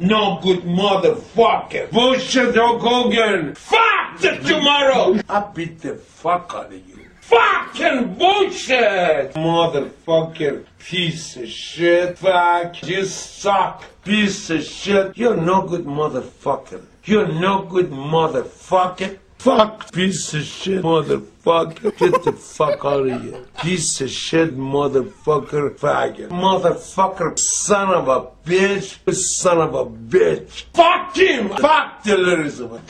No good motherfucker. Bullshit Hulk Hogan. Fuck the tomorrow. I beat the fuck out of you. Fucking bullshit! Motherfucker, piece of shit. Fuck, you suck. Piece of shit. You're no good motherfucker. You're no good motherfucker. Fuck, piece of shit, motherfucker. Get the fuck out of here. Piece of shit, motherfucker, faggot. Motherfucker, son of a bitch. Son of a bitch. Fuck him! Fuck the Elizabeth.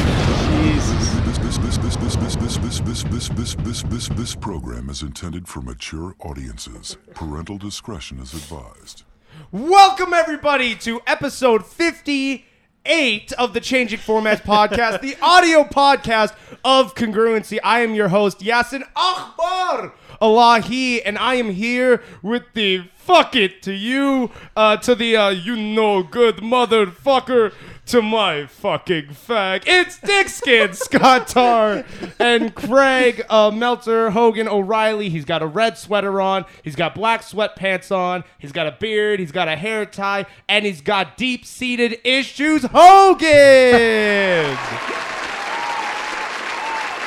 This, this, this, this, this, this, this, this, this, this, this, this, this, this program is intended for mature audiences. Parental discretion is advised. Welcome everybody to episode 58 of the Changing Formats podcast, the audio podcast of Congruency. I am your host Yasin Akbar Alahi and I am here with the fuck it to you uh, to the uh, you no good motherfucker to my fucking fag. It's Dickskin, Scott Tar, and Craig uh, Meltzer, Hogan O'Reilly. He's got a red sweater on. He's got black sweatpants on. He's got a beard. He's got a hair tie. And he's got deep seated issues. Hogan!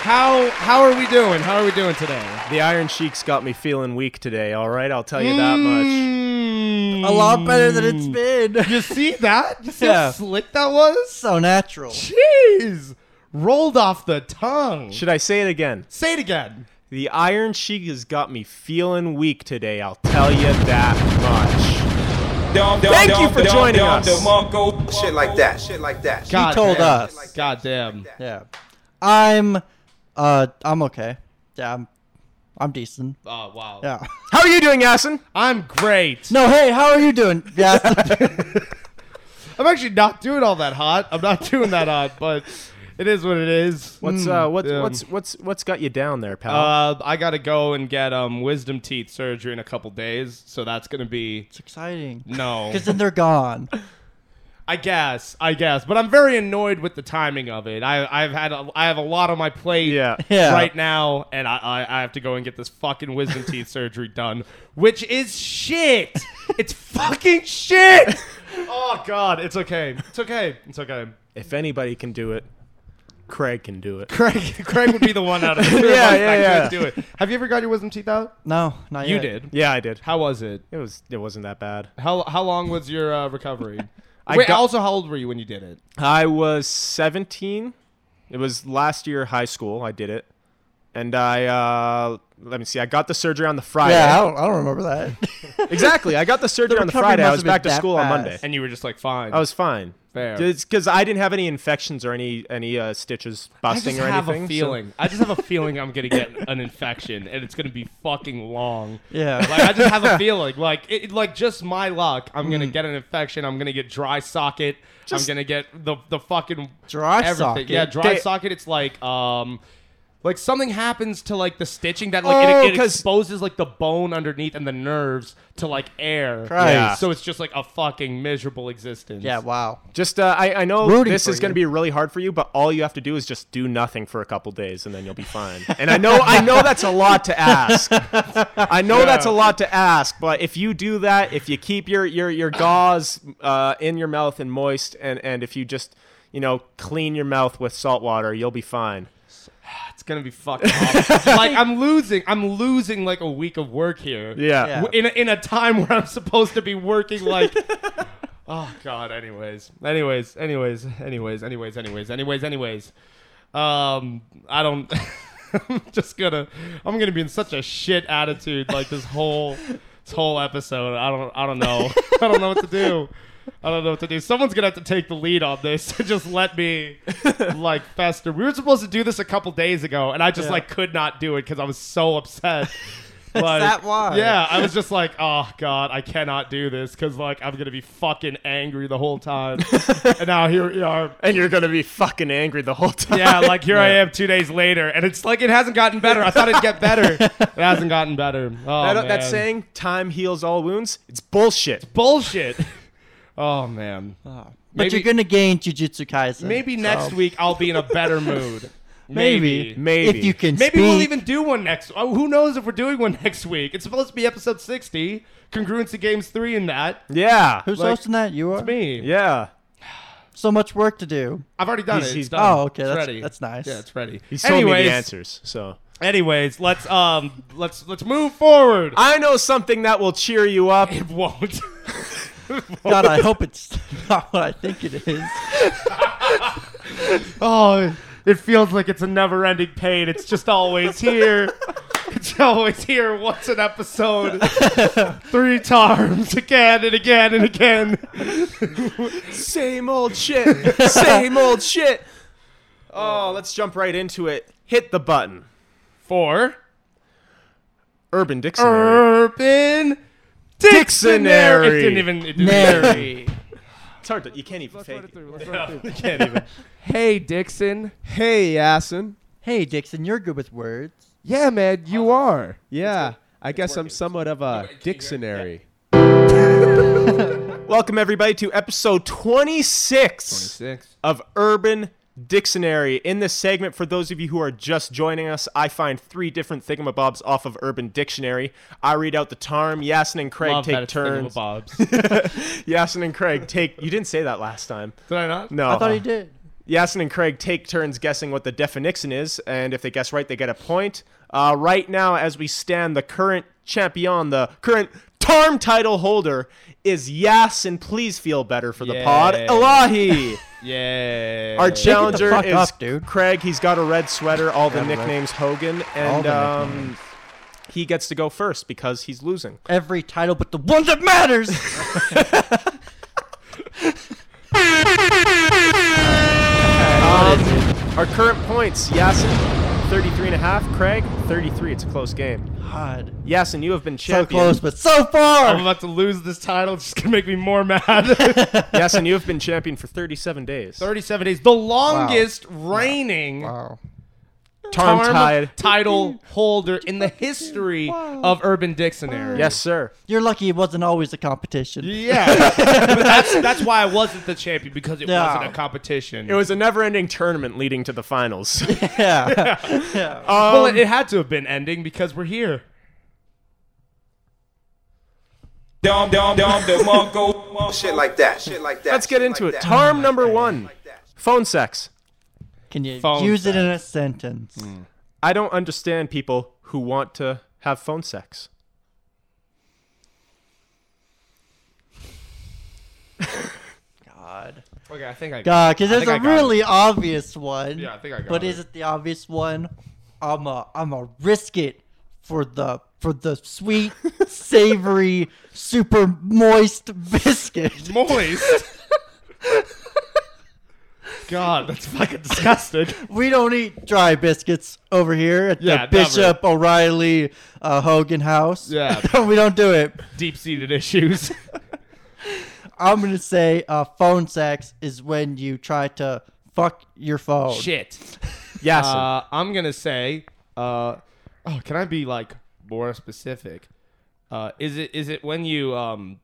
How, how are we doing? How are we doing today? The Iron Sheik's got me feeling weak today, all right? I'll tell you that much. Mm, A lot better than it's been. You see that? You see Yeah. how slick that was? so natural. Jeez! Rolled off the tongue. Should I say it again? Say it again. The Iron Sheik has got me feeling weak today, I'll tell you that much. Thank you for joining us. Shit like that. Shit like that. God told damn. us. God damn. Yeah. I'm uh I'm okay. Yeah, I'm I'm decent. Oh wow. Yeah. How are you doing, Asin? I'm great. No, hey, how are you doing? Yeah. I'm actually not doing all that hot. I'm not doing that hot, but it is what it is. What's uh what's Mm, yeah. what's what's what's got you down there, pal? Uh, I gotta go and get um wisdom teeth surgery in a couple days, so that's gonna be it's exciting. no. Cuz then they're gone. I guess, I guess, but I'm very annoyed with the timing of it. I, I've had, a, I have a lot on my plate Yeah. Yeah. right now, and I, I, I have to go and get this fucking wisdom teeth surgery done, which is shit. it's fucking shit. Oh god, it's okay. It's okay. It's okay. if anybody can do it, Craig can do it. Craig, Craig would be the one out of the three Yeah, yeah, yeah, yeah. do it. Have you ever got your wisdom teeth out? No, not You yet. did. Yeah, I did. How was it? It was it wasn't that bad. How how long was your uh, recovery? I Wait, got- also, how old were you when you did it? I was 17. It was last year high school. I did it. And I uh let me see. I got the surgery on the Friday. Yeah, I don't, I don't remember that. Exactly. I got the surgery on the recovery Friday. I must was have been back to that school on fast. Monday. And you were just like fine. I was fine. Fair. Because I didn't have any infections or any any uh, stitches I busting just or have anything. a so- feeling. I just have a feeling I'm gonna get an infection, and it's gonna be fucking long. Yeah. Like I just have a feeling. Like it, like just my luck. I'm gonna get an infection. I'm gonna get dry socket. Mm. Just- I'm gonna get the the fucking Dry everything. socket? Yeah, dry They- socket. It's like um. Like something happens to like the stitching that like Oh, it, it 'cause- exposes like the bone underneath and the nerves to like air. Christ. Yeah. So it's just like a fucking miserable existence. yeah, wow. Just uh, I I know Rooting this for is going to you. be really hard for you, but all you have to do is just do nothing for a couple days, and then you'll be fine. and I know I know that's a lot to ask. I know that's a lot to ask, but if you do that, if you keep your your your gauze uh, in your mouth and moist, and and if you just you know clean your mouth with salt water, you'll be fine. It's gonna be fucking awful. like I'm losing, I'm losing like a week of work here. Yeah. W- In a, in a time where I'm supposed to be working like. oh God. Anyways. Anyways. Anyways. Anyways. Anyways. Anyways. Anyways. Anyways. Um. I don't. I'm just gonna. I'm gonna be in such a shit attitude like this whole this whole episode. I don't. I don't know. I don't know what to do. I don't know what to do. Someone's gonna have to take the lead on this and just let me like fester. We were supposed to do this a couple days ago, and I just like could not do it because I was so upset. Like, that why? Yeah, I was just like, oh god, I cannot do this because like I'm gonna be fucking angry the whole time. and now here we are. And you're going to be fucking angry the whole time. Yeah, like here I am two days later, and it's like it hasn't gotten better. I thought it'd get better. It hasn't gotten better. Oh, that, that man. saying, time heals all wounds, it's bullshit. bullshit. Oh man. But Uh, Maybe- you're going to gain Jujutsu Kaisen. Maybe so- next week I'll be in a better mood. Maybe. Maybe. If you can Maybe we'll speak. even do one next. Oh, who knows if we're doing one next week? It's supposed to be episode sixty, congruency games three, and that. Yeah. Who's like- hosting that? You are? Me, Yeah. So much work to do. I've already done He's- it. he's It's done. Oh, okay, It's that's- ready. that's nice. Yeah, it's ready. He's told me Anyways- the answers. So Anyways, let's um, let's let's move forward. I know something that will cheer you up. it won't. God, I hope it's not what I think it is. Oh, it feels like it's a never ending pain. It's just always here. It's always here once an episode, three times, again and again and again. Same old shit. Same old shit. Oh, let's jump right into it. Hit the button. For Urban Dictionary. Er. Urban Dictionary. Dictionary. It didn't even. It didn't Nary. It's hard to, you can't even fake it. even- it can't even. Hey, Dixon. Hey, Assen. hey, Dixon, you're good with words. Yeah, man, you are. Oh, Yeah, I guess I'm somewhat of a dictionary. Welcome, everybody, to episode 26, Six. of Urban Dictionary. In this segment, for those of you who are just joining us, I find three different thingamabobs off of Urban Dictionary. I read out the term. Yasin and Craig Love that take it's thinking of turns. Bob's. Yasin and Craig take. You didn't say that last time. Did I not? No. I thought he did. Yasin and Craig take turns guessing what the definition is, and if they guess right, they get a point. Uh, right now, as we stand, the current champion, the current term title holder is Yasin. Please feel better for the pod. Yay. Elahi! Yeah. Our the challenger fuck is up, dude. Craig. He's got a red sweater, all the nicknames Hogan, and the um, he gets to go first because he's losing. Every title but the one that matters. Our current points, Yasin, 33 and a half. Craig, 33. It's a close game. God. Yasin, you have been So champion. close, but so I'm far. about to lose this title. It's just gonna make me more mad. Yasin, you have been champion for 37 days. 37 days, the longest reigning Wow. Tarm term tied. title holder in the history of Urban Dictionary. Yes, sir. You're lucky it wasn't always a competition. Yeah, But that's that's why I wasn't the champion because it No. wasn't a competition. It was a never-ending tournament leading to the finals. Um, Yeah. well, it, it had to have been ending because we're here. Dom, dom, dom, the Mongo. Shit like that. Shit like that. Let's get into it. Tarm number one, phone sex. Can you Phone Hmm. use it in a sentence? I don't understand people who want to have phone sex. God. Okay, I think I God, because there's think a I got really obvious one. Yeah, I think I got But it. is it the obvious one? I'm a I'm a risk it for the for the sweet, savory, super moist biscuit. moist. God, that's fucking disgusting. We don't eat dry biscuits over here at Yeah, never. the Bishop O'Reilly uh, Hogan house. Yeah. we don't do it. Deep seated issues. I'm gonna say uh, phone sex is when you try to fuck your Oh. phone. Shit. Yasin. Uh, I'm gonna say, uh, oh, can I be like more specific? Uh, is it is it when you um,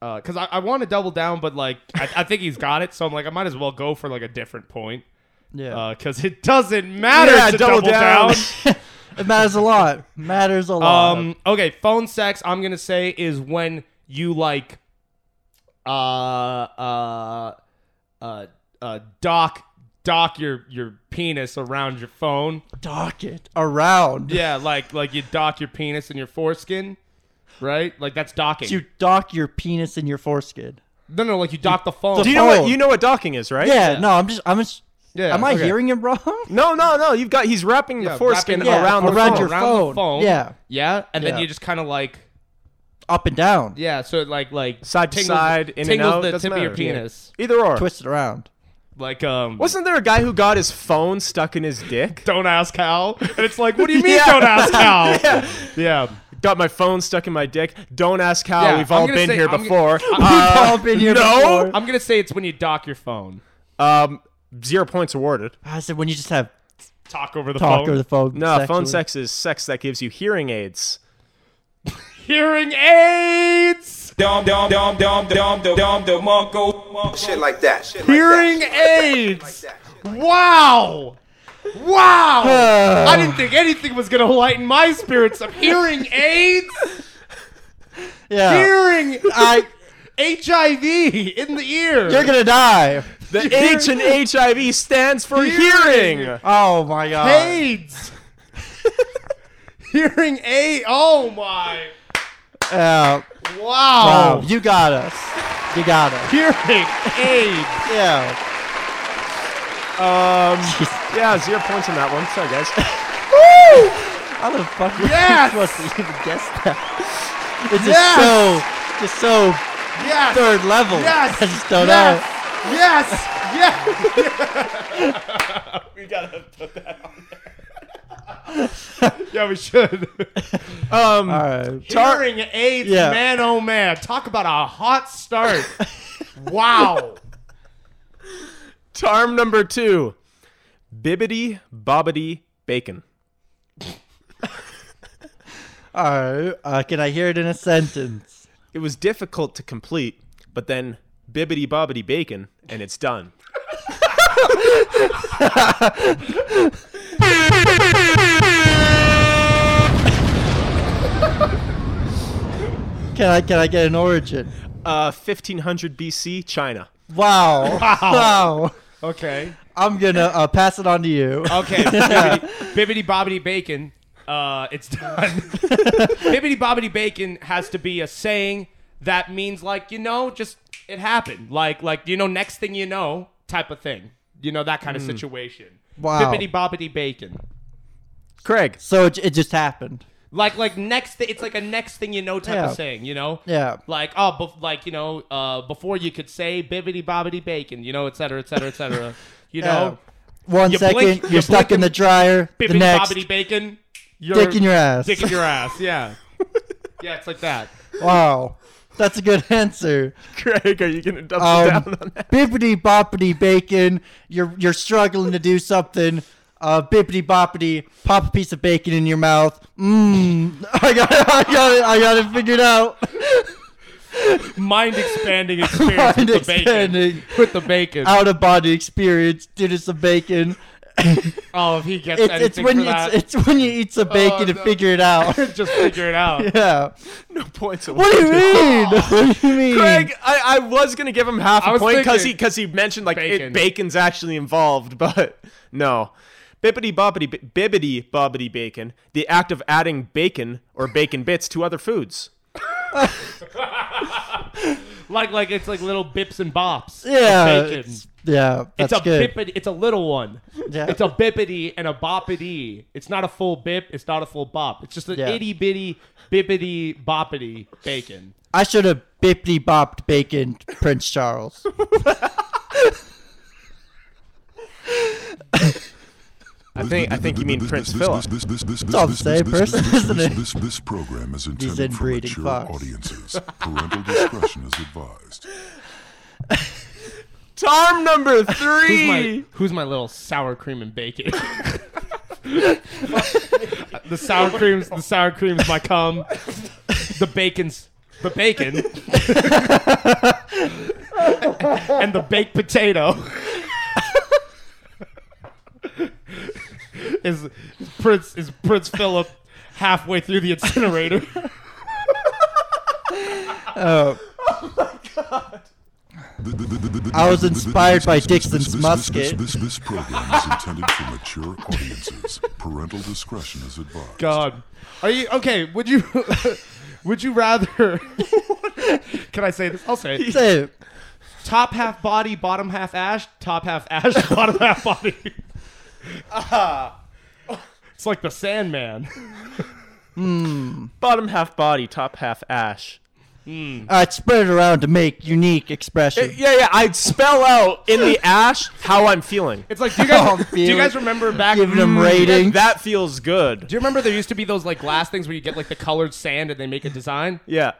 because I, I want to double down, but like I, I think he's got it, so I'm like I might as well go for like a different point Yeah. because it doesn't matter Yeah, Uh, to double, double down. down. it matters a lot. Matters a lot. um, okay, phone sex. I'm gonna say is when you like, uh, uh, uh, uh, dock dock your your penis around your phone. Dock it around. Yeah, like like you dock your penis and your foreskin, right? Like that's docking. You dock your penis in your foreskin. no, no, like you dock the phone. Do you know what phone. you know what docking is, right? Yeah, no, I'm just, I'm just. Yeah, am I okay. hearing him wrong? No, no, no. You've got he's wrapping the Yeah, foreskin wrapping- yeah, around the around phone. your around the phone. phone. Yeah, yeah, and then Yeah. you just kind of like up and down. yeah, so it like like Side to tingles- side, in and tingles out, the doesn't tip of your matter. Yeah. penis. Either or. Twist it around. Like um, Wasn't there a guy who got his phone stuck in his dick? don't ask how? And it's like, what do you mean, Yeah. don't ask how? yeah. got my phone stuck in my dick. Don't ask how. Yeah, We've I'm all gonna been say- here I'm before. all been here no. before. I'm gonna say it's when you dock your phone. um, zero points awarded. I said when you just have Talk over the talk phone. over the phone. No, phone sexually. sex is sex that gives you hearing aids. Hearing aids. Dom, dom, dom, dom, dom, dom, dom, the Mongo. Shit like that. Shit like Hearing that. aids. Shit like that. Wow! Wow! I Uh. didn't think anything was gonna lighten my spirits up. Hearing AIDS, Yeah. hearing I, HIV in the ear. you're gonna die. The H in HIV stands for Hearing. hearing. Oh my god. AIDS. hearing A. Oh my! Yeah. Oh. Wow! Wow. You got us. You got us. Hearing AIDS. Yeah. Yeah, zero points on that one. Sorry, guys. How the fuck were Yes! you supposed to even guess that? It's Yes! just so, just so Yes. third level. Yes. I just don't yes. know. Yes. Yes. we gotta put that on. yeah, we should. Um, All right. Hearing AIDS, Yeah. man, oh man. Talk about a hot start. wow. Tarm number two, bibbity bobbity bacon. All right. Uh, can I hear it in a sentence? It was difficult to complete, but then bibbity bobbity bacon, and it's done. Can I can I get an origin? Uh, 1500 BC, China. Wow. Wow. Okay. I'm gonna uh, pass it on to you. Uh, Okay. Bibbity, bibbity bobbity bacon. Uh, it's done. bibbity bobbity bacon has to be a saying that means like you know, just it happened. Like like you know, next thing you know, type of thing. You know that kind of situation. Hmm. Wow. Bibbity bobbity bacon. Craig, So it, it just happened. Like like next, thi- it's like a next thing you know type Yeah. of saying. You know. Yeah. like oh bef- like you know uh before you could say bibbity bobbity bacon you know et cetera et cetera et cetera you know One You second, blink- you're you stuck blink in the and- dryer. The bibbity next, bobbity bacon you're dick in your ass. dick in your ass yeah yeah it's like that wow, that's a good answer. Craig, are you gonna double Um, down on that? bippity boppity bacon. You're you're struggling to do something. Uh, bippity boppity. Pop a piece of bacon in your mouth. Mmm. I got it. I got it. I got it figured out. mind expanding experience Mind with the expanding. bacon with the bacon Out of body experience. Due to some bacon. oh if he gets It's, anything it's when for you, that Oh, it's, it's when you eat some bacon to no. figure it out. just figure it out yeah. No points. What do you mean? What do you mean? Craig, I, I was gonna give him half I a was point because he thinking- because he mentioned like it- Bacon. bacon's actually involved, but no. Bibbity bobbity bi- bibbity bobbity bacon. The act of adding bacon or bacon bits to other foods. like like it's like little bips and bops of Yeah. bacon. it's- Yeah. That's It's a good. bippity, it's a little one. Yeah. It's a bippity and a boppity. It's not a full bip. It's not a full bop. It's just an Yeah. itty bitty bippity boppity bacon. I should have bippity bopped bacon Prince Charles. I think I think you mean Prince Philip. It's all the same person, isn't it? This, this program is intended for inbreeding mature fox. audiences. Parental discretion is advised. Tarm number Who's three. my, who's my little sour cream and bacon? the sour cream's the sour cream's my cum. The bacon's the bacon. and the baked potato. is Prince is Prince Philip halfway through the incinerator. Th- th- th- th- th- I was th- th- inspired th- by this- this- Dixon's this- this- musket. This, this, this program is intended for mature audiences. Parental discretion is advised. God. Are you okay? Would you would you rather Can I say this? I'll say it. Say it. top half body, bottom half ash, top half ash, bottom half body. Uh, it's like the Sandman. Bottom half body, top half ash. I'd spread it around to make unique Eh, expression. Yeah, yeah. I'd spell out in the ash how I'm feeling. It's like do you guys Oh, do you guys Felix. remember back? Giving them Mm. rating. That feels Do good. you remember there used to be those like glass things where you get like the colored sand and they make a design? Yeah.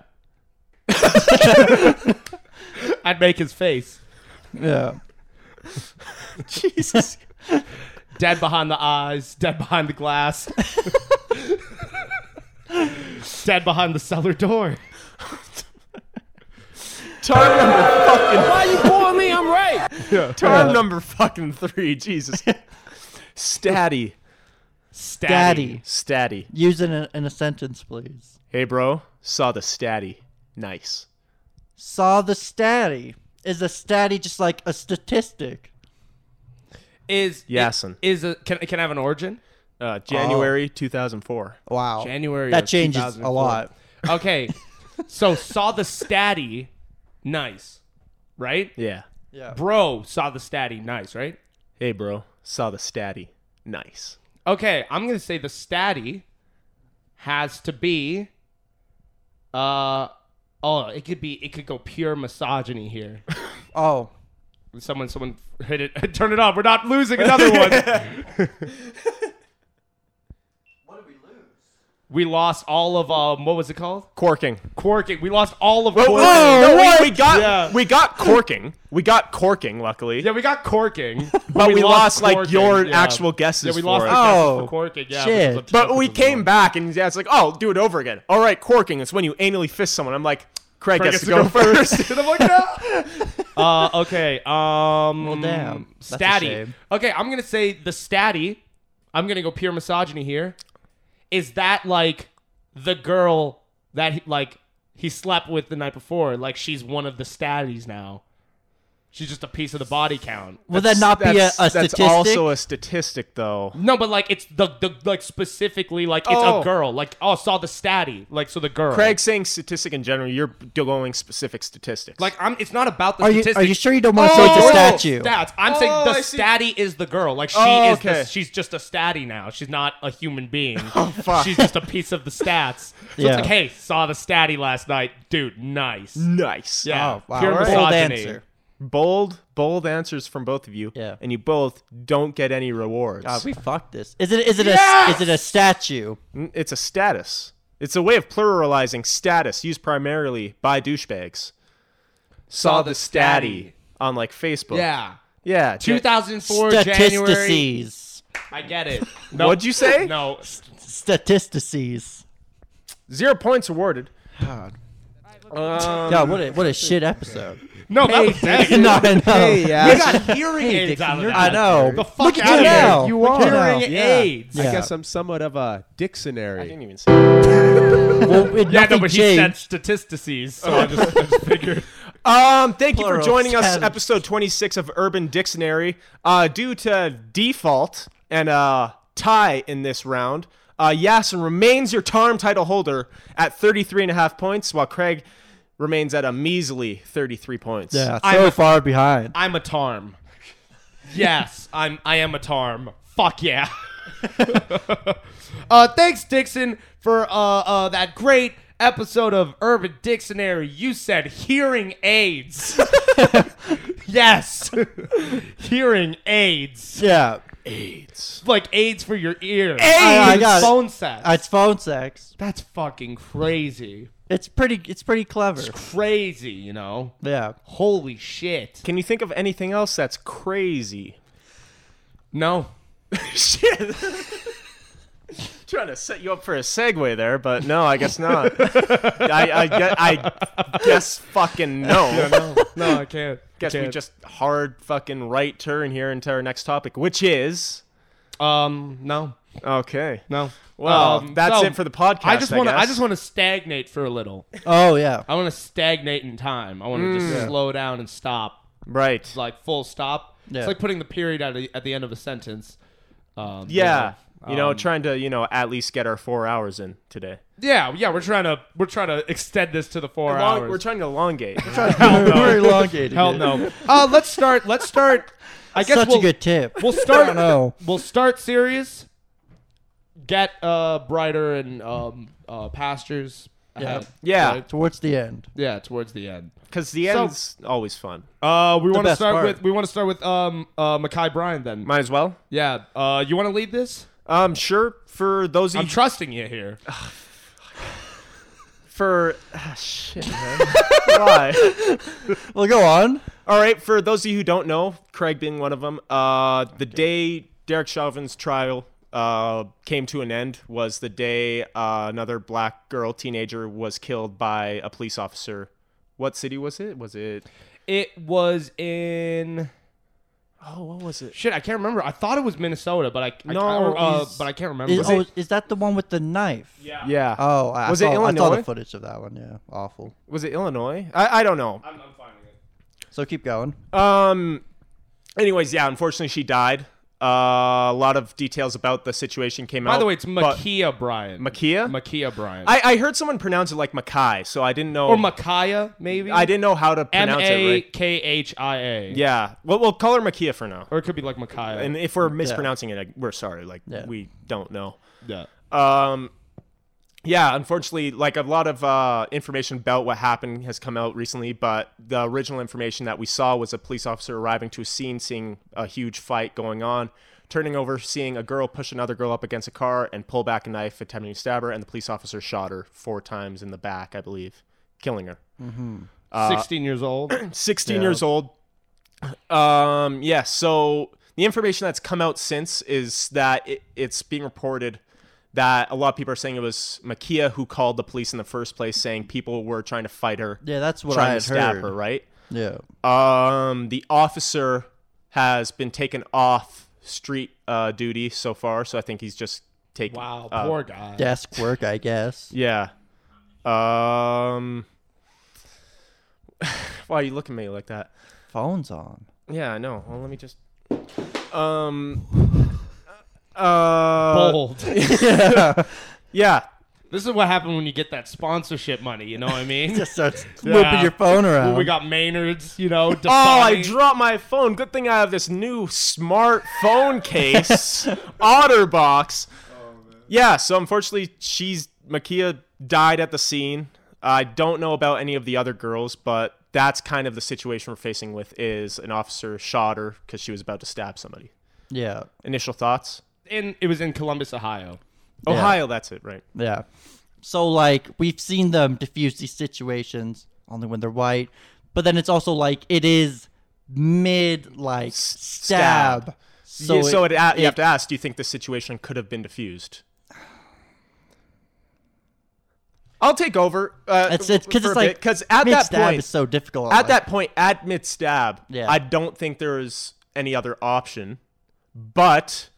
I'd make his face. Yeah. Jesus. Dead behind the eyes, dead behind the glass. dead behind the cellar door. Tarm number fucking. Why you pulling me? I'm right. Term number fucking three. Jesus. Statty. Daddy. Statty. Use it in a, in a sentence, please. Hey, bro. Saw the statty. Nice. Saw the statty. Is a statty just like a statistic? Is Yasin. Is a can, can I have an origin? Uh, January 2004. Wow. January That of changes a 2004. lot. Okay, so saw the statty, nice, right? Yeah. Bro saw the statty, nice, right? Hey, bro. Saw the statty. Nice. Okay, I'm gonna say the statty has to be. Uh oh, it could be it could go pure misogyny here. Oh. Someone, someone hit it. Turn it off. We're not losing another one. what did we lose? We lost all of um. What was it called? Corking. Corking. We lost all of. Whoa, corking. Oh, no, we- we, got Yeah. we got corking. We got corking. Luckily, Yeah, we got corking, but we, lost, like corking, your yeah. actual guesses. Yeah, we lost for the it. guesses Oh, for corking. Yeah, shit. which was But upset we because of came that. back, and yeah, it's like, oh, do it over again. All right, corking is when you anally fist someone. I'm like, Craig, Craig gets, to go, first. and I'm like, "Ah." no. uh, okay. Um, well, damn. That's a Statty. shame. Okay, I'm gonna say the statty. I'm gonna go pure misogyny here. Is that like the girl that he, like he slept with the night before? Like she's one of the statties now. She's just a piece of the body count. Will that not be a, that's, a that's statistic? also a statistic, though. No, but like it's the, the like specifically like it's Oh. a girl. Like oh, saw the statty. Like so the girl. Craig's saying statistic in general. You're going specific statistics. Like I'm. It's not about the are you statistics. are you sure you don't want to say it's Oh, a statue? Stats. I'm saying Oh, the I see. statty is the girl. Like she Oh, is. okay. Oh, The, she's just a statty now. She's not a human being. She's just a piece of the stats. So Yeah. it's like, hey, saw the statty last night, dude. Nice. nice. Yeah. Oh, wow. Pure Bold misogyny. answer. Bold, bold answers from both of you. Yeah. Ah, And you both don't get any rewards. God, we fucked this. Is it is it a is it a statue? N- It's a status. It's a way of pluralizing status used primarily by douchebags. Saw, the, the statty. statty. on like Facebook. Yeah. Yeah. J- 2004 January. Statistices. I get it. No, What'd you say? No. Statistices. Zero points awarded. Um, God, what a what a shit episode. No, that was dead. no, I know. Hey, We yeah. got hearing Hey, aids Dixon, out of you're- that. I know. The fuck Look at out you of here. now. You Look at are. you now. Hearing aids. I Yeah. guess I'm somewhat of a dictionary. I didn't even say. Well, it, Yeah, nothing no, but he said changed. statistices, so I just, I just figured. Um, thank you for Plural joining us, status. episode 26 of Urban Dictionary. Uh, due to default and uh, tie in this round, uh, Yasin remains your TARM title holder at 33 and a half points, while Craig remains at a measly 33 points. yeah, so I'm a- far behind. I'm a tarm. Yes, I'm. I am a tarm. Fuck yeah. uh, thanks, Dixon, for uh, uh, that great episode of Urban Dictionary. You said hearing aids. yes, hearing aids. Yeah, Like aids for your ear. Aids. I- I got it. Uh, Phone sex. it's phone sex. That's fucking crazy. It's pretty. It's pretty clever. Crazy, you know. Yeah. Holy shit. Can you think of anything else that's crazy? No. Shit. Trying to set you up for a segue there, but no, I guess not. I, I, gue- I guess fucking no. No, no, I can't. guess we Can't. just hard fucking right turn here into our next topic, which is um no. okay. No. Well, Um, Oh, that's so, it for the podcast. I just want want to. I just want to stagnate for a little. Oh yeah. I want to stagnate in time. I want to Mm. just slow down and stop, right. like full stop. Yeah. It's like putting the period at, a, at the end of a sentence. Um, Yeah. You know, Um, trying to you know at least get our four hours in today. yeah, yeah, yeah. We're trying to we're trying to extend this to the four Long- hours. we're trying to elongate. We're elongated. Hell no. uh, let's start. Let's start. I guess Such we'll, a good tip. We'll start. know. We'll start serious. Get uh brighter and um uh pastures. ahead, Yeah. right? Towards the end. yeah. Towards the end. because the So- end's always fun. Uh, we want to best start part. with we want to start with um uh Makai Bryan then. Might as well. yeah. Uh, you want to lead this? Um, sure. For those of I'm you trusting you here. for ah, shit, man. why? Well, go on. All right, for those of you who don't know, Craig being one of them, uh, the day Derek Chauvin's trial uh, came to an end was the day uh, another black girl teenager was killed by a police officer. What city was it? Was it It was in Oh, what was it? Shit, I can't remember. I thought it was Minnesota, but I, No, I or, uh, he's- but I can't remember. Is, oh, is that the one with the knife? Yeah. Oh, I, Was it saw, I saw Illinois? the footage of that one. Yeah, awful. Was it Illinois? I, I don't know. I'm, I'm finding it. So keep going. Um. Anyways, yeah. Unfortunately, she died. Uh, a lot of details about the situation came out. By the way, it's but- Oh, Makia Bryant. Makia? Makia Bryant. I, I heard someone pronounce it like Mackay, so I didn't know. or Makaya, maybe. I didn't know how to M pronounce it. a Right? k h i a. Yeah. Well, we'll call her Makia for now. Or it could be like Makaya. And if we're mispronouncing it, like, we're sorry. Like Yeah. we don't know. yeah. Um, yeah, unfortunately, like a lot of uh, information about what happened has come out recently, but the original information that we saw was a police officer arriving to a scene, seeing a huge fight going on, turning over, seeing a girl push another girl up against a car and pull back a knife, attempting to stab her, and the police officer shot her four times in the back, I believe, killing her. 16 years old. 16 years old. Um, yeah, so the information that's come out since is that it, it's being reported that a lot of people are saying it was Makia who called the police in the first place, saying people were trying to fight her, Yeah, that's what I trying had to stab heard. her, right? Yeah. Um, the officer has been taken off street uh, duty so far, so I think he's just taken. wow, uh, poor guy. Desk work, I guess. Yeah. Um. Why are you looking at me like that? Phone's on. Yeah, I know. Well, let me just. Um. Uh. Bold. Yeah. this is what happened when you get that sponsorship money, you know what I mean? Just starts whipping your phone around. We got Maynard's, you know. Oh, I Dasani. dropped my phone. Good thing I have this new smart phone case, OtterBox. Yeah. So unfortunately, she's Makia died at the scene. I don't know about any of the other girls, but that's kind of the situation we're facing with. Is an officer shot her because she was about to stab somebody. yeah. Initial thoughts. In, it was in Columbus, Ohio. Ohio, that's it, right? Yeah. So like we've seen them diffuse these situations only when they're white, but then it's also like it is mid like stab. stab. So, it- so it, a you have to ask: Do you think the situation could have been diffused? I'll take over. Uh, It's it's because it's like because at mid that stab point, is so difficult. at like- that point, at mid stab, Yeah. I don't think there is any other option. But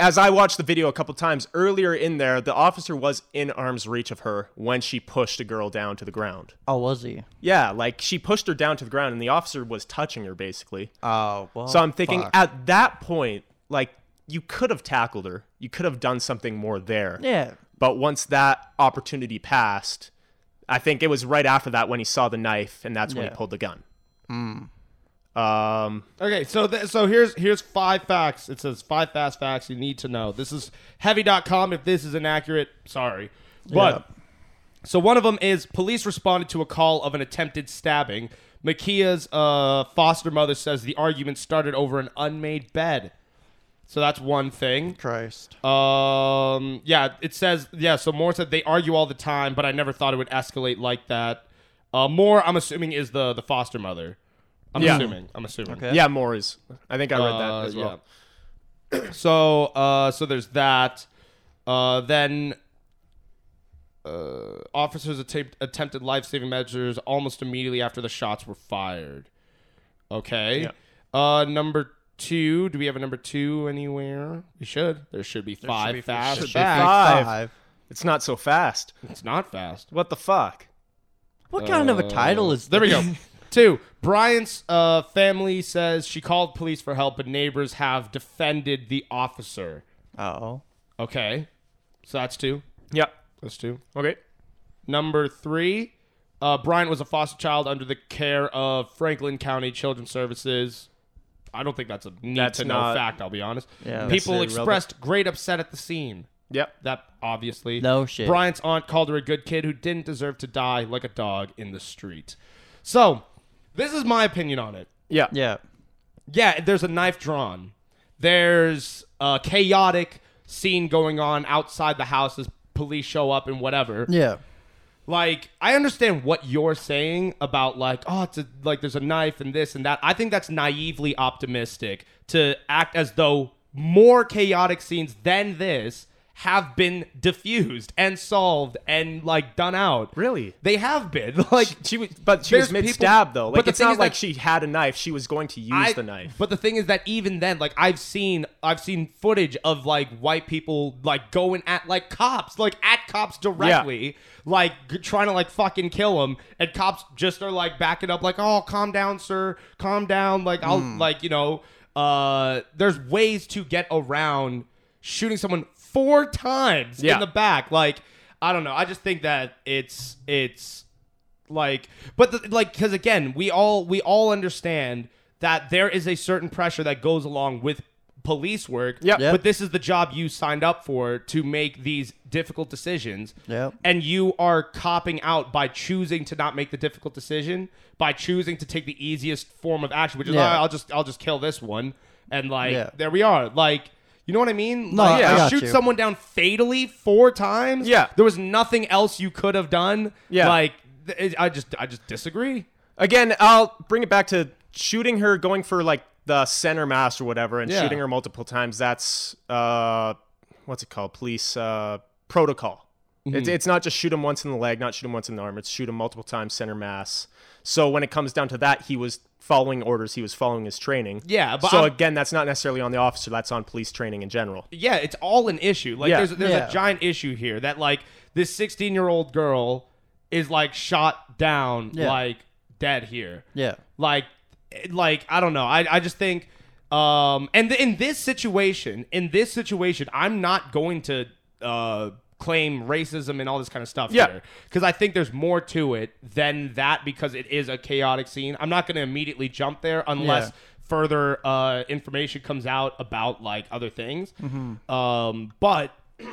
as I watched the video a couple times earlier in there, the officer was in arm's reach of her when she pushed a girl down to the ground. oh was he? Yeah, like she pushed her down to the ground, and the officer was touching her basically. Oh well. So I'm thinking fuck. at that point, like you could have tackled her, you could have done something more there. yeah. But once that opportunity passed, I think it was right after that when he saw the knife, and that's when he Yeah. pulled the gun. Um, Okay, so th- so here's here's five facts. It says five fast facts you need to know. This is heavy.com. If this is inaccurate, sorry. But so one of them is police responded to a call of an attempted stabbing. Makia's uh, foster mother says the argument started over an unmade bed. So that's one thing. Christ. Um, yeah, it says yeah. So Moore said they argue all the time, but I never thought it would escalate like that. Uh, Moore, I'm assuming is the the foster mother. I'm Yeah. assuming. I'm assuming. Okay. yeah, more is. I think I read Uh, that as well. yeah. so uh, so there's that. Uh, then uh, officers atta- attempted life saving measures almost immediately after the shots were fired. Okay. Uh, number two. Do we have a number two anywhere? We should. There should be five fast facts. Five. Five. It's not so fast. It's not fast. What the fuck? What kind of a title is Uh, There we this? go. Two. Bryant's uh, family says she called police for help, but neighbors have defended the officer. Oh. Okay. So that's two. Yep. That's two. Okay. Number three, uh, Bryant was a foster child under the care of Franklin County Children's Services. I don't think that's a need That's to know not- fact, I'll be honest. Yeah. People Necessarily expressed great upset at the scene. Yep. That obviously. No shit. Bryant's aunt called her a good kid who didn't deserve to die like a dog in the street. So, this is my opinion on it. Yeah. Yeah. Yeah, there's a knife drawn. There's a chaotic scene going on outside the house as police show up and whatever. Yeah. Like, I understand what you're saying about like, oh, it's a, like there's a knife and this and that. I think that's naively optimistic to act as though more chaotic scenes than this have been diffused and solved and like done out. Really? They have been. Like She was, but she was There's people- mid stab though. Like but the it's thing not is, like like- she had a knife. She was going to use I- the knife. But the thing is that even then, like I've seen, I've seen footage of like white people like going at like cops, like at cops directly, like g- trying to like fucking kill them, and cops just are like backing up, like oh, calm down, sir, calm down, like I'll Hmm. like you know, uh, there's ways to get around shooting someone four times Yeah. in the back, like. I don't know. I just think that it's it's like but the, like because again we all we all understand that there is a certain pressure that goes along with police work Yep. Yep. but this is the job you signed up for to make these difficult decisions Yep. and you are copping out by choosing to not make the difficult decision by choosing to take the easiest form of action which is Yeah. "Ah, i'll just i'll just kill this one and like Yeah. there we are like you know what I mean? No, like, I to got shoot you. someone down fatally four times. Yeah. there was nothing else you could have done. Yeah. like th- it- I just I just disagree. Again, I'll bring it back to shooting her, going for like the center mass or whatever, and Yeah. shooting her multiple times. That's uh, what's it called? Police uh, protocol. It's, Mm-hmm. it's not just shoot him once in the leg, not shoot him once in the arm. It's shoot him multiple times, center mass. So when it comes down to that, he was following orders. He was following his training. Yeah, but so I'm- again, that's not necessarily on the officer. That's on police training in general. Yeah, it's all an issue. Like Yeah. there's there's Yeah. a giant issue here that like this 16 year old girl is like shot down Yeah. like dead here. Yeah. like like i don't know i, I just think um and th- in this situation in this situation i'm not going to uh claim racism and all this kind of stuff Yeah. because i think there's more to it than that because it is a chaotic scene i'm not going to immediately jump there unless Yeah. further uh information comes out about like other things Mm-hmm. um but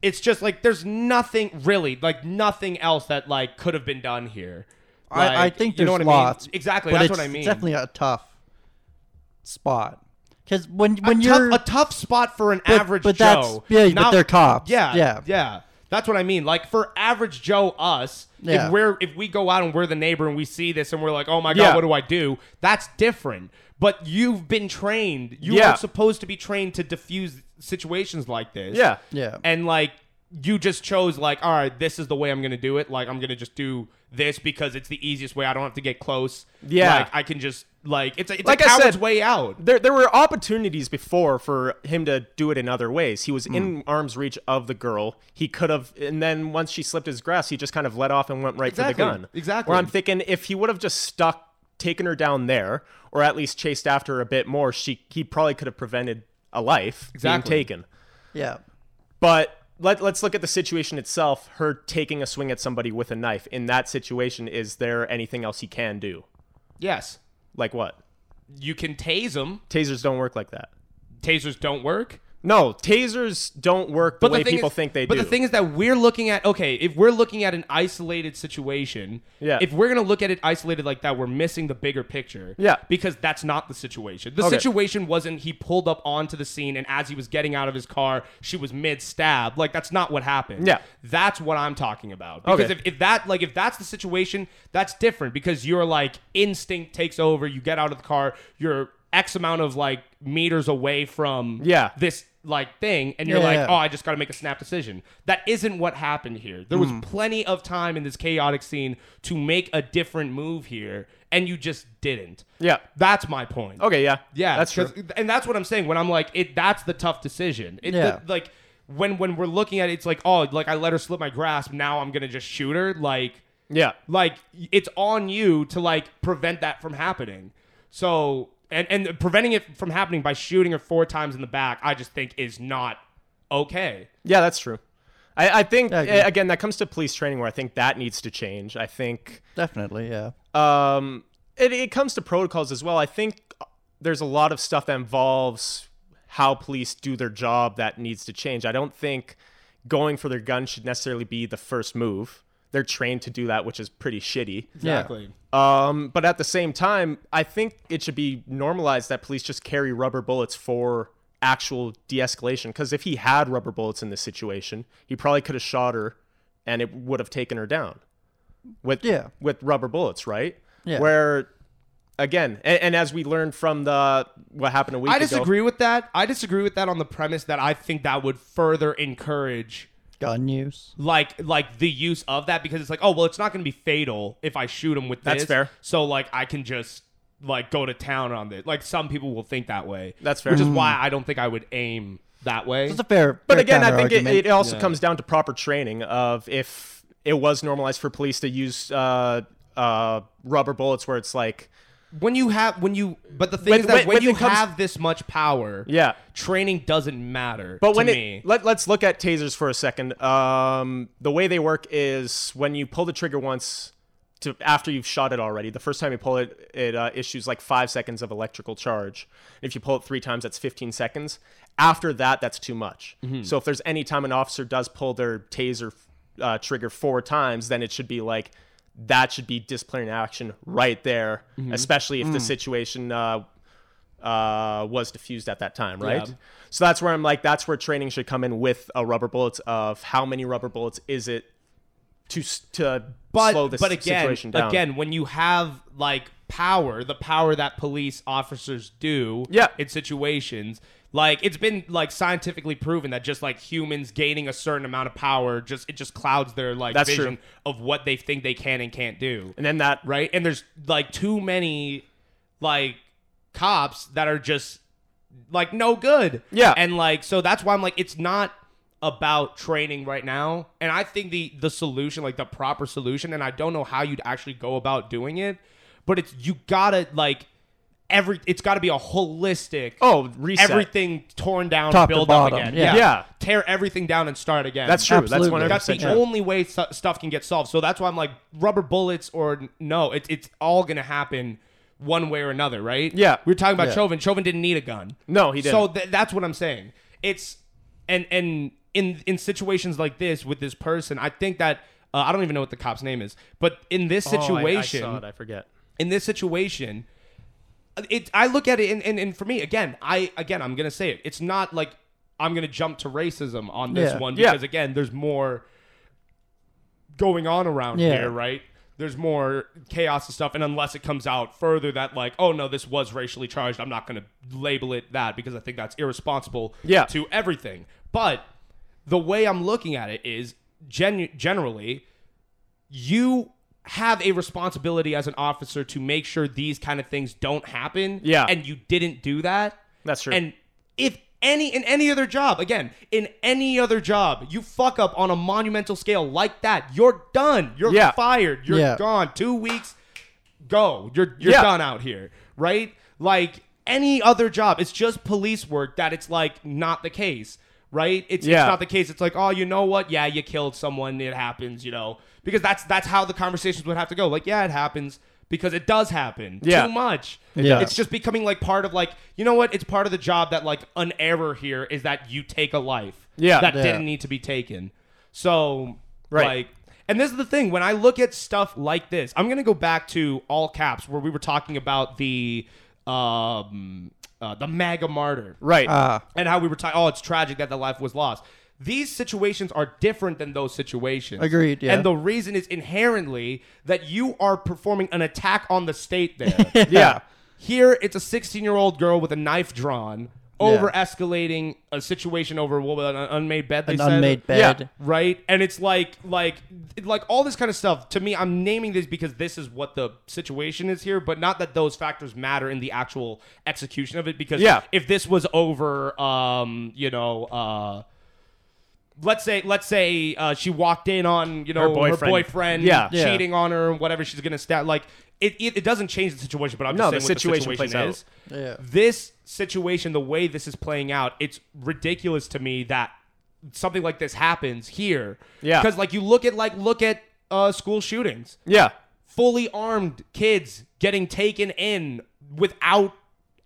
it's just like there's nothing really like nothing else that like could have been done here Like, I, I think you there's know what I mean? lots. exactly but that's it's what i mean Definitely a tough spot because when a when tough, you're a tough spot for an But- average but that's- Joe. yeah, but they're cops. Yeah, Yeah. yeah. That's what I mean. Like for average Joe, us, Yeah. if we're if we go out and we're the neighbor and we see this and we're like, oh my god, Yeah. what do I do? That's different. But you've been trained. You Yeah. are supposed to be trained to diffuse situations like this. Yeah. yeah And like you just chose like, all right, this is the way I'm gonna do it. Like I'm gonna just do this because it's the easiest way. I don't have to get close. Yeah. Like I can just like it's a, it's Like a I coward's said- way out. there there were opportunities before for him to do it in other ways. He was Hmm. in arm's reach of the girl. He could have, and then once she slipped his grasp, he just kind of let off and went right Exactly. for the gun. Exactly. Where I'm thinking, if he would have just stuck, taken her down there, or at least chased after her a bit more, she he probably could have prevented a life Exactly. being taken. yeah But let, let's look at the situation itself. Her taking a swing at somebody with a knife. In that situation, is there anything else he can do? Yes. Like what? you can tase them. Tasers don't work like that. Tasers don't work. No, tasers don't work the way thing people is- think they but do. the thing is that we're looking at okay, if we're looking at an isolated situation, Yeah. if we're gonna look at it isolated like that, we're missing the bigger picture. Yeah. Because that's not the situation. The Okay. situation wasn't he pulled up onto the scene and as he was getting out of his car, she was mid stab. Like that's not what happened. Yeah. That's what I'm talking about. Because Okay. if, if that like if that's the situation, that's different because you're like instinct takes over, you get out of the car, you're X amount of like meters away from Yeah. this like thing and you're Yeah, like, yeah. oh, I just got to make a snap decision. That isn't what happened here. There was Hmm. plenty of time in this chaotic scene to make a different move here, and you just didn't. Yeah. That's my point. okay, yeah, Yeah, that's true. 'cause- and that's what I'm saying. When I'm like, it, that's the tough decision. It, Yeah. the- like when when we're looking at it, it's like, oh, like I let her slip my grasp. Now I'm gonna just shoot her. Like, Yeah, like it's on you to like prevent that from happening. So and and preventing it from happening by shooting her four times in the back, I just think is not okay. yeah, that's true. I, I think agree. uh, again that comes to police training where I think that needs to change. I think definitely yeah um, it it comes to protocols as well. I think uh, there's a lot of stuff that involves how police do their job that needs to change. I don't think going for their gun should necessarily be the first move. They're trained to do that, which is pretty shitty. exactly Um, but at the same time, I think it should be normalized that police just carry rubber bullets for actual de-escalation. Because if he had rubber bullets in this situation, he probably could have shot her, and it would have taken her down with Yeah. with rubber bullets, right? Yeah. Where again, and, and as we learned from the what happened a week I ago, disagree with that. I disagree with that on the premise that I think that would further encourage Gun use. like like the use of that because it's like, oh well, it's not going to be fatal if I shoot him with That's this, fair. So like I can just like go to town on this. Like some people will think that way. That's fair. Mm. Which is why I don't think I would aim that way. That's a fair. But fair again, I think it, counter-argument. it also comes down to proper training of if it was normalized for police to use uh, uh, rubber bullets where it's like, when you have when you but the thing When- is that when- when, when you it comes- have this much power, yeah. training doesn't matter. But to when me. it let, let's look at tasers for a second. Um, the way they work is when you pull the trigger once to after you've shot it already. The first time you pull it, it uh, issues like five seconds of electrical charge. If you pull it three times, that's 15 seconds. After that, that's too much. Mm-hmm. So if there's any time an officer does pull their taser uh, trigger four times, then it should be like that should be disciplinary action right there, Mm-hmm. especially if the Mm. situation. Uh, uh, was diffused at that time, right? Yeah. So that's where I'm like, that's where training should come in with a rubber bullets of how many rubber bullets is it to s- to but, slow this but again, situation down. Again, when you have like power, the power that police officers do Yeah. in situations, like it's been like scientifically proven that just like humans gaining a certain amount of power just it just clouds their like That's vision true. of what they think they can and can't do. and then that right? And there's like too many like cops that are just like no good. Yeah. And like so that's why I'm like it's not about training right now. And I think the the solution like the proper solution and I don't know how you'd actually go about doing it, but it's you got to like every it's got to be a holistic oh reset. everything torn down Top to build bottom, up again. yeah. Yeah. Tear everything down and start again. That's true. Absolutely. That's That's the 100 true. only way stu stuff can get solved. So that's why I'm like rubber bullets or n- no, it, it's all gonna happen one way or another, right? Yeah. we were talking about Yeah. Chauvin. Chauvin didn't need a gun. No, he didn't. So th- that's what I'm saying. It's and and in in situations like this with this person, I think that uh, I don't even know what the cop's name is, but in this situation, Oh, I, I saw it. I forget. in this situation it i look at it and, and, and for me again i again i'm gonna say it it's not like i'm gonna jump to racism on this Yeah. one Yeah. because again there's more going on around Yeah. here right there's more chaos and stuff and unless it comes out further that like oh no this was racially charged i'm not gonna label it that because i think that's irresponsible Yeah. to everything but the way i'm looking at it is genu- generally you have a responsibility as an officer to make sure these kind of things don't happen. Yeah. And you didn't do that. That's true. And if any in any other job, again, in any other job, you fuck up on a monumental scale like that, you're done. You're Yeah. fired. You're Yeah. gone. Two weeks, go. You're you're Yeah. done out here, right? Like any other job, it's just police work that it's like not the case, right? It's, Yeah. it's not the case. It's like, oh, you know what? Yeah, you killed someone. It happens, you know, because that's that's how the conversations would have to go. Like, yeah, it happens because it does happen Yeah. too much. Yeah. it's just becoming like part of like you know what? It's part of the job that like an error here is that you take a life Yeah. that Yeah. didn't need to be taken. So Right. like and this is the thing when I look at stuff like this, I'm gonna go back to all caps where we were talking about the um uh, the MAGA martyr, Right. and how we were talking. Oh, it's tragic that the life was lost. These situations are different than those situations. Agreed, yeah. And the reason is inherently that you are performing an attack on the state there. yeah. Here, it's a 16 year old girl with a knife drawn over escalating a situation over what, an unmade bed. They An said? unmade bed. Yeah. right? And it's like, like, like all this kind of stuff. To me, I'm naming these because this is what the situation is here, but not that those factors matter in the actual execution of it. Because Yeah. if this was over, um, you know, uh. Let's say, let's say uh, she walked in on you know her boyfriend, boyfriend. Yeah. Yeah. cheating on her and whatever she's gonna stat like it, it, it doesn't change the situation, but I'm No, just saying the what situation the plays situation out. is. Yeah. This situation, the way this is playing out, it's ridiculous to me that something like this happens here. Yeah. Because like you look at like look at uh, school shootings, Yeah. fully armed kids getting taken in without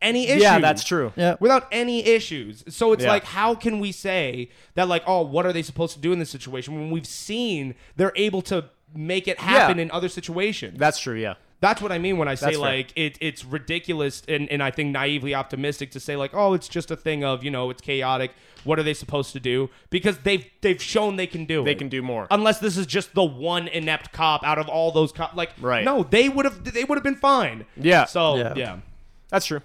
any issues. Yeah. That's true. Yeah. Without any issues. So it's Yeah. like, how can we say that, like, oh, what are they supposed to do in this situation when we've seen they're able to make it happen in other situations? That's true. Yeah. That's what I mean when I say That's fair. like it, it's ridiculous and, and I think naively optimistic to say like oh it's just a thing of you know it's chaotic. What are they supposed to do? Because they've they've shown they can do They it. can do more. Unless this is just the one inept cop out of all those cops. Like Right. no, they would have they would have been fine. Yeah. So Yeah. yeah. That's true.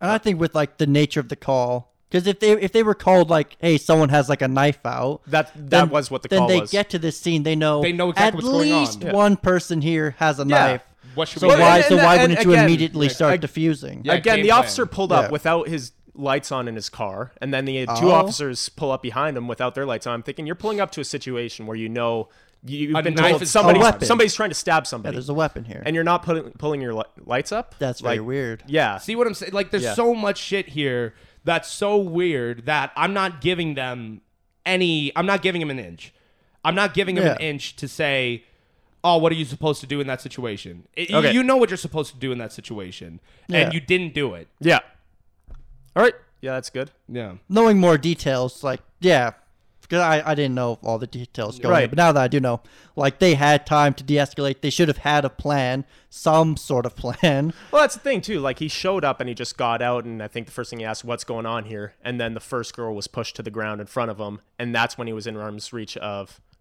And I think with like the nature of the call, because if they if they were called like, hey, someone has like a knife out, That that then- was what the then call they was. get to this scene, they know They know exactly at what's going on. least Yeah. one person here has a knife. What should So we Well, do? why and- so and- why and wouldn't you again, immediately like, start like- diffusing? Yeah, Again, game the plan. officer pulled Yeah. up without his lights on in his car, and then the uh, two Oh. officers pull up behind him without their lights on. I'm thinking you're pulling up to a situation where you know you- you've A been knife told is A somebody's, weapon. somebody's trying to stab Yeah, somebody, there's a weapon here. and you're not putting, pulling your li- lights up. That's very Like, weird. Yeah, See what I'm saying? Like, there's Yeah. so much shit here that's so weird that I'm not giving them any. I'm not giving them an inch. I'm not giving them an Yeah. inch to say, "Oh, what are you supposed to do in that situation?" It- Okay. You know what you're supposed to do in that situation, Yeah. and you didn't do it. yeah. All right. Yeah, that's good. Yeah. Knowing more details, like yeah, because I, I didn't know all the details going, Right. in, but now that I do know, like they had time to de-escalate. They should have had a plan, some sort of plan. Well, that's the thing too. Like he showed up and he just got out, and I think the first thing he asked, "What's going on here?" And then the first girl was pushed to the ground in front of him, and that's when he was in arm's reach of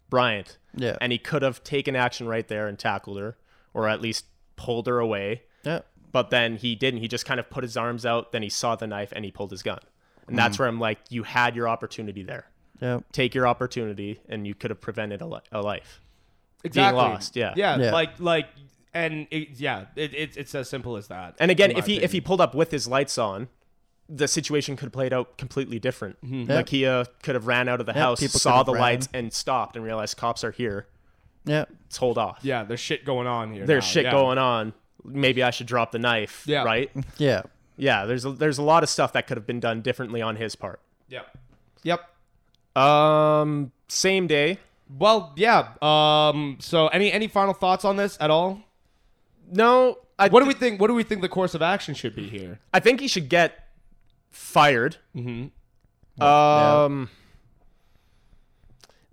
Bryant. Yeah. And he could have taken action right there and tackled her, or at least pulled her away. Yeah. But then he didn't. He just kind of put his arms out. Then he saw the knife and he pulled his gun. And that's where I'm like, you had your opportunity there. Yep. Take your opportunity, and you could have prevented a, li- a life. Exactly. lost, yeah. yeah. Yeah. Like, like, and it, yeah, it, it, it's as simple as that. And again, in my if he if he opinion. pulled up with his lights on, the situation could have played out completely different. Mm-hmm. Nakia could have ran out of the house, people could saw have the ran. lights, and stopped and realized cops are here. Yeah. Let's hold off. yeah, there's shit going on here. There's now. shit Yeah. going on. Maybe I should drop the knife. Yeah. Right. Yeah. yeah. There's a, there's a lot of stuff that could have been done differently on his part. Yep. Yep. Um. Same day. Well, yeah. Um. So, any any final thoughts on this at all? No. I What do we think? What do we think the course of action should be here? I think he should get fired. Mm-hmm. Um.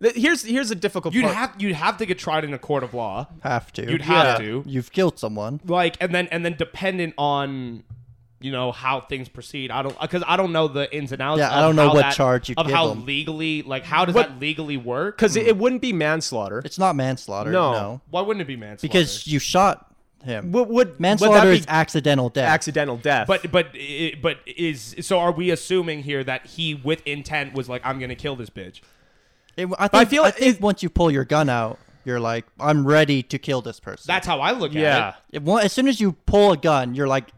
th- Here's here's a difficult. You'd part. have you'd have to get tried in a court of law. Have to. You'd have Yeah. to You've killed someone. like, and then and then dependent on you know how things proceed. I don't because I don't know the ins and outs. Yeah, I of don't know how what that- charge you of give how 'em. legally like how does that legally work? because Hmm. it, it wouldn't be manslaughter. It's not manslaughter. No. No. why wouldn't it be manslaughter? Because you shot him. Would, would would manslaughter that be is accidental death. accidental death? but but i- but is so are we assuming here that he with intent was like I'm gonna kill this bitch? It- I, think, I feel I feel like think it- once you pull your gun out, you're like, I'm ready to kill this person. That's how I look yeah, at it. It wa- as soon as you pull a gun, you're like,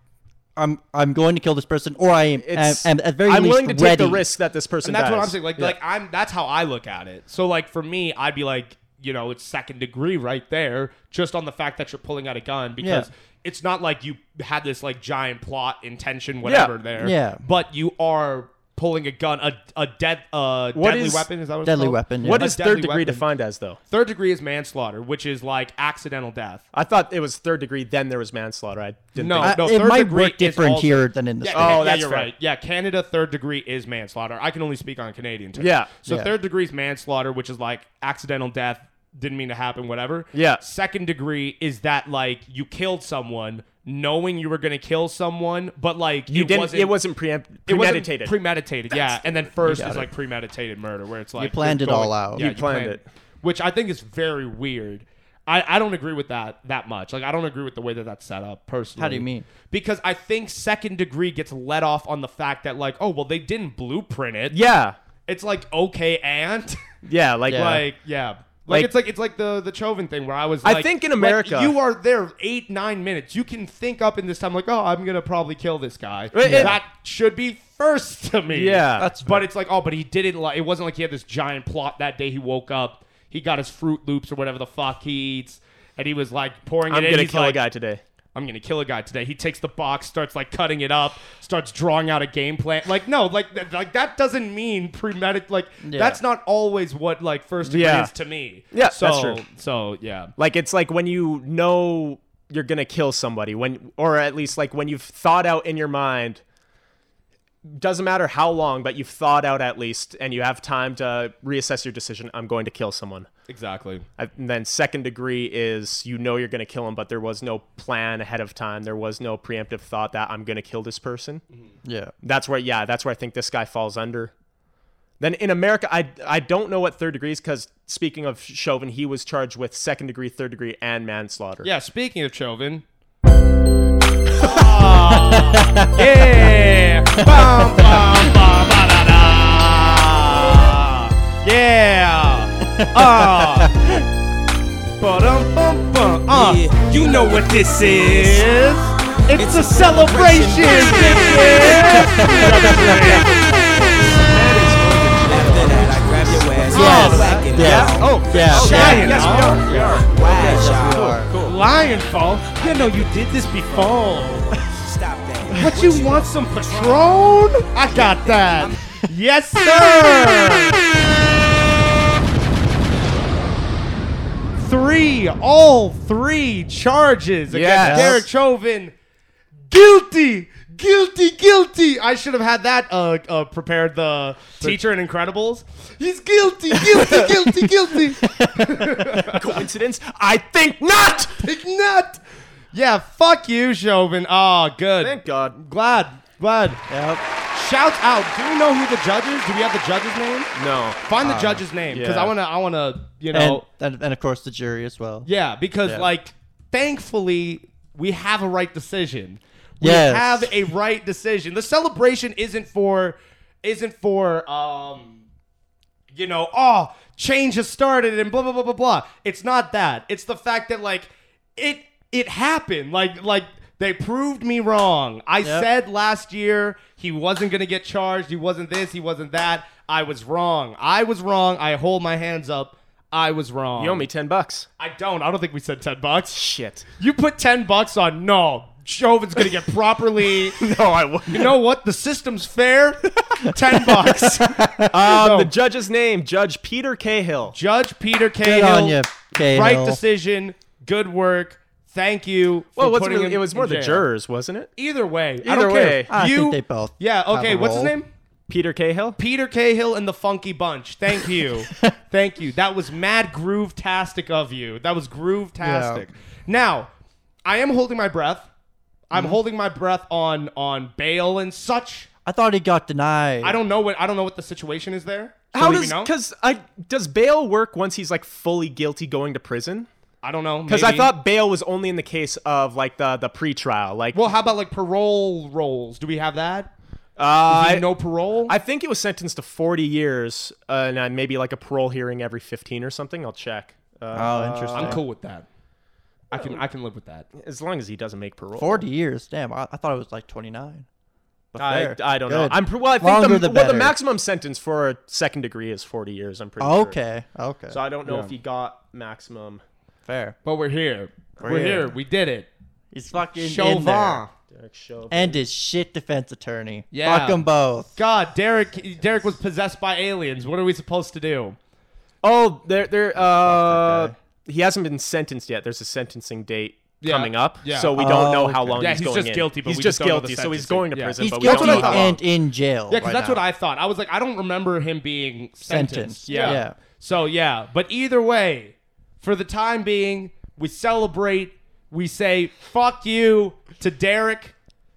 I'm I'm going to kill this person, or I am, am, it's am at very I'm least willing to take ready. the risk that this person. And that's what dies. I'm saying. Like, Yeah. like I'm. That's how I look at it. So, like for me, I'd be like, you know, it's second degree right there, just on the fact that you're pulling out a gun because Yeah. it's not like you had this like giant plot intention, whatever. Yeah. There, Yeah. But you are pulling a gun, a a dead, uh, What deadly is- weapon. Is that what it's Deadly called? weapon, yeah. what A is deadly third degree weapon. defined as though? Third degree is manslaughter, which is like accidental death. I thought it was third degree. Then there was manslaughter. I didn't. No, think. I- no, it third might degree is work different also- here than in the Yeah, States. Oh, Can- yeah, that's you're fair. right. Yeah, Canada third degree is manslaughter. I can only speak on Canadian terms. Yeah. So Yeah. third degree is manslaughter, which is like accidental death, didn't mean to happen, whatever. Yeah. Second degree is that like you killed someone knowing you were gonna kill someone, but like you it didn't. Wasn't, it wasn't preempt, it wasn't premeditated. premeditated, yeah. And then first got is it. like premeditated murder, where it's like you're planned it going- all out. Yeah, You planned it. which I think is very weird. I, I don't agree with that that much. Like I don't agree with the way that that's set up personally. How do you mean? Because I think second degree gets let off on the fact that like oh well they didn't blueprint it. yeah, It's like okay and yeah. Like Yeah. like like yeah. Like, Like- it's like it's like the the Chauvin thing where I was. I like- think in like, America- you are there eight nine minutes. You can think up in this time like oh I'm gonna probably kill this guy. Right, and- That should be first to me. Yeah. that's. But it's like oh but he didn't like it wasn't like he had this giant plot that day. He woke up. He got his Fruit Loops or whatever the fuck he eats. And he was like pouring it I'm in. gonna He's kill like, a guy today. I'm gonna kill a guy today. He takes the box, starts like cutting it up, starts drawing out a game plan. Like no, like th- like that doesn't mean premedit. Like that's not always what like first degree Yeah. is to me. Yeah, so, that's true. So yeah, Like it's like when you know you're gonna kill somebody when, or at least like when you've thought out in your mind. doesn't matter how long, but you've thought out at least, and you have time to reassess your decision. I'm going to kill someone. Exactly. I- And then second degree is you know you're going to kill him, but there was no plan ahead of time. There was no preemptive thought that I'm going to kill this person. Yeah. That's where, yeah, that's where I think this guy falls under. Then in America, I I don't know what third degree is because speaking of Chauvin, he was charged with second degree, third degree, and manslaughter. Yeah, speaking of Chauvin. Yeah. Bum, bum, bum, ba-da-da. Yeah. Ah. Ba-dum-bum-bum. Ah. You know what this is. is. It's, a celebration. bitches. After that, I grab your ass. Yes. I'm whacking Yeah. you. Oh, yeah. Lion, yeah. y'all. Wow, y'all. Lion fall. You know you did this before. Stop that. But you want some Patron? I got that. Yes, sir. Three, all three charges against Yes. Derek Chauvin. Guilty, guilty, guilty. I should have had that uh, uh, prepared. The teacher in Incredibles. He's guilty, guilty, guilty, guilty. Coincidence? I think not. Ignat. Yeah, fuck you, Chauvin. Oh, good. Thank God. Glad, glad. Yep. Shout out. Do we know who the judge is? Do we have the judge's name? No. Find the judge's name because Uh, yeah. I wanna, I wanna, you And, know, and, and of course the jury as well. yeah, because Yeah. like, thankfully, we have a right decision. We Yes. have a right decision. The celebration isn't for, isn't for, um, you know, oh, change has started and blah blah blah blah blah. It's not that. It's the fact that like it it happened. Like like they proved me wrong. I said last year he wasn't gonna get charged. He wasn't this. He wasn't that. I was wrong. I was wrong. I hold my hands up. I was wrong. You owe me ten bucks. I don't. I don't think we said ten bucks. Shit. You put ten bucks on no. Chauvin's gonna get properly. No, I wouldn't. you know what? The system's fair. ten bucks. Um, No. The judge's name, Judge Peter Cahill. Judge Peter Cahill. Good on you, Cahill. Right decision. Good work. Thank you. For Well, what's putting really, him it was in more the jail. jurors, wasn't it? Either way, I Either don't way. care. I you, think they both. Yeah. have Okay. a What's his role. name? Peter Cahill. Peter Cahill and the Funky Bunch. Thank you. Thank you. That was mad groove tastic of you. That was groove tastic. Yeah. Now, I am holding my breath. I'm Mm-hmm. holding my breath on on bail and such. I thought he got denied. I don't know what I don't know what the situation is there. So How do we does know? because I does bail work once he's like fully guilty going to prison? I don't know. Because I maybe. thought bail was only in the case of like the the pretrial. Like, Well, how about like parole rolls? Do we have that? uh, no parole. I think he was sentenced to 40 years uh, and uh, maybe like a parole hearing every 15 or something. I'll check. Uh, Oh, interesting. I'm cool with that. I can I can live with that. as long as he doesn't make parole. Forty years. Damn. I, I thought it was like twenty nine. I, I don't know. Good. I'm pre- well. I think Longer the, the well, the better. maximum sentence for a second degree is 40 years. I'm pretty sure. Okay. Okay. So I don't know if he got maximum. Fair. But we're here. We're, here. here. We did it. He's fucking in Chauvin. there. Derek Chauvin. And his shit defense attorney. Yeah. Fuck them both. God, Derek. Derek was possessed by aliens. What are we supposed to do? Oh, there, there. Uh, guy. he hasn't been sentenced yet. There's a sentencing date Yeah, coming up, yeah. so we don't Oh, know how okay. long Yeah, he's, he's going just in. guilty, but he's we just just don't know the guilty, so he's sentencing. going to Yeah. prison. He's but we guilty don't know how long. and in jail. Yeah, because right that's now. what I thought. I was like, I don't remember him being sentenced. Sentenced. Yeah. Yeah. So yeah, but either way, for the time being, we celebrate. We say fuck you to Derek.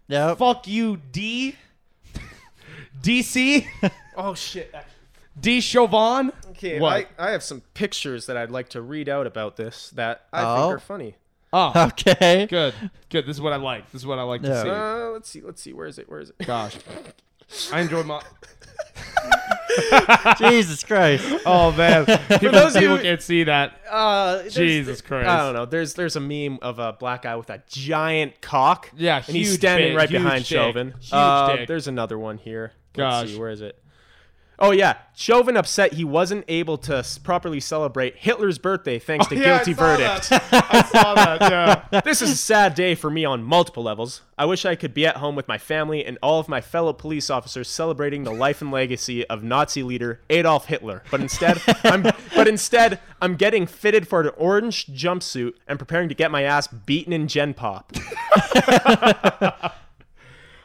Yep. Fuck you, D. DC. Oh shit! D. Chauvin. Okay, What? I, I have some pictures that I'd like to read out about this that I Oh. think are funny. Oh, Okay. good. Good. This is what I like. This is what I like Yeah. to Uh, let's see, let's see. Where is it? Where is it? see. Gosh. I enjoy my. Jesus Christ. Oh man, people, those of people you- can't see that. Uh, there's- Jesus Christ. I don't know. There's there's a meme of a black guy with a giant cock. Yeah, and he's huge standing dick, right huge behind dick, Chauvin. huge Uh, dick. There's another one here. Gosh. Let's see, where is it? Oh yeah, Chauvin upset he wasn't able to s- properly celebrate Hitler's birthday thanks to Oh, Yeah, I guilty saw verdict. that. I saw that. Yeah. this is a sad day for me on multiple levels. I wish I could be at home with my family and all of my fellow police officers celebrating the life and legacy of Nazi leader Adolf Hitler. But instead, I'm but instead I'm getting fitted for an orange jumpsuit and preparing to get my ass beaten in Gen Pop.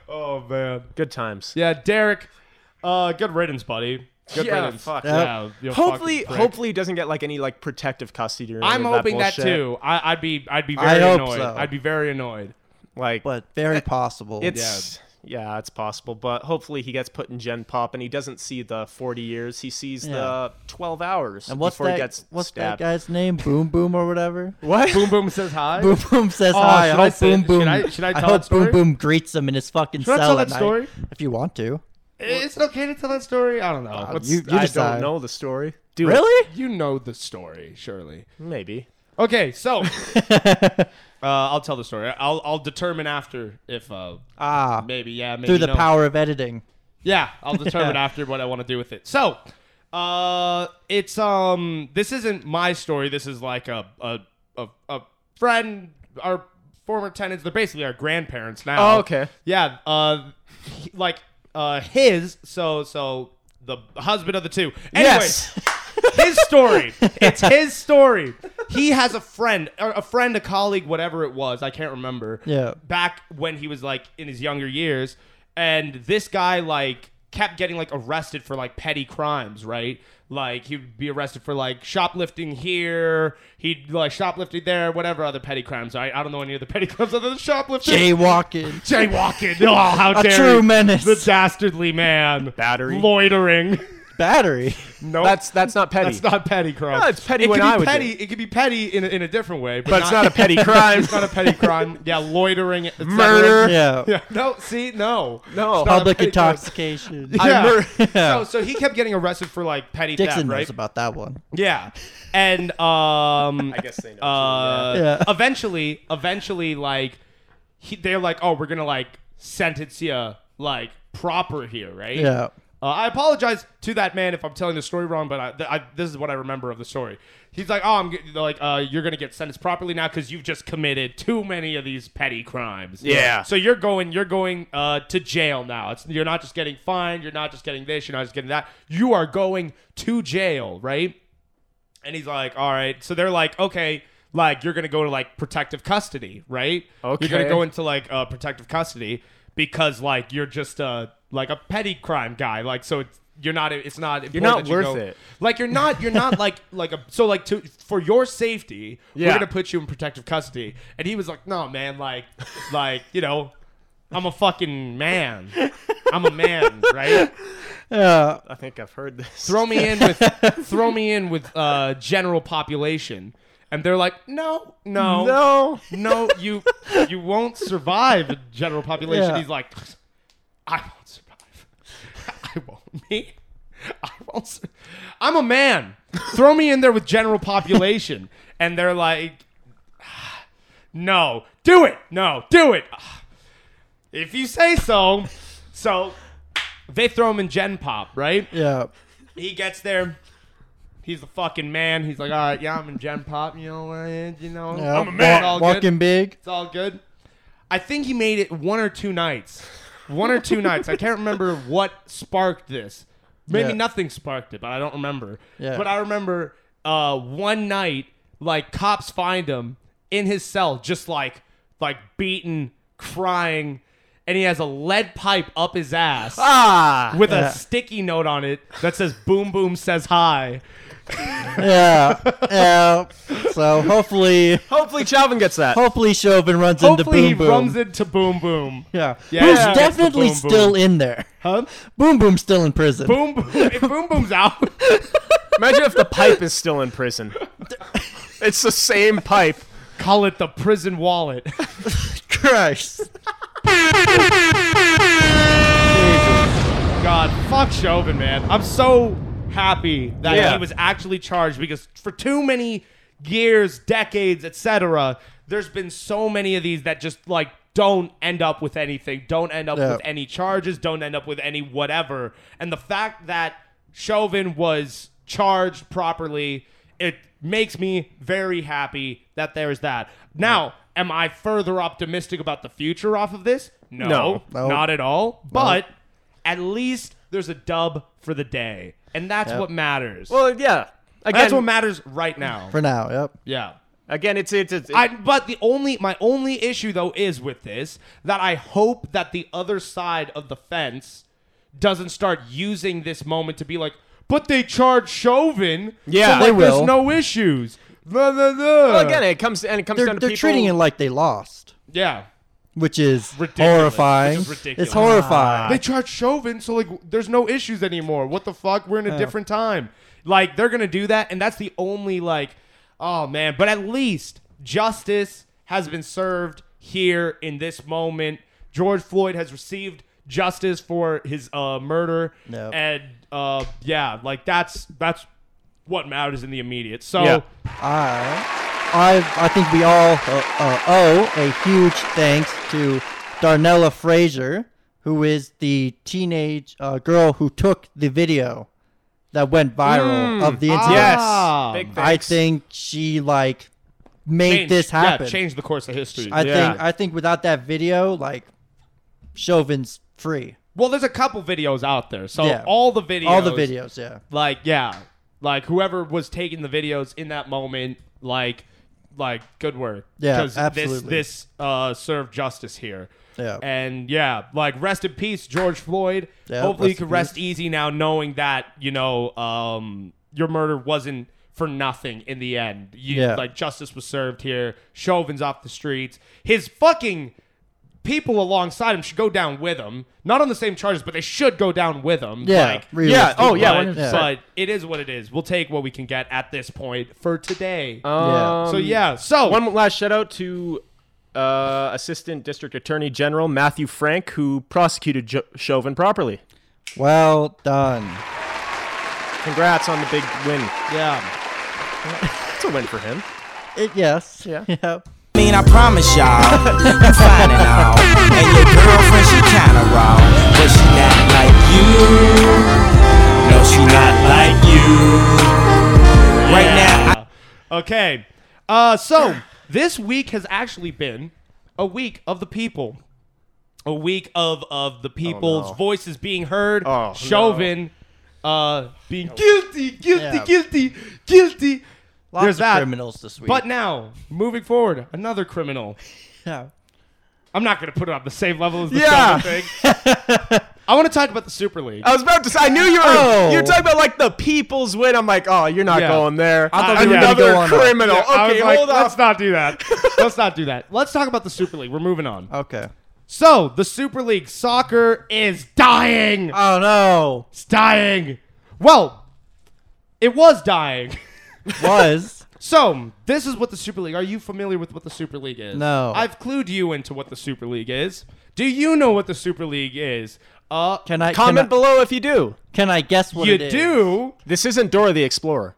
Oh man. Good times. Yeah, Derek. Uh, good riddance, buddy. Good Yeah, riddance. fuck. Yeah, you fucking Hopefully, prick. hopefully he doesn't get like any like protective custody. Or any I'm of hoping that, that, bullshit. too. I, I'd be, I'd be I very hope annoyed. so. I'd be very annoyed. Like, but very possible. it's yeah. it's possible. But hopefully he gets put in Gen Pop and he doesn't see the 40 years. He sees the 12 hours and what's before that? he gets what's stabbed. that guy's name? Boom Boom or whatever. What? Boom boom says hi. Boom Boom says Oh, hi. I should hope I say- Boom should Boom. I- should I tell hope that story? Boom Boom greets him in his fucking Should I cell tell at that night. story? If you want to, It's okay to tell that story. I don't know. What's- you, you I decide. don't know the story. Do it. Really? you know the story, surely. Maybe. Okay, so uh, I'll tell the story. I'll, I'll determine after if uh, Ah, maybe yeah maybe through the no. power of editing. Yeah, I'll determine after what I want to do with it. So, uh, it's um, this isn't my story. This is like a a a, a friend, our former tenants. They're basically our grandparents now. Oh, okay. Yeah. Uh, he- like uh, his. So so the husband of the two. Anyway, Yes. his story. It's his story. He has a friend, or a friend, a colleague, whatever it was. I can't remember. Yeah. Back when he was like in his younger years, and this guy like kept getting like arrested for like petty crimes, right? Like he'd be arrested for like shoplifting here, he'd like shoplifting there, whatever other petty crimes. I I don't know any other petty crimes other than shoplifting. Jaywalking. Jaywalking. Oh, how A dare true you. menace. The dastardly man. Battery. Loitering. Battery. No. That's that's not petty. That's not petty crime. No, it's petty It when could be I would do petty. it. It could be petty in a, in a different way, but, but it's not a petty crime. it's not a petty crime. Yeah, loitering, et cetera. Murder. Yeah. Yeah. No, see, no, No. It's not a Public petty crime. intoxication. Yeah. mur- so, so he kept getting arrested for like petty Dixon theft, right? knows about that one. Yeah. And um I guess they know too, uh, yeah. Yeah. eventually eventually like he, they're like, "Oh, we're going to like sentence you like proper here, right?" Yeah. Uh, I apologize to that man if I'm telling the story wrong, but I, th- I, this is what I remember of the story. He's like, "Oh, I'm get- they're like, uh, you're gonna get sentenced properly now because you've just committed too many of these petty crimes. Yeah. So you're going, you're going uh, to jail now. It's, you're not just getting fined, you're not just getting this, you're not just getting that. You are going to jail, right? And he's like, all right. So they're like, okay, like you're gonna go to like protective custody, right? Okay. You're gonna go into like uh, protective custody because like you're just a like a petty crime guy. Like so, it's, you're not. It's not. Important not that you worth go- it. Like you're not. You're not like like a. So like to for your safety, we're Yeah. gonna put you in protective custody. And he was like, no, man, like like you know, I'm a fucking man. I'm a man, right? Yeah. I think I've heard this. throw me in with throw me in with uh, general population and they're like no no No. no you you won't survive in general population Yeah. he's like i won't survive i won't me i won't sur- i'm a man throw me in there with general population and they're like "Ah, no do it no do it Ah, if you say so so they throw him in gen pop right Yeah. he gets there. He's the fucking man. He's like, all right, yeah, I'm in Gen Pop, you know, uh, you know, Yeah. I'm a man. It's all Walk- good. Walking big. It's all good. I think he made it one or two nights, one or two nights. I can't remember what sparked this. Maybe Yeah. nothing sparked it, but I don't remember. Yeah. But I remember uh, one night, like cops find him in his cell, just like like beaten, crying, and he has a lead pipe up his ass Ah. with Yeah. a sticky note on it that says "Boom Boom says hi." Yeah. yeah. So hopefully, Hopefully Chauvin gets that. hopefully Chauvin runs Hopefully, he into Boom Boom. runs into Boom Boom. yeah. Yeah, Who's yeah. That's the definitely Boom Boom. still in there. Huh? Boom Boom's still in prison. Boom Boom. If Boom Boom's out, Imagine if the pipe is still in prison. It's the same pipe. call it the prison wallet. Christ. God, fuck Chauvin, man. I'm so happy that Yeah. he was actually charged because for too many years, decades, etc., there's been so many of these that just like don't end up with anything, don't end up Yeah. with any charges, don't end up with any whatever. And the fact that Chauvin was charged properly, it makes me very happy that there's that. Now, am I further optimistic about the future off of this? No. No. not at all. But at least there's a dub for the day, and that's what matters. Well, yeah. Again, that's what matters right now. For now, yep. yeah. Again, it's it's, it's I, but the only my only issue though is with this that I hope that the other side of the fence doesn't start using this moment to be like, but they charge Chauvin. Yeah. so They like, there's will. no issues. Blah, blah, blah. well, again it comes and it comes They're, down to they're people. treating it like they lost, yeah, which is Ridiculous. horrifying. Which is ridiculous. It's horrifying. they charge Chauvin, so like, there's no issues anymore. What the fuck? We're in a different time. Like, they're gonna do that, and that's the only like, oh man. But at least justice has been served here in this moment. George Floyd has received justice for his uh, murder, Yep. and uh, yeah, like that's that's what matters in the immediate. So Yeah. I, I, I think we all uh, uh, owe a huge thanks to Darnella Fraser, who is the teenage uh, girl who took the video that went viral of the incident. Yes. Ah. Big I thanks. think she like made change- this happen. Yeah, change the course of history. I Yeah. think I think without that video, like Chauvin's free. well, there's a couple videos out there, so Yeah. all the videos, All the videos, yeah. like yeah, like whoever was taking the videos in that moment, like, like good work, Yeah, 'Cause absolutely. This this uh, served justice here, Yeah. and yeah, like rest in peace, George Floyd. Yeah, Hopefully, you rest can in rest easy now, knowing that you know um, your murder wasn't for nothing in the end. You, Yeah. like justice was served here. Chauvin's off the streets. His fucking people alongside him should go down with him. Not on the same charges, but they should go down with him. Yeah, Like, realistically. oh, yeah, But, 100%. but it is what it is. We'll take what we can get at this point for today. Yeah. so yeah. So Um, One last shout out to uh, Assistant District Attorney General Matthew Frank, who prosecuted jo- Chauvin properly. Well done. Congrats on the big win. yeah. It's a win for him. It, yes. Yeah. yeah. I mean, I promise y'all, you fine and all. And your girlfriend, she kinda raw. But she not like you. No, she not like you. Right now, I- Okay. Uh, so this week has actually been a week of the people. A week of of the people's voices being heard. Oh, no. Chauvin uh, being guilty, guilty, Yeah. guilty, guilty. Lots There's of that. criminals this week. But now, moving forward, another criminal. yeah. I'm not going to put it on the same level as the Yeah. Chauvin thing. I want to talk about the Super League. I was about to say, I knew you were. Oh. You're talking about like the people's win. I'm like, oh, you're not Yeah. going there. I thought we were gonna Another go on that. criminal. I was okay, like, hold on. Let's not do that. Let's not do that. Let's talk about the Super League. We're moving on. Okay. So, the Super League soccer is dying. Oh no. It's dying. Well, it was dying. Was. So, this is what the Super League. Are you familiar with what the Super League is? No. I've clued you into what the Super League is. Do you know what the Super League is? Uh, Can I Comment Can I, below if you do. can I guess what you it is? do. This isn't Dora the Explorer.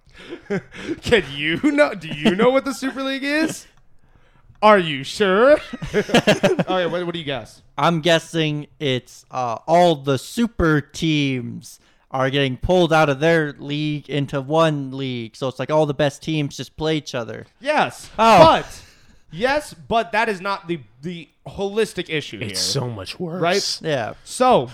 Can you know? Do you know what the Super League is? Are you sure? All right, what, what do you guess? I'm guessing it's uh, all the super teams are getting pulled out of their league into one league. So it's like all the best teams just play each other. Yes, Oh. but yes, but that is not the the holistic issue here. much worse. Right? Yeah. So,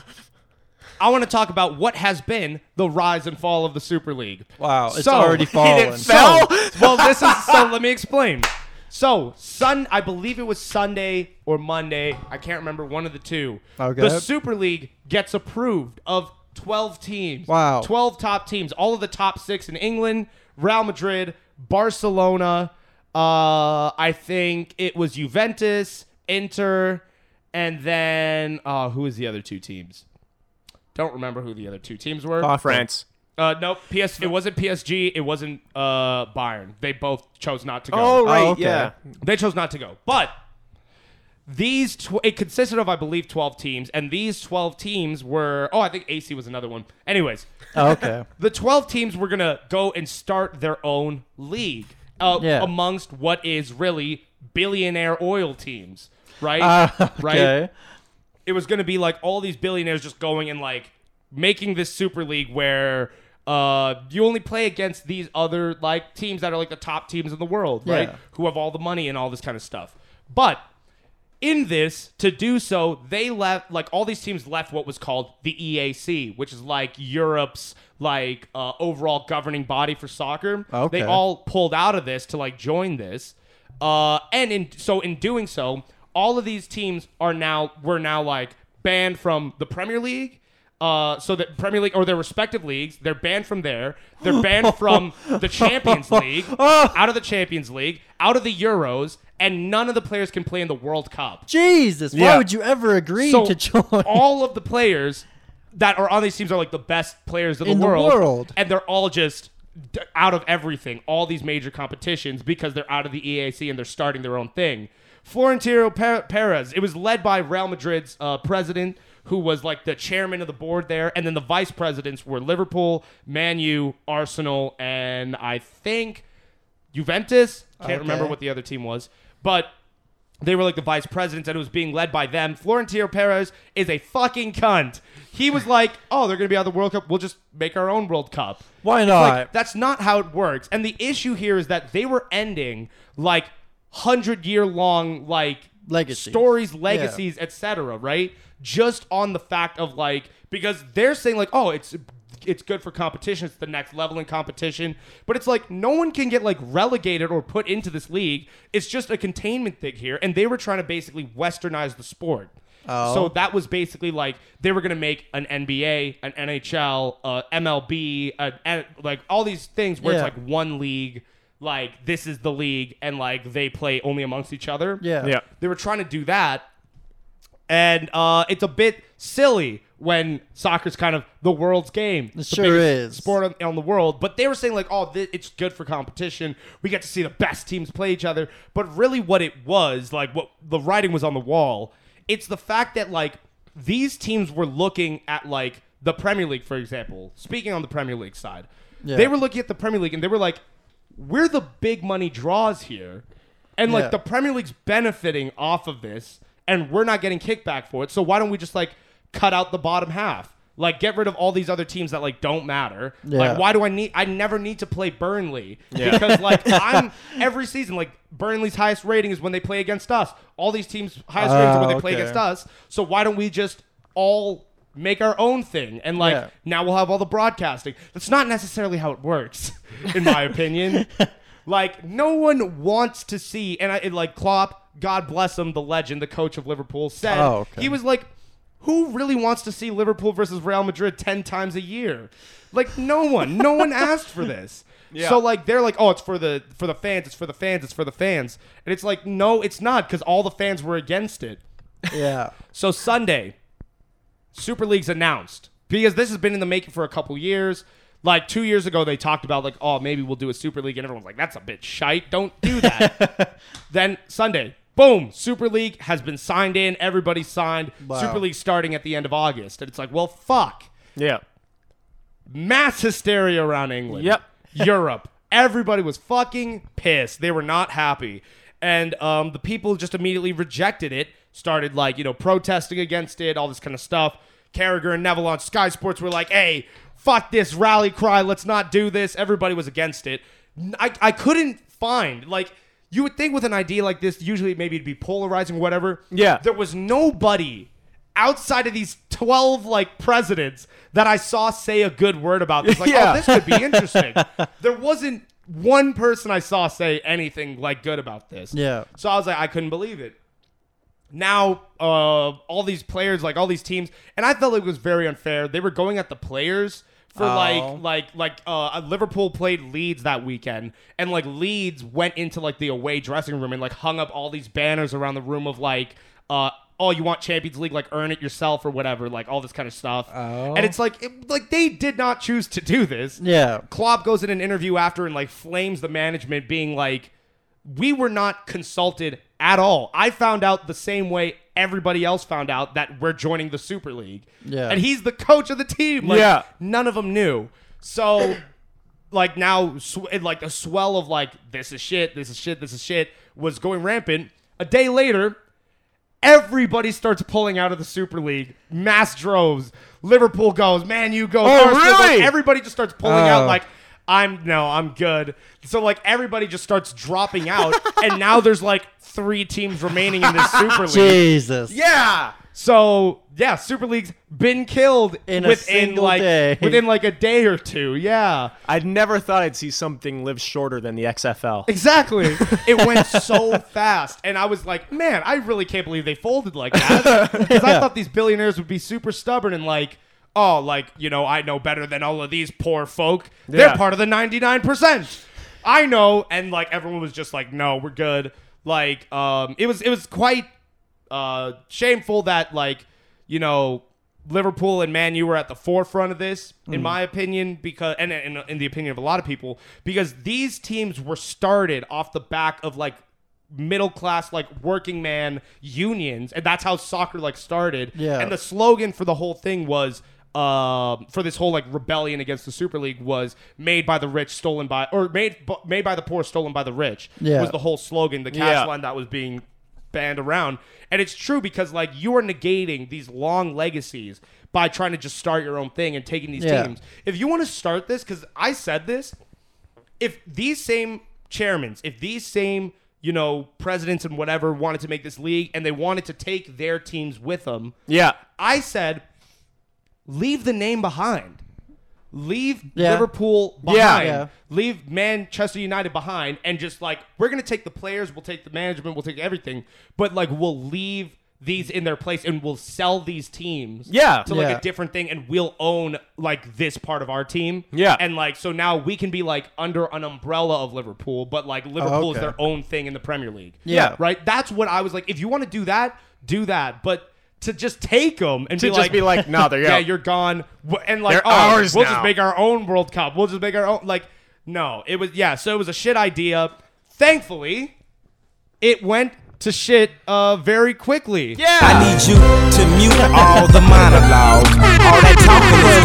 I want to talk about what has been the rise and fall of the Super League. Wow. It's So- already fallen. So- well, this is so. Let me explain. So, Sun, I believe it was Sunday or Monday. I can't remember one of the two. Okay. The Super League gets approved of 12 teams. Wow. 12 top teams. All of the top six in England, Real Madrid, Barcelona. Uh, I think it was Juventus, Inter, and then uh, who was the other two teams? Don't remember who the other two teams were. France. Uh, nope. PS. It wasn't PSG. It wasn't uh Bayern. They both chose not to go. Oh right, okay. yeah. They chose not to go. But these tw- it consisted of I believe twelve teams, and these twelve teams were. Oh, I think AC was another one. Anyways, Oh, okay. the 12 teams were going to go and start their own league uh, Yeah. amongst what is really billionaire oil teams, right? Right? Ah, Okay. It was going to be like all these billionaires just going and like making this super league where uh, you only play against these other like teams that are like the top teams in the world, right? Yeah. Who have all the money and all this kind of stuff. But in this to do so they left like all these teams left what was called the EAC which is like Europe's like uh, overall governing body for soccer Okay. they all pulled out of this to like join this Uh, and in so in doing so, all of these teams are now were now like banned from the Premier League. Uh, so that Premier League or their respective leagues, they're banned from there. They're banned from the Champions League, out of the Champions League, out of the Euros, and none of the players can play in the World Cup. Jesus, Yeah. why would you ever agree So to join? all of the players that are on these teams are like the best players of In the the world, world. and they're all just d- out of everything, all these major competitions because they're out of the EAC and they're starting their own thing. Florentino Per- Perez, it was led by Real Madrid's uh, president, who was like the chairman of the board there, and then the vice presidents were Liverpool, Man U, Arsenal, and I think Juventus. Can't remember Okay. what the other team was, but they were like the vice presidents, and it was being led by them. Florentino Perez is a fucking cunt. He was like, "Oh, they're gonna be out of the World Cup. We'll just make our own World Cup." Why It's not? Like, that's not how it works. And the issue here is that they were ending like hundred year long like Legacies. stories, legacies, etc. Right? Just on the fact of like because they're saying like, "Oh, it's." It's good for competition. It's the next level in competition. But it's like no one can get like relegated or put into this league. It's just a containment thing here. And they were trying to basically westernize the sport. So that was basically like they were going to make an NBA, an NHL, uh, MLB, uh, and, like all these things where Yeah. it's like one league, like this is the league, and like they play only amongst each other. Yeah. Yeah. They were trying to do that. And uh, it's a bit silly when soccer's kind of the world's game. It sure is. Sport on, on the world. But they were saying, like, oh, thi- it's good for competition. We get to see the best teams play each other. But really, what it was, like, what the writing was on the wall, it's the fact that, like, these teams were looking at, like, the Premier League, for example. Speaking on the Premier League side, Yeah. they were looking at the Premier League and they were like, we're the big money draws here. And like Yeah. the Premier League's benefiting off of this and we're not getting kickback for it. So why don't we just like cut out the bottom half? Like get rid of all these other teams that like don't matter. Yeah. Like why do I need I never need to play Burnley because like I'm every season like Burnley's highest rating is when they play against us. All these teams highest ratings are when they Oh, play okay. against us. So why don't we just all make our own thing and like Yeah. now we'll have all the broadcasting. That's not necessarily how it works, in my opinion. like no one wants to see, and I and, like Klopp. God bless him, the legend, the coach of Liverpool said Oh, okay. he was like, "Who really wants to see Liverpool versus Real Madrid ten times a year? Like no one, no one asked for this." So like they're like, "Oh, it's for the for the fans, it's for the fans, it's for the fans," and it's like, no, it's not because all the fans were against it. Yeah. So Sunday, Super League's announced because this has been in the making for a couple years. Like two years ago, they talked about like, oh, maybe we'll do a Super League, and everyone's like, that's a bit shite. Don't do that. then Sunday, boom, Super League has been signed in. Everybody's signed. Super League starting at the end of August, and it's like, well, fuck, Yeah. mass hysteria around England. Yep. Europe. Everybody was fucking pissed. They were not happy. And um, the people just immediately rejected it, started like, you know, protesting against it, all this kind of stuff. Carragher and Neville on Sky Sports were like, hey, fuck this rally cry. Let's not do this. Everybody was against it. N- I, I couldn't find, like, you would think with an idea like this, usually maybe it'd be polarizing, whatever. Yeah. There was nobody outside of these 12, like, presidents that I saw say a good word about this. Like, oh, Yeah. this could be interesting. there wasn't one person I saw say anything like good about this. Yeah. So I was like, I couldn't believe it. Now, uh, all these players, like all these teams, and I felt it was very unfair. They were going at the players for like, like, like, uh, Liverpool played Leeds that weekend, and like Leeds went into like the away dressing room and like hung up all these banners around the room of like, uh, oh, you want Champions League? Like, earn it yourself or whatever, like all this kind of stuff. Oh. And it's like, it, like they did not choose to do this. Yeah. Klopp goes in an interview after and like flames the management, being like, "We were not consulted at all. I found out the same way everybody else found out that we're joining the Super League." Yeah. and he's the coach of the team. Like, Yeah. none of them knew. So, like now, sw- it, like a swell of like, "This is shit. This is shit. This is shit," was going rampant. A day later, everybody starts pulling out of the Super League. Mass droves. Liverpool goes. Man, you go. Oh, really? everybody just starts pulling out. Oh. Like, I'm no, I'm good. So like everybody just starts dropping out, and now there's like three teams remaining in this Super League. Jesus. Yeah. So yeah, Super League's been killed In a within single like day. within like a day or two. Yeah, I'd never thought I'd see something live shorter than the XFL. exactly. it went so fast, and I was like, man, I really can't believe they folded like that because I thought these billionaires would be super stubborn and like. Oh, like, you know, I know better than all of these poor folk. They're Yeah. part of the 99%. I know. And, like, everyone was just like, no, we're good. Like, um, it was, it was quite uh, shameful that like you know Liverpool and Man U were at the forefront of this, in my opinion, because and in, in the opinion of a lot of people, because these teams were started off the back of like middle class like working man unions and that's how soccer like started Yeah. and the slogan for the whole thing was um, for this whole like rebellion against the super league was made by the rich stolen by or made made by the poor stolen by the rich Yeah. was the whole slogan the cash Yeah. line that was being banned around. And it's true because like you are negating these long legacies by trying to just start your own thing and taking these Yeah. teams. If you want to start this, because I said this, if these same chairmans, if these same you know presidents and whatever wanted to make this league and they wanted to take their teams with them, Yeah. I said, leave the name behind. Leave Yeah. Liverpool behind. Yeah. Yeah. Leave Manchester United behind and just like we're going to take the players, we'll take the management, we'll take everything, but like we'll leave these in their place and we'll sell these teams Yeah. to like Yeah. a different thing and we'll own like this part of our team. Yeah. And like so now we can be like under an umbrella of Liverpool, but like Liverpool is okay. their own thing in the Premier League. Yeah. Right? That's what I was like if you want to do that, do that, but to just take them and To just be like, no, they're yeah, out. you're gone. W- And like, They're oh, ours we'll now. just make our own World Cup. We'll just make our own. Like, no, it was yeah. So it was a shit idea. Thankfully, it went to shit uh, very quickly. Yeah. I need you to mute all the monologue. All that talking is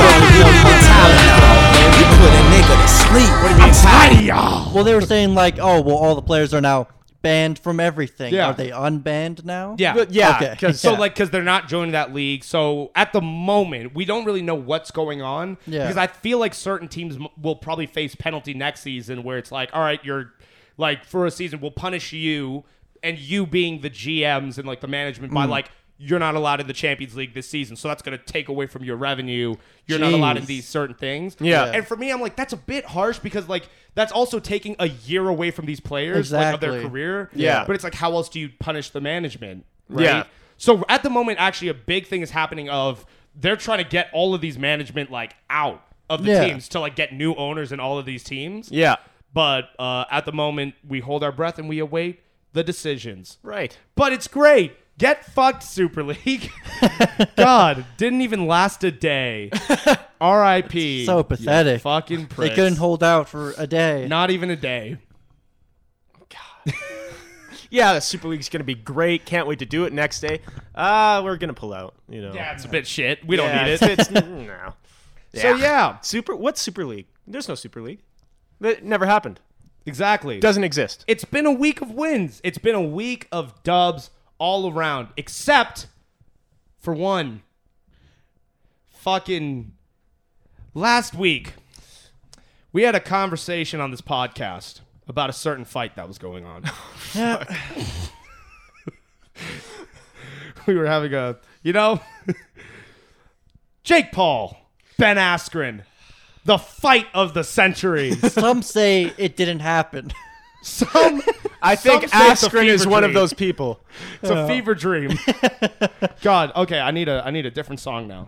gonna give me a Tylenol. Man, you put a nigga to sleep. I'm tired of y'all. Well, they were saying like, oh, well, all the players are now banned from everything. Yeah. Are they unbanned now? But yeah. Okay. 'cause- So like, because they're not joining that league. So at the moment, we don't really know what's going on. Yeah. Because I feel like certain teams m- will probably face penalty next season, where it's like, all right, you're like for a season, we'll punish you, and you being the GMs and like the management Mm. by like you're not allowed in the Champions League this season. So that's gonna take away from your revenue. You're not allowed in Jeez. these certain things. Yeah. And for me, I'm like, that's a bit harsh because like that's also taking a year away from these players like, of their Exactly. career. Yeah. But it's like, how else do you punish the management? Right? Yeah. So at the moment, actually, a big thing is happening of they're trying to get all of these management like out of the Yeah. teams to like get new owners in all of these teams. yeah. But uh, at the moment, we hold our breath and we await the decisions. Right. But it's great. Get fucked, Super League. God, didn't even last a day. R.I.P. So pathetic. Fucking they pricks. couldn't hold out for a day. Not even a day. Yeah, the Super League's gonna be great. Can't wait to do it next day. Uh, we're gonna pull out. You know. Yeah, it's a bit shit. We Yeah, don't need it. It's, it's, no. So yeah, Super. What's Super League? There's no Super League. That never happened. exactly. Doesn't exist. it's been a week of wins. It's been a week of dubs all around, except for one. Fucking last week, we had a conversation on this podcast about a certain fight that was going on. we were having a, you know, Jake Paul, Ben Askren, the fight of the century. Some say it didn't happen. Some I think Some say it's a Askren is fever one of dream. those people. It's a fever dream. God, okay, I need a I need a different song now.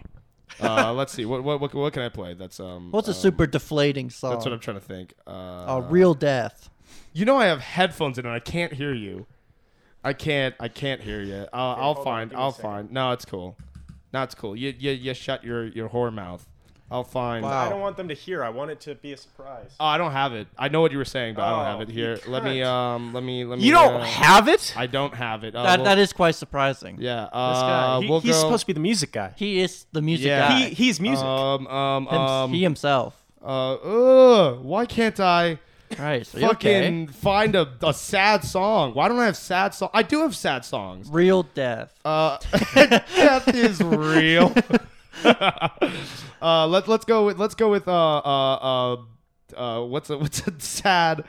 Uh, let's see what, what what what can I play? That's um. What's a um, super deflating song? That's what I'm trying to think. Oh. Uh, uh, real death. you know I have headphones in and I can't hear you. I can't I can't hear you. Uh, I'll find I'll find. No, it's cool. No, it's cool. You you, you shut your your whore mouth. I'll find. Wow. I don't want them to hear. I want it to be a surprise. Oh, I don't have it. I know what you were saying, but I Oh, don't have it you here. Let me cunt. um. Let me let me. You don't uh, have it. I don't have it. Uh, That, well, that is quite surprising. yeah. This Uh, guy, he- we'll he's go- supposed to be the music guy. He is the music Yeah. guy. He, he's music. Um um Him- um. he himself. uh, ugh, why can't I Right. so you're okay. fucking find a, a sad song? Why don't I have sad song? I do have sad songs. real death. Uh, death is real. uh, let's let's go with let's go with uh uh uh, uh what's a what's a sad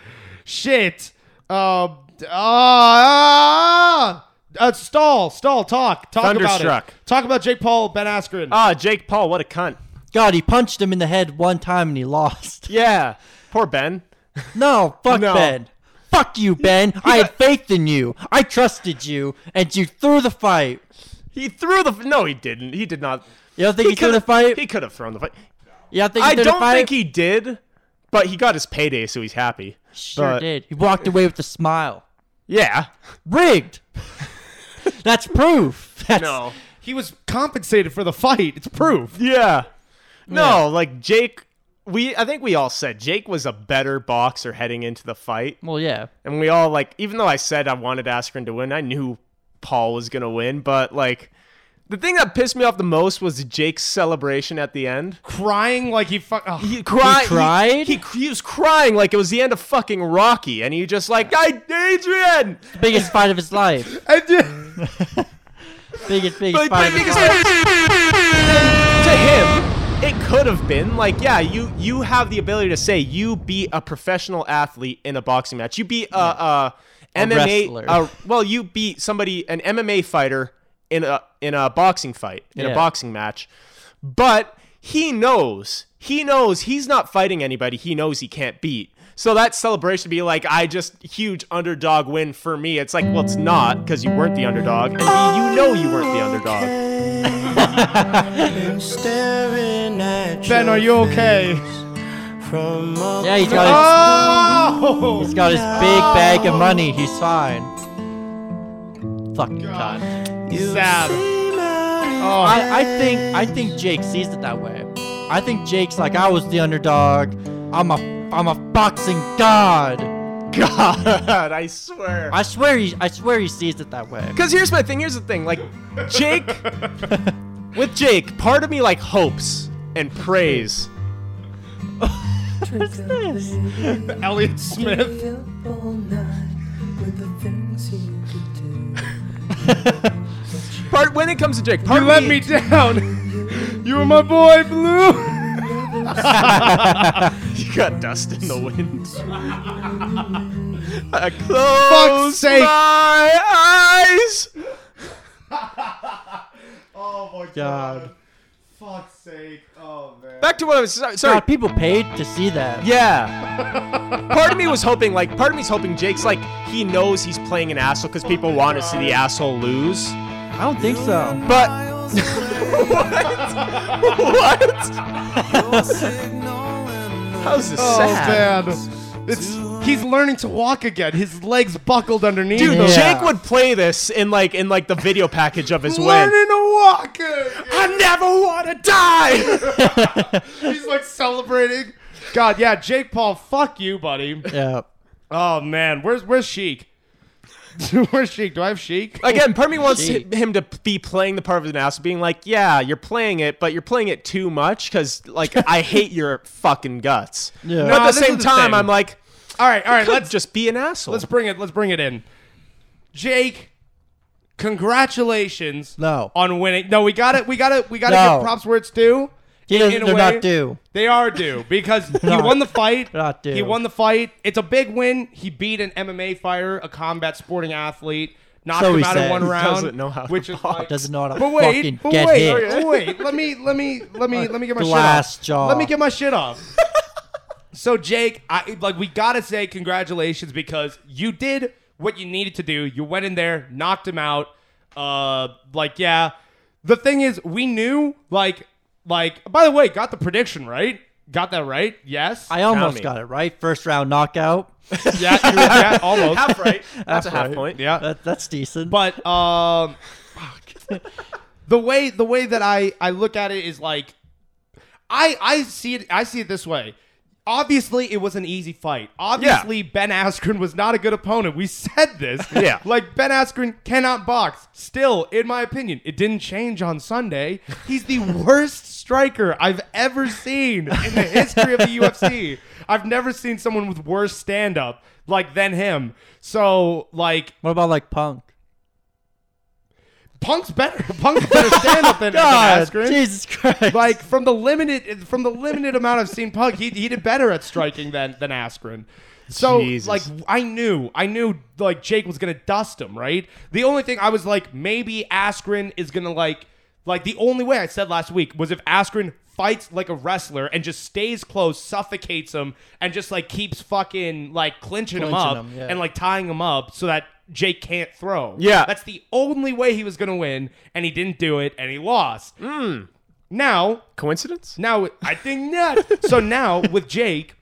shit um uh, ah, uh, stall, stall, talk, talk about Thunderstruck. it. Talk about Jake Paul, Ben Askren. Ah, Jake Paul, what a cunt. God, he punched him in the head one time and he lost. Yeah, poor Ben. No, fuck No. Ben. Fuck you, Ben. I had faith in you. I trusted you, and you threw the fight. He threw the. No, he didn't. He did not. You don't think he, threw the could've- fight? He could have thrown the fight. yeah, I think he I threw the don't fight? think he did, but he got his payday, so he's happy. sure but- did. He walked away with a smile. Yeah. Rigged. That's proof. That's, No. He was compensated for the fight. It's proof. Yeah. No, like Jake. We I think we all said Jake was a better boxer heading into the fight, Well, yeah. and we all like even though I said I wanted Askren to win, I knew Paul was gonna win, but like. The thing that pissed me off the most was Jake's celebration at the end. Crying like he Oh, fuck. ugh. He, cry, He cried? He, he was crying like it was the end of fucking Rocky, and he just like, I, Adrian, Biggest fight of his life. I did. Biggest, Like, biggest fight but of his because- life. to him it could have been like yeah you you have the ability to say you beat a professional athlete in a boxing match you beat a, a, mma wrestler. uh, well you beat somebody an mma fighter in a in a boxing fight in Yeah. a boxing match but he knows he knows he's not fighting anybody he knows he can't beat so that celebration would be like i just huge underdog win for me it's like well it's not because you weren't the underdog and he, you know you weren't the underdog Staring at Ben, are you okay? from up Yeah, he's got his, Oh! he's got his big bag of money. He's fine. Fucking God. Oh. Sad. I, I think I think Jake sees it that way. I think Jake's like I was the underdog. I'm a I'm a boxing god. God, I swear. I swear he I swear he sees it that way. Because here's my thing. Here's the thing. Like, Jake, with Jake, part of me like hopes and prays. Elliot Smith. Part when it comes to Jake, part of You let me down. You were my boy, Blue. you got dust in the wind. I Fuck's close sake. my eyes. God. Oh, Fuck's sake. Oh, man. Back to what I was. Sorry. God, people paid to see that. Yeah. part of me was hoping, like, part of me's hoping Jake's like he knows he's playing an asshole because people want to see the asshole lose. I don't think so. But what? what? How's this Oh, sad? man. It's, he's learning to walk again. His legs buckled underneath Dude, him. Yeah. Jake would play this in like in like the video package of his win. Learning to walk again. I never want to die. He's like celebrating. God, yeah, Jake Paul, fuck you, buddy. Yeah. Oh man, where's where's Sheik? where's Sheik? Do I have Sheik? Again, part of me wants hi- Gee. him to be playing the part of an asshole, being like, "Yeah, you're playing it, but you're playing it too much because like I hate your fucking guts." Yeah. But Nah, at the this is same the time, thing. I'm like, All right, all right, "Could let's just be an asshole." let's bring it let's bring it in. Jake, congratulations No. on winning. No, we got it. We got it. We got to No. give props where it's due. He In- doesn't- in a they're way- not due. They are due because he No. won the fight. They're not due. He won the fight. It's a big win. He beat an MMA fighter, a combat sporting athlete, knocked So him he out in said. one round. Doesn't know how to which is like, Doesn't know how to But wait, fucking but get wait, hit. but wait. Let me, let me, let me, let me get my Glass shit off. jaw. Let me get my shit off. so Jake, I like we gotta say congratulations because you did what you needed to do. You went in there, knocked him out. Uh, like yeah. The thing is, we knew like like. By the way, got the prediction right. Got that right? Yes. I almost me. got it right. First round knockout. yeah, you- yeah, almost. half right. That's a half point. Yeah. That, that's decent. But um, the way the way that I I look at it is like I I see it I see it this way. Obviously, it was an easy fight. Obviously, Ben Askren was not a good opponent. We said this. Yeah. Like Ben Askren cannot box. Still, in my opinion, it didn't change on Sunday. He's the worst striker I've ever seen in the history of the UFC. I've never seen someone with worse stand up like than him. So, like what about like Punk? Punk's better. Punk's better stand up than God, Evan Askren. Jesus Christ. Like from the limited from the limited amount I've seen Punk, he, he did better at striking than than Askren. So Jesus. like I knew, I knew like Jake was gonna dust him, right? The only thing I was like, maybe Askren is gonna like, like the only way I said last week was if Askren fights like a wrestler and just stays close, suffocates him, and just like keeps fucking like clinching, him Clinching up him, yeah. and like tying him up so that Jake can't throw. Yeah. that's the only way he was gonna win, and he didn't do it, and he lost. Now Coincidence? now I think not. so now with Jake,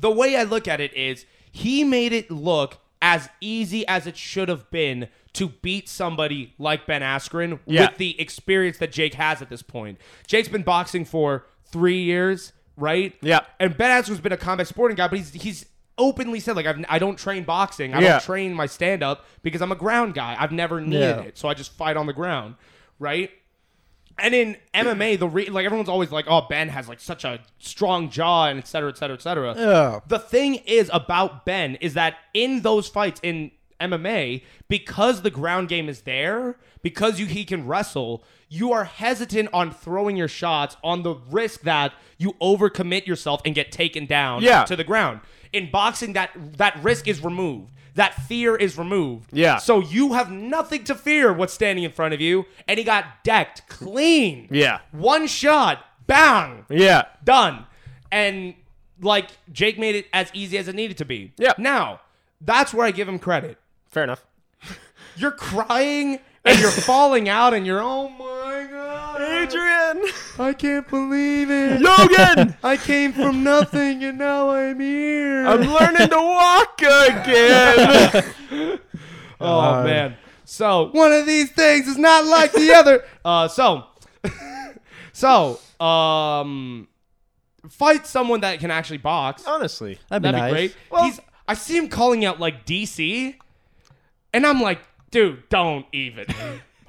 the way I look at it is he made it look as easy as it should have been to beat somebody like Ben Askren Yeah. with the experience that Jake has at this point. Jake's been boxing for three years, right? Yeah. And Ben Askren's been a combat sporting guy, but he's he's openly said like I've, I don't train boxing. I Yeah. don't train my stand up because I'm a ground guy. I've never needed Yeah. it, so I just fight on the ground, right? And in MMA, the re- like everyone's always like, "Oh, Ben has like such a strong jaw," and et cetera, et cetera, et cetera. Yeah. The thing is about Ben is that in those fights in MMA, because the ground game is there, because you he can wrestle, you are hesitant on throwing your shots on the risk that you overcommit yourself and get taken down Yeah. to the ground. In boxing, that that risk is removed. That fear is removed. Yeah. So you have nothing to fear what's standing in front of you, and he got decked clean. Yeah. One shot, bang, Yeah. done. And like Jake made it as easy as it needed to be. Yeah. Now, that's where I give him credit. Fair enough. You're crying and you're falling out and you're oh my god. Adrian! I can't believe it. Logan! I came from nothing and now I'm here. I'm learning to walk again! Oh man. So one of these things is not like the other. Uh, so, so um, fight someone that can actually box. Honestly. That'd be That'd be nice. great. He's. I see him calling out like DC, and I'm like, dude, don't even.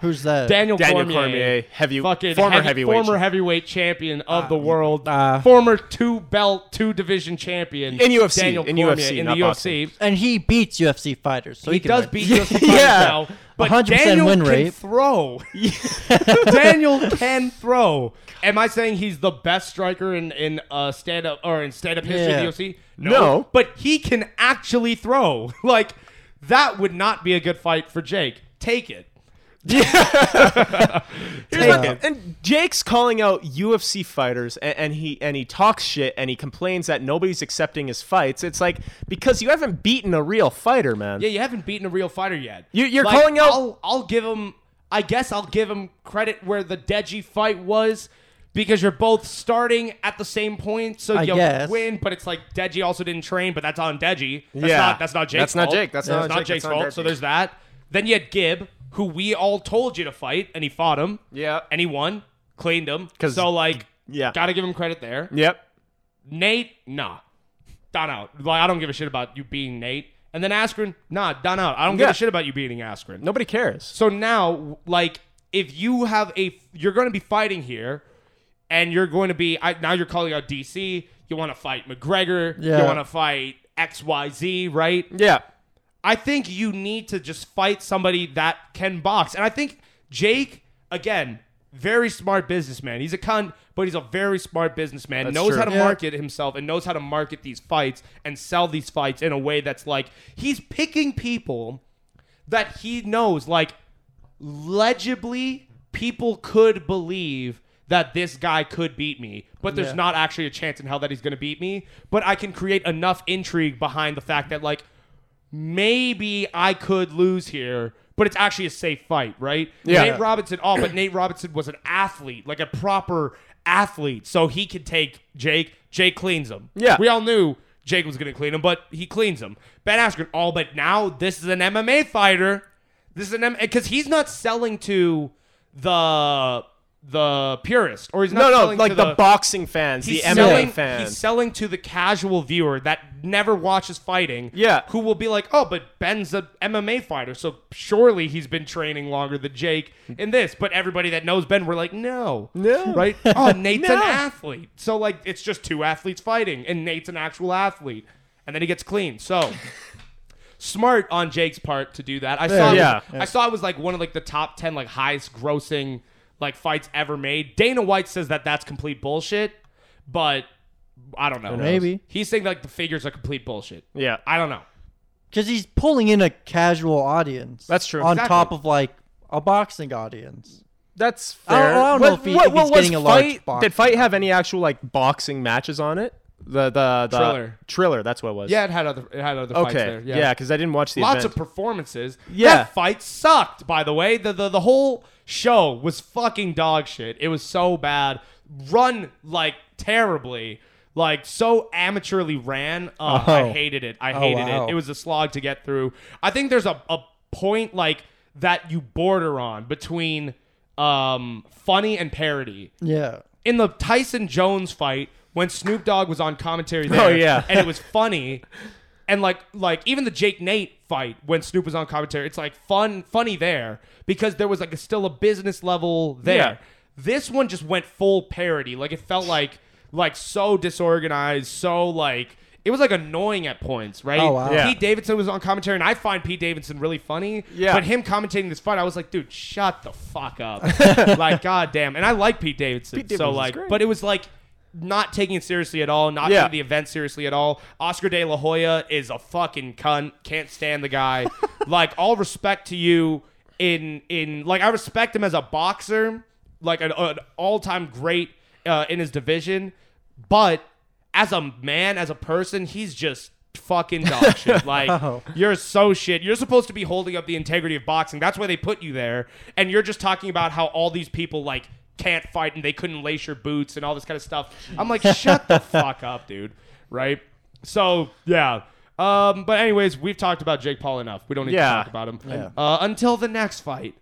Who's that? Daniel, Daniel Cormier. Cormier, heavy, Fucking former heavy- heavyweight. former heavyweight champion of the world, uh, former two belt, two division champion In UFC, Daniel in Cormier, UFC, in the not UFC. and he beats UFC fighters, so he, he can does win. beat Joseph Yeah. now, but 100% Daniel win can rate. throw. Daniel can throw. Am I saying he's the best striker in in uh, stand up or in stand up history Yeah. of the UFC? No. but he can actually throw. Like that would not be a good fight for Jake. Take it. Here's my thing. and Jake's calling out UFC fighters, and, and he and he talks shit, and he complains that nobody's accepting his fights. It's like because you haven't beaten a real fighter, man. Yeah, you haven't beaten a real fighter yet. You- you're calling out- I'll, I'll give him. I guess I'll give him credit where the Deji fight was. Because you're both starting at the same point, so I you guess. win. But it's like Deji also didn't train, but that's on Deji. That's Yeah. not that's not Jake's That's not fault. Jake. That's not Jake. Jake's That's on fault. Deji. So there's that. Then you had Gibb, who we all told you to fight, and he fought him. Yeah. and he won, cleaned him. 'Cause- So like, yeah. gotta give him credit there. Yep. Nate, nah. Done out. Like, I don't give a shit about you beating Nate. And then Askren, nah, done out. I don't give Yeah. a shit about you beating Askren. Nobody cares. So now, like, if you have a, you're going to be fighting here, and you're going to be, I, now you're calling out DC, you want to fight McGregor, Yeah. you want to fight XYZ, right? Yeah. I think you need to just fight somebody that can box. And I think Jake, again, very smart businessman. He's a cunt, but he's a very smart businessman. That's knows true. how to Yeah. market himself and knows how to market these fights and sell these fights in a way that's like he's picking people that he knows, like legibly, people could believe that this guy could beat me, but there's not actually a chance in hell that he's going to beat me. But I can create enough intrigue behind the fact that, like, maybe I could lose here, but it's actually a safe fight, right? Yeah. Nate Robinson, oh, but Nate Robinson was an athlete, like a proper athlete, so he could take Jake. Jake cleans him. Yeah. We all knew Jake was going to clean him, but he cleans him. Ben Askren, all, but now this is an MMA fighter. This is an MMA, because he's not selling to the the purist, or he's not No, no, selling like to the, boxing fans, the He's MMA selling, fans. He's selling to the casual viewer that never watches fighting. Yeah. Who will be like, oh, but Ben's a MMA fighter, so surely he's been training longer than Jake in this. But everybody that knows Ben, we're like, no. No. Right? Oh, Nate's an No. athlete. So, like, it's just two athletes fighting, and Nate's an actual athlete. And then he gets clean. So. Smart on Jake's part to do that. I saw. it Yeah. was- I saw it was like one of like the top ten like highest grossing like fights ever made. Dana White says that that's complete bullshit, but I don't know. Maybe. he's saying like the figures are complete bullshit. Yeah. I don't know. Because he's pulling in a casual audience. That's true. On Exactly. top of like a boxing audience. That's Oh, I fair. don't- I don't know if he- if he's was getting a large fight, box Did fight have any actual like boxing matches on it? The the, the Triller. Triller, that's what it was. Yeah, it had other it had other fights Okay. there. Yeah, because I didn't watch the lots event. of performances. Yeah. that fight sucked. By the way, the, the the whole show was fucking dog shit. It was so bad, run like terribly, like so amateurly ran. Uh, I Oh. hated it. I hated wow. it. It was a slog to get through. I think there's a a point like that you border on between um funny and parody Yeah. in the Tyson Jones fight when Snoop Dogg was on commentary there. Oh, yeah. and it was funny. And like like even the Jake Nate fight when Snoop was on commentary, it's like fun funny there because there was like a, still a business level there. Yeah. This one just went full parody. Like it felt like like so disorganized, so like it was like annoying at points, right? Oh, wow. Yeah. Pete Davidson was on commentary, and I find Pete Davidson really funny. Yeah. But him commentating this fight, I was like, dude, shut the fuck up. like, goddamn. And I like Pete Davidson. Pete so Davidson's like, great. but it was like not taking it seriously at all, not Yeah. taking the event seriously at all. Oscar De La Hoya is a fucking cunt. Can't stand the guy. like, all respect to you in in like I respect him as a boxer, like an, an all time great uh, in his division, but as a man, as a person, he's just fucking dog shit. Like you're so shit. You're supposed to be holding up the integrity of boxing. That's why they put you there. And you're just talking about how all these people like can't fight and they couldn't lace your boots and all this kind of stuff. I'm like, shut the fuck up, dude. Right? So yeah. Um, but anyways, we've talked about Jake Paul enough. We don't need Yeah. to talk about him uh, until the next fight.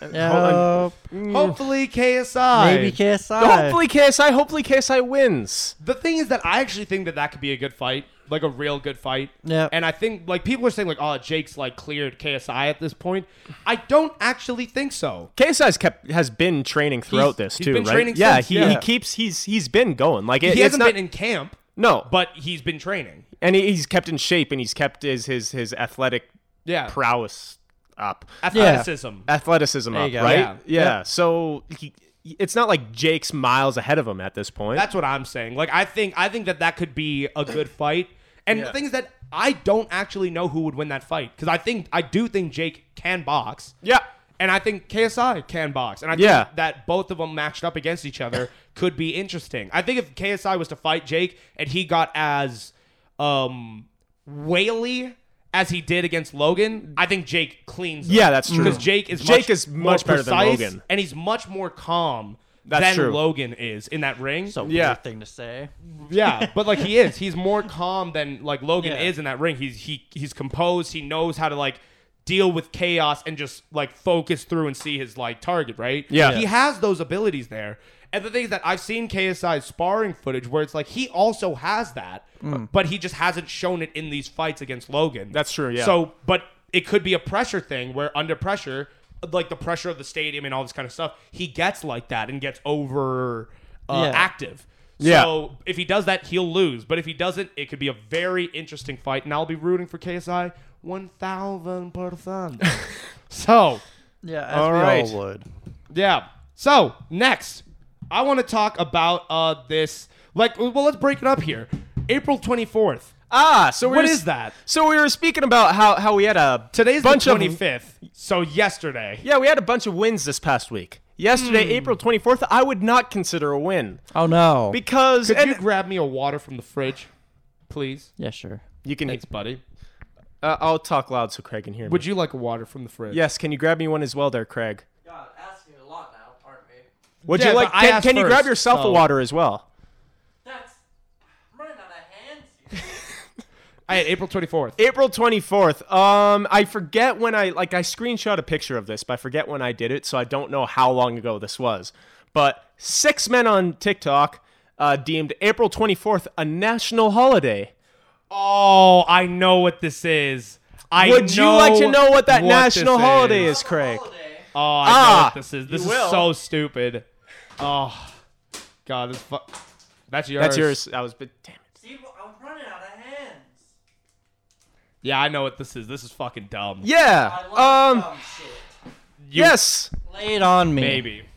Yeah. Mm. Hopefully, KSI. Maybe KSI. hopefully KSI, hopefully KSI wins. The thing is that I actually think that that could be a good fight, like a real good fight. Yeah. And I think like people are saying like, oh, Jake's like cleared KSI at this point. I don't actually think so. KSI's kept has been training throughout He's- this he's too, been right? training yeah, since, he, yeah. he keeps he's he's been going. Like it, He it's hasn't not been in camp, no, but he's been training. and he, he's kept in shape and he's kept his his his athletic Yeah. prowess up. Athleticism. athleticism you up, go. right? Yeah. Yeah. So he, it's not like Jake's miles ahead of him at this point. That's what I'm saying. Like I think I think that that could be a good fight. And the thing is that I don't actually know who would win that fight because I think I do think Jake can box. yeah. And I think KSI can box. And I Yeah. think that both of them matched up against each other could be interesting. I think if KSI was to fight Jake and he got as um whaley as he did against Logan, I think Jake cleans him. Yeah, that's true. Because Jake is Jake much, is much more better than precise, Logan. And he's much more calm That's than true. Logan is in that ring. It's a Yeah. weird thing to say. Yeah, but like he is, he's more calm than like Logan Yeah. is in that ring. He's he he's composed. He knows how to like deal with chaos and just like focus through and see his like target. Right. Yeah. He has those abilities there. And the thing is that I've seen KSI sparring footage where it's like he also has that, but he just hasn't shown it in these fights against Logan. That's true, yeah. So, but it could be a pressure thing where under pressure, like the pressure of the stadium and all this kind of stuff, he gets like that and gets over uh, Yeah. active. Yeah. So if he does that, he'll lose. But if he doesn't, it could be a very interesting fight, and I'll be rooting for KSI one thousand percent. so Yeah, as All we right. all would. yeah. So next, I want to talk about uh this. Like, well, let's break it up here. April twenty fourth. Ah, so we What were, is that? So we were speaking about how how we had a Today's bunch the of twenty fifth. So yesterday. yeah we had a bunch of wins this past week. Yesterday, Hmm. April twenty fourth, I would not consider a win Oh no. because Could and- you grab me a water from the fridge, please? yeah, sure. you can. Thanks, buddy. Uh, I'll talk loud so Craig can hear me. Would you like a water from the fridge? Yes, can you grab me one as well, there, Craig? God, asking a lot now, aren't we? Would Yeah, you like? but I Can, asked can you grab first, yourself so- a water as well? That's I'm running out of hands. I had April twenty fourth. April 24th. Um, I forget when I like I screenshot a picture of this, but I forget when I did it, so I don't know how long ago this was. But six men on TikTok uh, deemed April 24th a national holiday. Oh, I know what this is. I Would you like to know what that this national holiday is, Craig? Oh, I know Ah, what this is. This you is will. so stupid. Oh, God, this fu- That's yours. That's yours. I was, but damn it. See, I'm running out of hands. Yeah, I know what this is. This is fucking dumb. Yeah. Um. shit. Yes. Lay it on me. Maybe.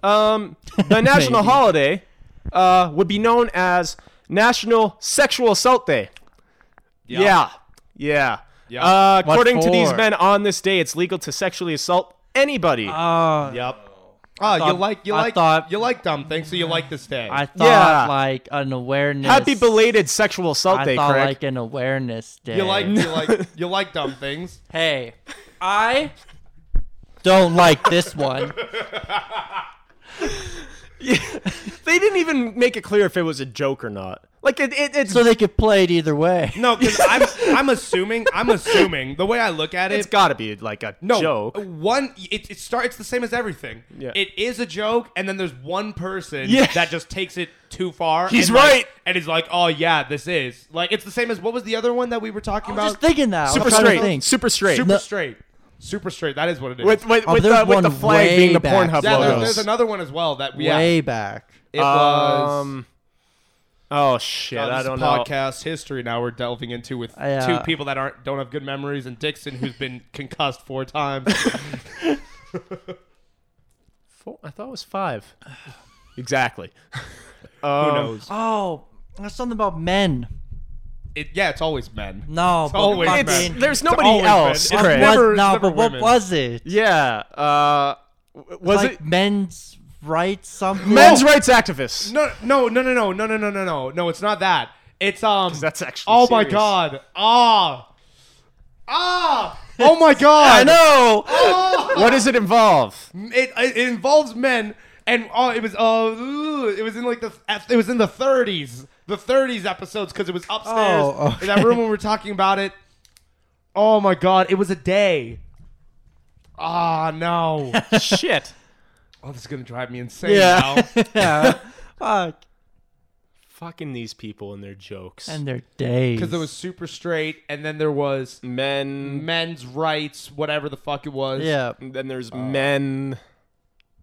Um. The national Maybe. holiday uh, would be known as National Sexual Assault Day. Yeah. Yeah. Yeah. Uh, according to these for? men, on this day, it's legal to sexually assault anybody. Ah, Uh, Yep. Ah, Oh, you thought- like you I like thought- you like Dumb thing. So you like this day? I thought Yeah. like an awareness. Happy belated sexual assault I day, thought Craig. like an awareness day. you like you like you like dumb things. Hey, I don't like this one. they didn't even make it clear if it was a joke or not. Like it, it it's So they could play it either way. No, because I'm I'm assuming I'm assuming the way I look at it. it's got to be like a no joke. One, it, it starts. It's the same as everything. Yeah. It is a joke, and then there's one person Yeah. that just takes it too far. He's and like- right. and he's like, "Oh yeah, this is like it's the same as what was the other one that we were talking I'm about? Oh, just thinking that. Super I'm trying to straight. think. Super straight. Super No. straight, super straight. That is what it is. With with, Oh, with, there's the, with the one flag way being the back. Pornhub yeah, there's, logos. there's another one as well that yeah, Way back. it was. Um, oh shit, Uh, I this is don't know. podcast history now we're delving into with I, uh, two people that aren't don't have good memories and Dixon who's been concussed four times. Four, I thought it was five. Exactly. Um, Who knows? Oh, that's something about men. It, yeah, it's always men. No, It's but always fucking- It's, men. there's It's nobody always been- else. it's Craig. What- never- no, never but what women. was it? yeah. Uh, w- was like it men's rights something? men's rights activists? No, no, no, no, no, no, no, no, no, no, no. It's not that. It's um. that's actually Oh my serious. god. Ah. Ah. Oh my god. Ah. I know. what does it involve? It, it involves men, and oh, it was uh, ooh, it was in like the it was in the 30s, the 30s episodes because it was upstairs Oh, in that room when we were talking about it. Oh my god, it was a day. Ah no. Shit. oh, this is gonna drive me insane. Yeah. now. yeah. Fuck. Fucking these people and their jokes. And their days. Because there was super straight, and then there was men. men's rights, whatever the fuck it was. yeah. Then there's men.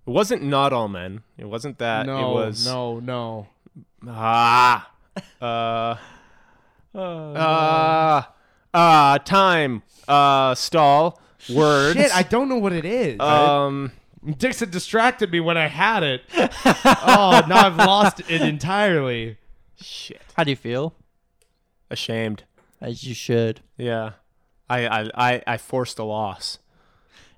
It wasn't not all men. It wasn't that. No, it was no, no. ah uh uh uh time uh stall words. Shit, I don't know what it is. um. Dixon Uh, distracted me when I had it. oh, now I've lost it entirely. Shit. How do you feel? Ashamed. As you should. Yeah. I I I, I forced a loss.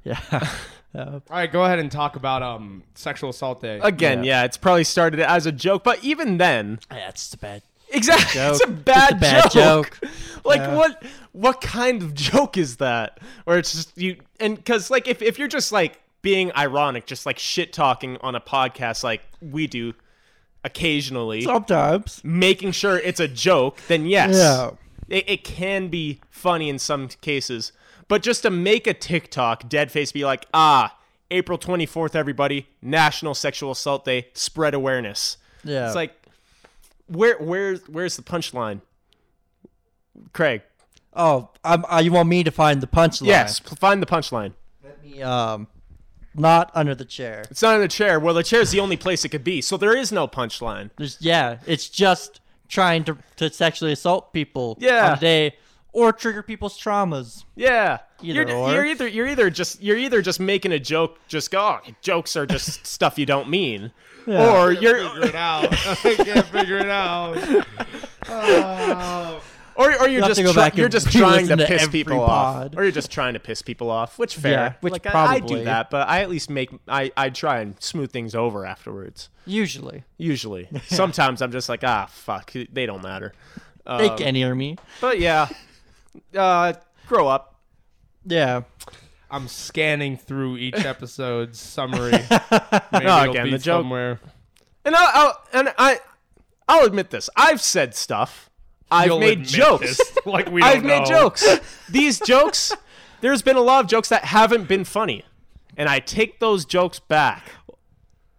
Yeah. All right, go ahead and talk about um sexual assault day. Again, yeah. it's probably started as a joke, but even then, That's bad. exactly, it's a Joke. bad, It's a bad joke. joke. Like what? What kind of joke is that? Where it's just you and because like if if you're just like being ironic, just like shit talking on a podcast like we do occasionally, Sometimes. making sure it's a joke, then yes, Yeah. it, it can be funny in some cases. But just to make a TikTok, dead face be like, ah, April 24th, everybody, National Sexual Assault Day, spread awareness. Yeah. It's like, where, where, where's the punchline? Craig, oh, I'm, uh, you want me to find the punchline? yes, p- find the punchline. Let me, um, not under the chair. It's not in the chair. Well, the chair's the only place it could be, so there is no punchline. There's, yeah, it's just trying to, to sexually assault people. Yeah. On a day or trigger people's traumas. Yeah. Either you're, or. you're either you're either just you're either just making a joke, just go. "Oh, jokes are just stuff you don't mean, or you're out. I can't figure it out. or, or You'll you're have just to go try- back and you're just trying to re-listen to piss every people pod. off, or you're just trying to piss people off. Which fair, Yeah, which like, I, I do probably. that, but I at least make I I try and smooth things over afterwards. Usually. Usually, sometimes I'm just like ah fuck, they don't matter. they can't hear me. But yeah, uh, grow up. Yeah. I'm scanning through each episode's summary. Maybe it'll again, be the joke. somewhere. And I'll, I'll and I, I'll admit this. I've said stuff. I've You'll made admit jokes. this, Like we I've don't made know. jokes. These jokes. There's been a lot of jokes that haven't been funny, and I take those jokes back.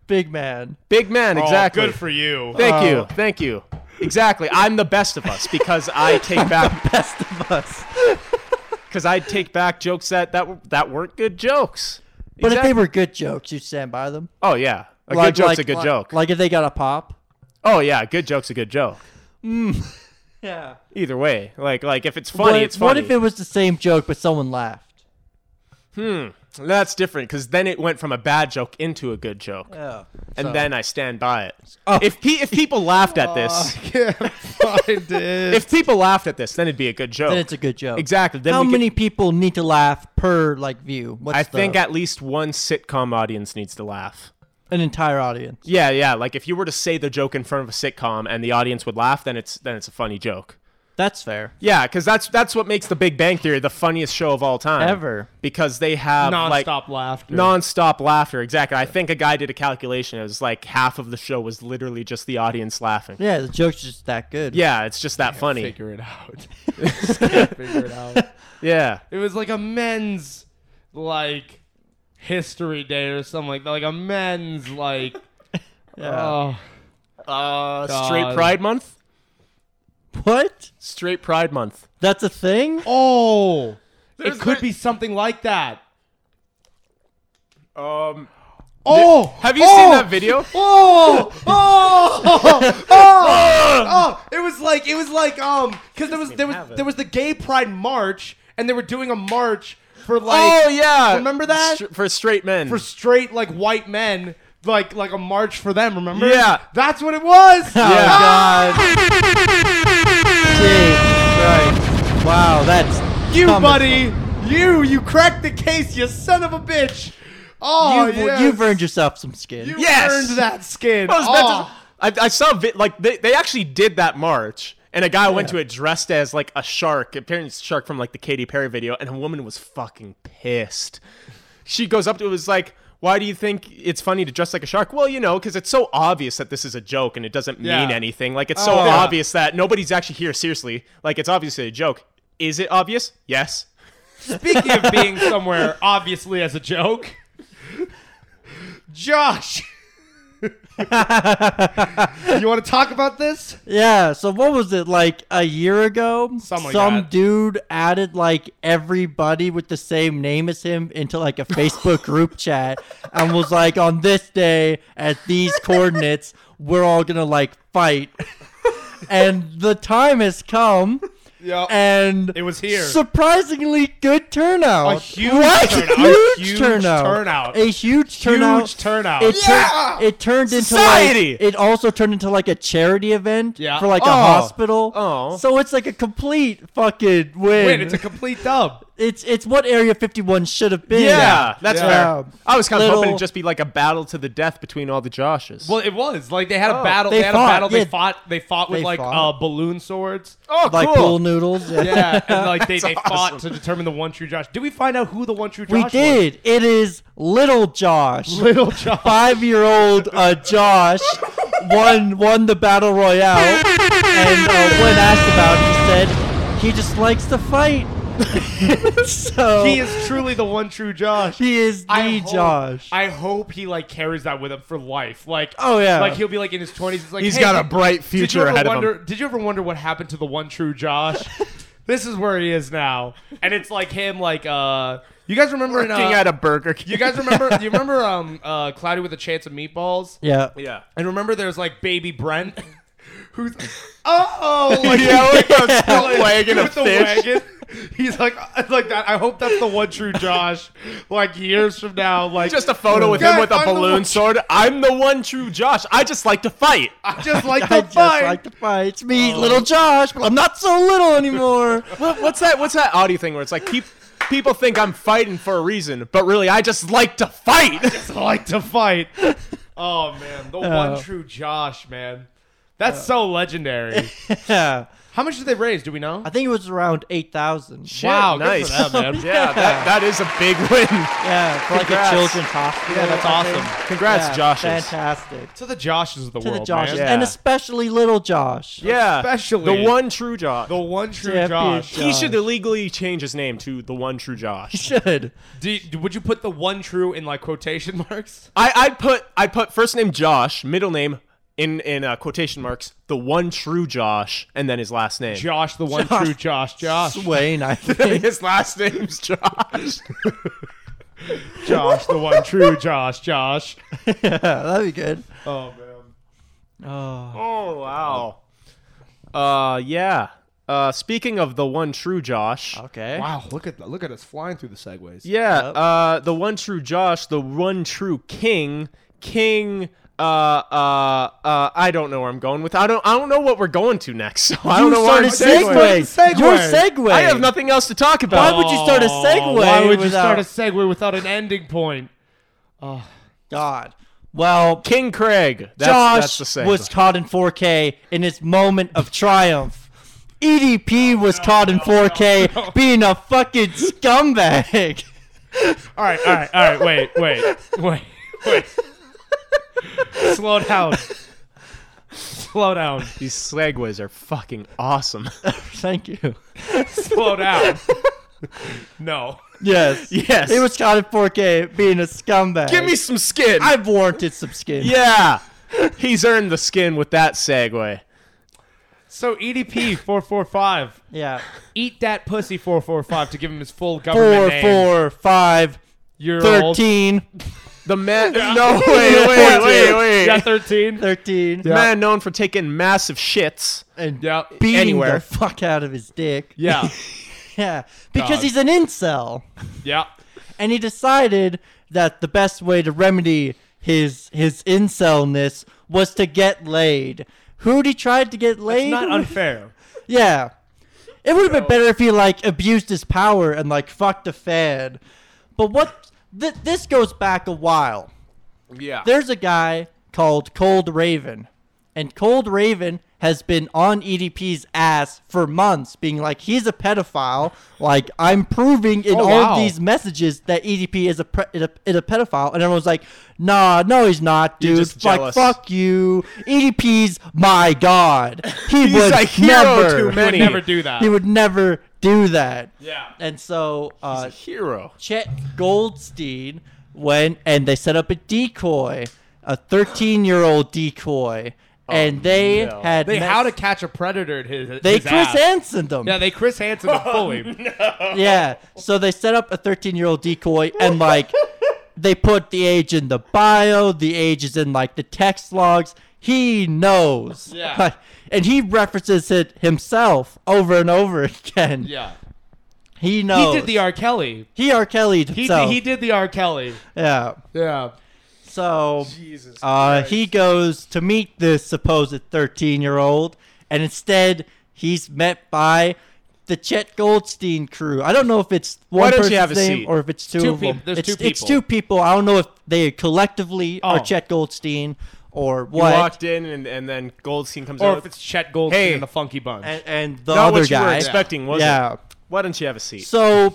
Big man. Big man, Oh, exactly. Good for you. Thank you. Thank you. Exactly. I'm the best of us because I take back Best of us. because I take back jokes that that were- that weren't good jokes. But if Exact- they were good jokes, you'd stand by them. oh yeah, a good joke's a good like, joke. Like if they got a pop. oh yeah, a good joke's a good joke. Hmm. Yeah. Either way, like like if it's funny, what, it's funny. What if it was the same joke but someone laughed? That's different because then it went from a bad joke into a good joke, Yeah. Oh. and then I stand by it. If pe- if people laughed at this, Find it. if people laughed at this, then it'd be a good joke. Then it's a good joke. Exactly. Then How we could- many people need to laugh per like view? What's I the- think at least one sitcom audience needs to laugh. an entire audience. Yeah, yeah. Like if you were to say the joke in front of a sitcom and the audience would laugh, then it's then it's a funny joke. That's fair. Yeah, because that's that's what makes The Big Bang Theory the funniest show of all time Ever. Because they have like Non-stop laughter. nonstop laughter. Exactly. I think a guy did a calculation. It was like half of the show was literally just the audience laughing. Yeah, Yeah, the joke's just that good. it's just that funny. figure it out. Just can't figure it out. Yeah. It was like a men's like history day or something like that. Like a men's like oh Uh, God. straight Pride Month. What? Straight Pride Month. That's a thing? oh. There's it could like- be something like that. Um, Oh, have you seen that video? Oh, oh, oh, oh, It was like it was like um because there was there was there was the gay pride march and they were doing a march for like oh yeah. remember that? Str- for straight men. for straight like white men like like a march for them. Remember? Yeah. that's what it was. Ah, yeah. Jeez, right. Wow, that's You comical. buddy, you you cracked the case, you son of a bitch. Oh, You've, yes. you've earned yourself some skin. You Yes. earned that skin. I was about Oh. to- I, I saw vi- like they, they actually did that march, and a guy went to it dressed as like a shark, apparently it's a shark from like the Katy Perry video, and a woman was fucking pissed. She goes up to it was like, "Why do you think it's funny to dress like a shark?" Well, you know, because it's so obvious that this is a joke and it doesn't Yeah. mean anything. Like it's so obvious that nobody's actually here seriously. Like it's obviously a joke. Is it obvious? Yes. Speaking of being somewhere obviously as a joke, Josh. you want to talk about this? Yeah, so what was it, like a year ago? Something like some that. dude added like everybody with the same name as him into like a Facebook group chat and was like, on this day at these coordinates, we're all gonna like fight. And the time has come. Yeah. And It was here. Surprisingly good turnout. A huge What? turnout. A Huge, huge turnout. turnout. A huge turnout. Huge turnout. It, tur- it turned into Society! like it also turned into like a charity event Yeah. for like Oh. a hospital. Oh. So it's like a complete fucking win. Wait, it's a complete dub. it's it's what Area 51 should have been. Yeah, that's Yeah. fair. I was kind of hoping Little- it'd just be like a battle to the death between all the Joshes. Well, it was like they had Oh. a battle. They, they had a fought, battle. They yeah. fought. They fought with They like fought. Uh, balloon swords. oh, Like cool. pool noodles. Yeah. Yeah, and like they, they fought to determine the one true Josh. Did we find out who the one true Josh We was? did. It is little Josh. Little Josh. five year old uh, Josh won won the battle royale, and uh, when asked about, it, he said he just likes to fight. so Oh. He is truly the one true Josh. he is the hope- Josh. I hope he like carries that with him for life. Like Oh, yeah. like he'll be like in his twenties. It's like He's "Hey, got a did- bright did you future ever ahead wonder, of him. Did you ever wonder what happened to the one true Josh? this is where he is now, and it's like him. Like uh, you guys remember in, Working uh, at a Burger King. you guys remember you remember um uh Cloudy with a Chance of Meatballs? yeah. yeah. And remember, there's like baby Brent, who's oh like Yeah, like a wagon of with the fish. wagon. He's like uh, like that. I hope that's the one true Josh. Like years from now, like Just a photo with him "Guys, with a I'm the balloon one- sword. I'm the one true Josh. I just like to fight. I just like I the just fight. Oh. like to fight. It's me, little Josh, but I'm not so little anymore. What, what's that? What's that audio thing where it's like keep, people think I'm fighting for a reason, but really I just like to fight. just like to fight. Oh man, the one true Josh, man. That's so legendary. yeah. How much did they raise? Do we know? I think it was around eight thousand. wow, Shit, nice. good for them, man. yeah, that, that is a big win. Yeah, for like Congrats. a children's hospital. Yeah, that's I think. awesome. Congrats, Yeah, Joshes. Fantastic. To the Joshes of the To world, the Joshes, man. Yeah. and especially little Josh. Yeah, Especially- the one true Josh. The one true Champion Josh. Josh. he should illegally change his name to the one true Josh. Should. Do you- would you put the one true in like quotation marks? I I put I put first name Josh, middle name in in uh, quotation marks, the one true Josh, and then his last name. Josh, the one Josh. true Josh. Josh. Swain, I think. his last name's Josh. Josh, the one true Josh. Josh. yeah, that'd be good. Oh man. Oh. oh wow. Uh yeah. Uh, speaking of the one true Josh. Okay. Wow, look at look at us flying through the segues. Yeah, uh, the one true Josh, the one true King, King. Uh, uh, uh, I don't know where I'm going with. I don't. I don't know what we're going to next. So I don't know why I'm started segueing. segue. Your segue. I have nothing else to talk Why about. would you start a segue? Why would you without- start a segue without an ending point? God. Well, King Craig? That's, that's Josh the segue. was caught in 4K in his moment of triumph. Oh, EDP was caught in 4K being a fucking scumbag. All right, all right, all right. Wait, wait, wait, wait. Slow down. Slow down. These segues are fucking awesome. Thank you. Slow down. No. Yes. yes. He was caught in 4K being a scumbag. Give me some skin. I've warranted some skin. yeah. He's earned the skin with that segue. So EDP four four five. Yeah. Eat that pussy four four five to give him his full government Four, name. four, five, You're old. 13, The man. No, wait, wait, wait, wait. Yeah, thirteen. 13, Man known for taking massive shits. and Yeah. beating anywhere. the fuck out of his dick. Yeah. Yeah. Because God. he's an incel. Yeah. and he decided that the best way to remedy his his incelness was to get laid. Who he tried to get laid? Not with? unfair. yeah, it would have been better if he like abused his power and like fucked a fed. But what? Th- this goes back a while. Yeah. There's a guy called Cold Raven, and Cold Raven has been on EDP's ass for months, being like, he's a pedophile. Like, I'm proving Oh, in all wow. of these messages that EDP is a, pre- is a, is a pedophile. And everyone's like, nah, no, he's not, dude. just like, jealous. fuck you. EDP's my god. He He's would a hero never. to Would many. never do that. He would never do that. Yeah. And so, uh, a hero. Chet Goldstein went and they set up a decoy, a 13 year old decoy, and they no. had Oh, They mess- how to catch a predator at his. they his Chris Oh, ass. Hansen them. Yeah, Yeah, they Chris Hansen him fully. so they set up a 13 year old decoy and like they put the age in the bio, the age is in like the text logs. He knows. Yeah. and he references it himself over and over again. Yeah. He He knows. did the R. Kelly. He R. Kelly He, himself. did, he did the R. Kelly. yeah. Yeah. So uh, he goes to meet this supposed 13 year old, and instead he's met by the Chet Goldstein crew. I don't know if it's one don't you person's have a name seat? or if it's two, Two of them. peop- there's it's, two it's people. two people. I don't know if they collectively are Oh. Chet Goldstein or You what. walked in and, and then Goldstein comes Or out. if it's Chet Goldstein Hey. and the Funky Bunch. and, and the not other what you were guy. expecting, was yeah. it? Why don't you have a seat? So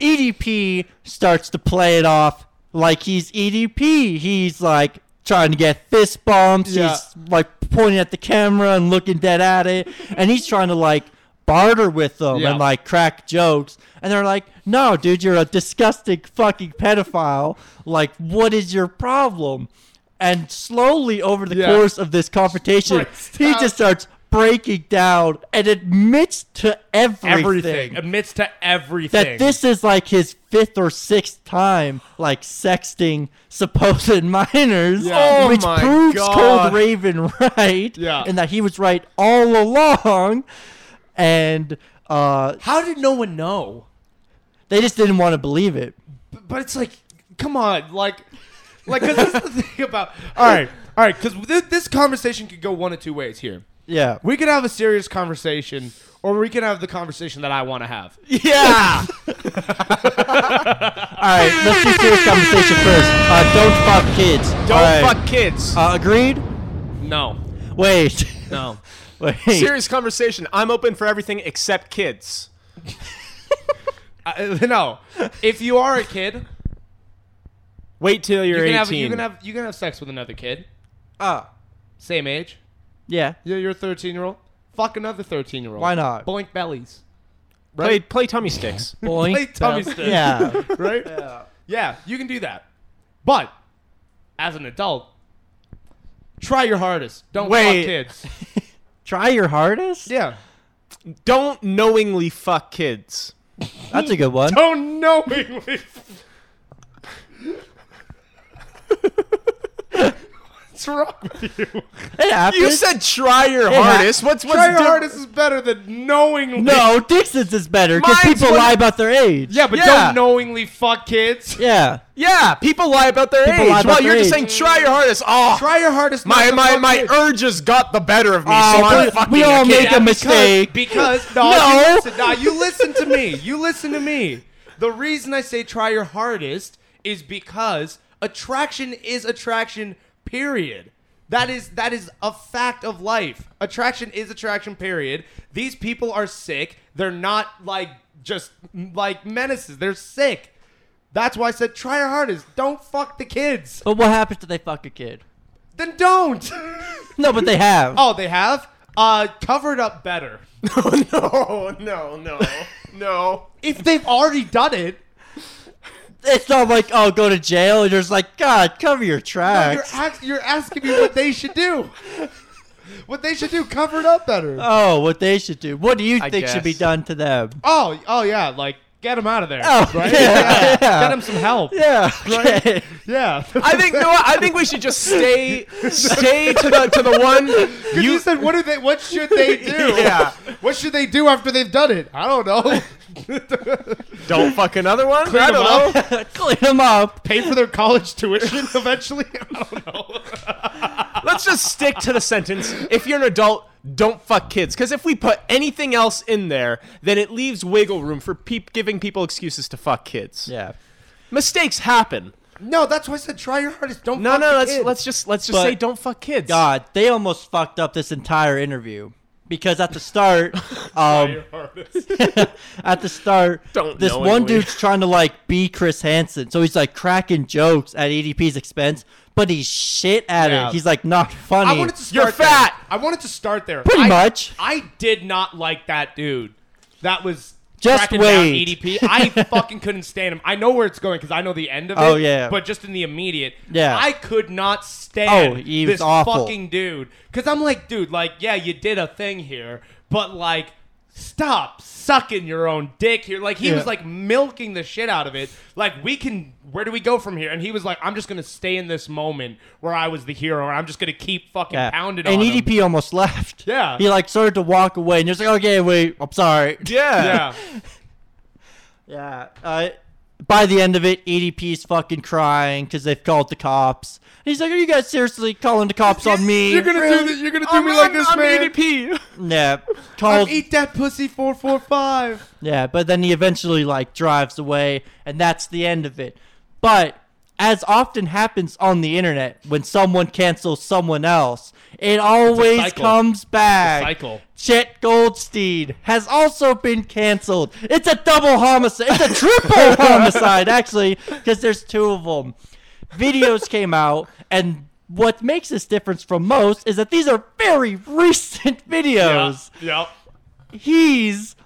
EDP starts to play it off like he's EDP. He's like trying to get fist bumps. Yeah. He's like pointing at the camera and looking dead at it. And he's trying to like barter with them Yeah. and like crack jokes. And they're like, no, dude, you're a disgusting fucking pedophile. Like, what is your problem? And slowly over the Yeah. course of this confrontation, Breaks he down. just starts breaking down and admits to everything. Admits to everything. that this is like his fifth or sixth time like sexting supposed minors, Yeah. Oh which my proves God. Cold Raven right, Yeah. and that he was right all along, and uh, How did no one know? they just didn't want to believe it. But it's like, come on, like, like, because this is the thing about. All right, all right, because th- this conversation could go one of two ways here. Yeah, We could have a serious conversation, or we can have the conversation that I want to have. yeah. all right, let's do serious conversation first. Uh, don't fuck kids. Don't fuck kids. Uh, agreed. No, Wait, no. wait. Serious conversation. I'm open for everything except kids. Uh, no, if you are a kid, Wait till you you're can, have, 18. you can have you can have sex with another kid, Ah, same age. yeah. You're, you're a thirteen year old. Fuck another thirteen year old. Why not? Boink bellies. play, play tummy sticks. Boink. Play tummy Well, sticks. Yeah. right? Yeah. you can do that. But as an adult, try your hardest. Don't Wait. fuck kids. Try your hardest. Yeah. Don't knowingly fuck kids. That's a good one. Don't knowingly. What's wrong with you? It happens. You said try your ha- hardest. What's what's Try your di- hardest is better than knowingly. no, Dixon's is better because Mine's people when- lie about their age. Yeah, but Yeah. don't knowingly fuck kids. Yeah. Yeah, people lie about their People age. lie about well, their you're just saying age. try your hardest. Oh, Try your hardest. not my to my fuck my kids. urges got the better of me, so Oh, I'm but fucking we all a make kid. a mistake. because no, No. You listen, nah, you listen to me. You listen to me. The reason I say try your hardest is because attraction is attraction. Period. That is that is a fact of life. Attraction is attraction. Period. These people are sick. They're not like just like menaces. They're sick. That's why I said try your hardest. Don't fuck the kids. But what happens if they fuck a kid? Then don't. No, but they have. Oh, they have? Uh, covered up better. no, no, no, no. if they've already done it, It's not like, oh, go to jail. You're just like, God, cover your you're, tracks. ax- you're asking me what they should do. what they should do, covered up better. oh, what they should do. What do you I think should be guess. done to them? oh, oh yeah, like, get them out of there. Oh, right? yeah, yeah. Get them some help. Yeah. Okay. Yeah. I think no. I think we should just stay stay to the to the one. you, said, what do they? What should they do? Yeah. What should they do after they've done it? I don't know. Don't fuck another one. I don't know. them up. Clean them up. Pay for their college tuition eventually. I don't know. Let's just stick to the sentence. If you're an adult, don't fuck kids. Because if we put anything else in there, then it leaves wiggle room for peop giving people excuses to fuck kids. Yeah. Mistakes happen. No, that's why I said try your hardest. Don't No, fuck no. the Let's kids. let's just let's just But- say don't fuck kids. God, they almost fucked up this entire interview because at the start, um, at the start, Don't this know one anyway. dude's trying to like be Chris Hansen, so he's like cracking jokes at ADP's expense, but he's shit at Yeah. it. He's like not funny. I wanted to start You're there. fat. I wanted to start there. Pretty I- much. I did not like that dude. That was Just cracking wait. down EDP. I fucking couldn't stand him. I know where it's going because I know the end of it. Oh, yeah. But just in the immediate, Yeah. I could not stand Oh, he was this awful. fucking dude. Because I'm like, dude, like, yeah, you did a thing here, but like, stop sucking your own dick here. Like, he was like milking the shit out of it. Like, we can, where do we go from here? And he was like, I'm just gonna stay in this moment where I was the hero, and I'm just gonna keep fucking Yeah. pounding and E on him. EDP almost left. Yeah. he like started to walk away, and you're just like, okay, wait, I'm sorry. Yeah. Yeah. Yeah. Uh, by the end of it, E EDP's fucking crying because they've called the cops. And he's like, "Are you guys seriously calling the cops on me?" You're gonna do this. You're gonna do me like this, E man. EDP. Yeah. I'm Called. eat that pussy four four five. yeah, but then he eventually like drives away, and that's the end of it. But as often happens on the internet, when someone cancels someone else, it always cycle. comes back. cycle. Chet Goldstein has also been canceled. It's a double homicide. It's a triple homicide, actually, because there's two of them. Videos came out, and what makes this difference from most is that these are very recent videos. Yep. He's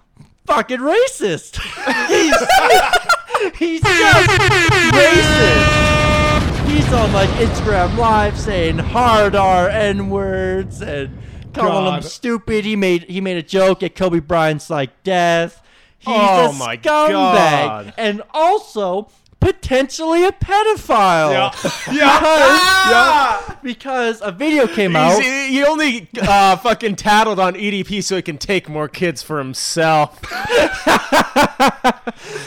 fucking racist. He's, he's just racist. He's on like Instagram Live saying hard R N words and calling them God. stupid. He made he made a joke at Kobe Bryant's like death. He's Oh a my scumbag God. and also potentially a pedophile. Yeah. Because a video came out. He's- He only uh, fucking tattled on EDP so he can take more kids for himself.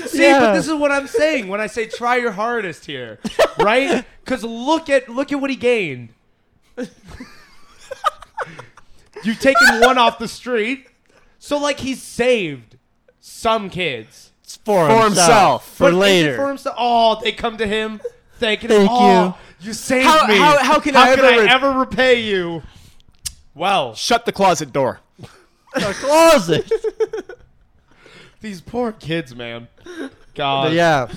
See, Yeah. but this is what I'm saying when I say try your hardest here, right? Because look at look at what he gained. You've taken one off the street, so like he's saved some kids for, for himself. for But is it later. For himself, oh, they come to him thanking him. Thank "Oh, you. saved How- me. how- how can I ever re- ever repay you? Well, Shut the closet door. the closet. these poor kids, man. God, yeah.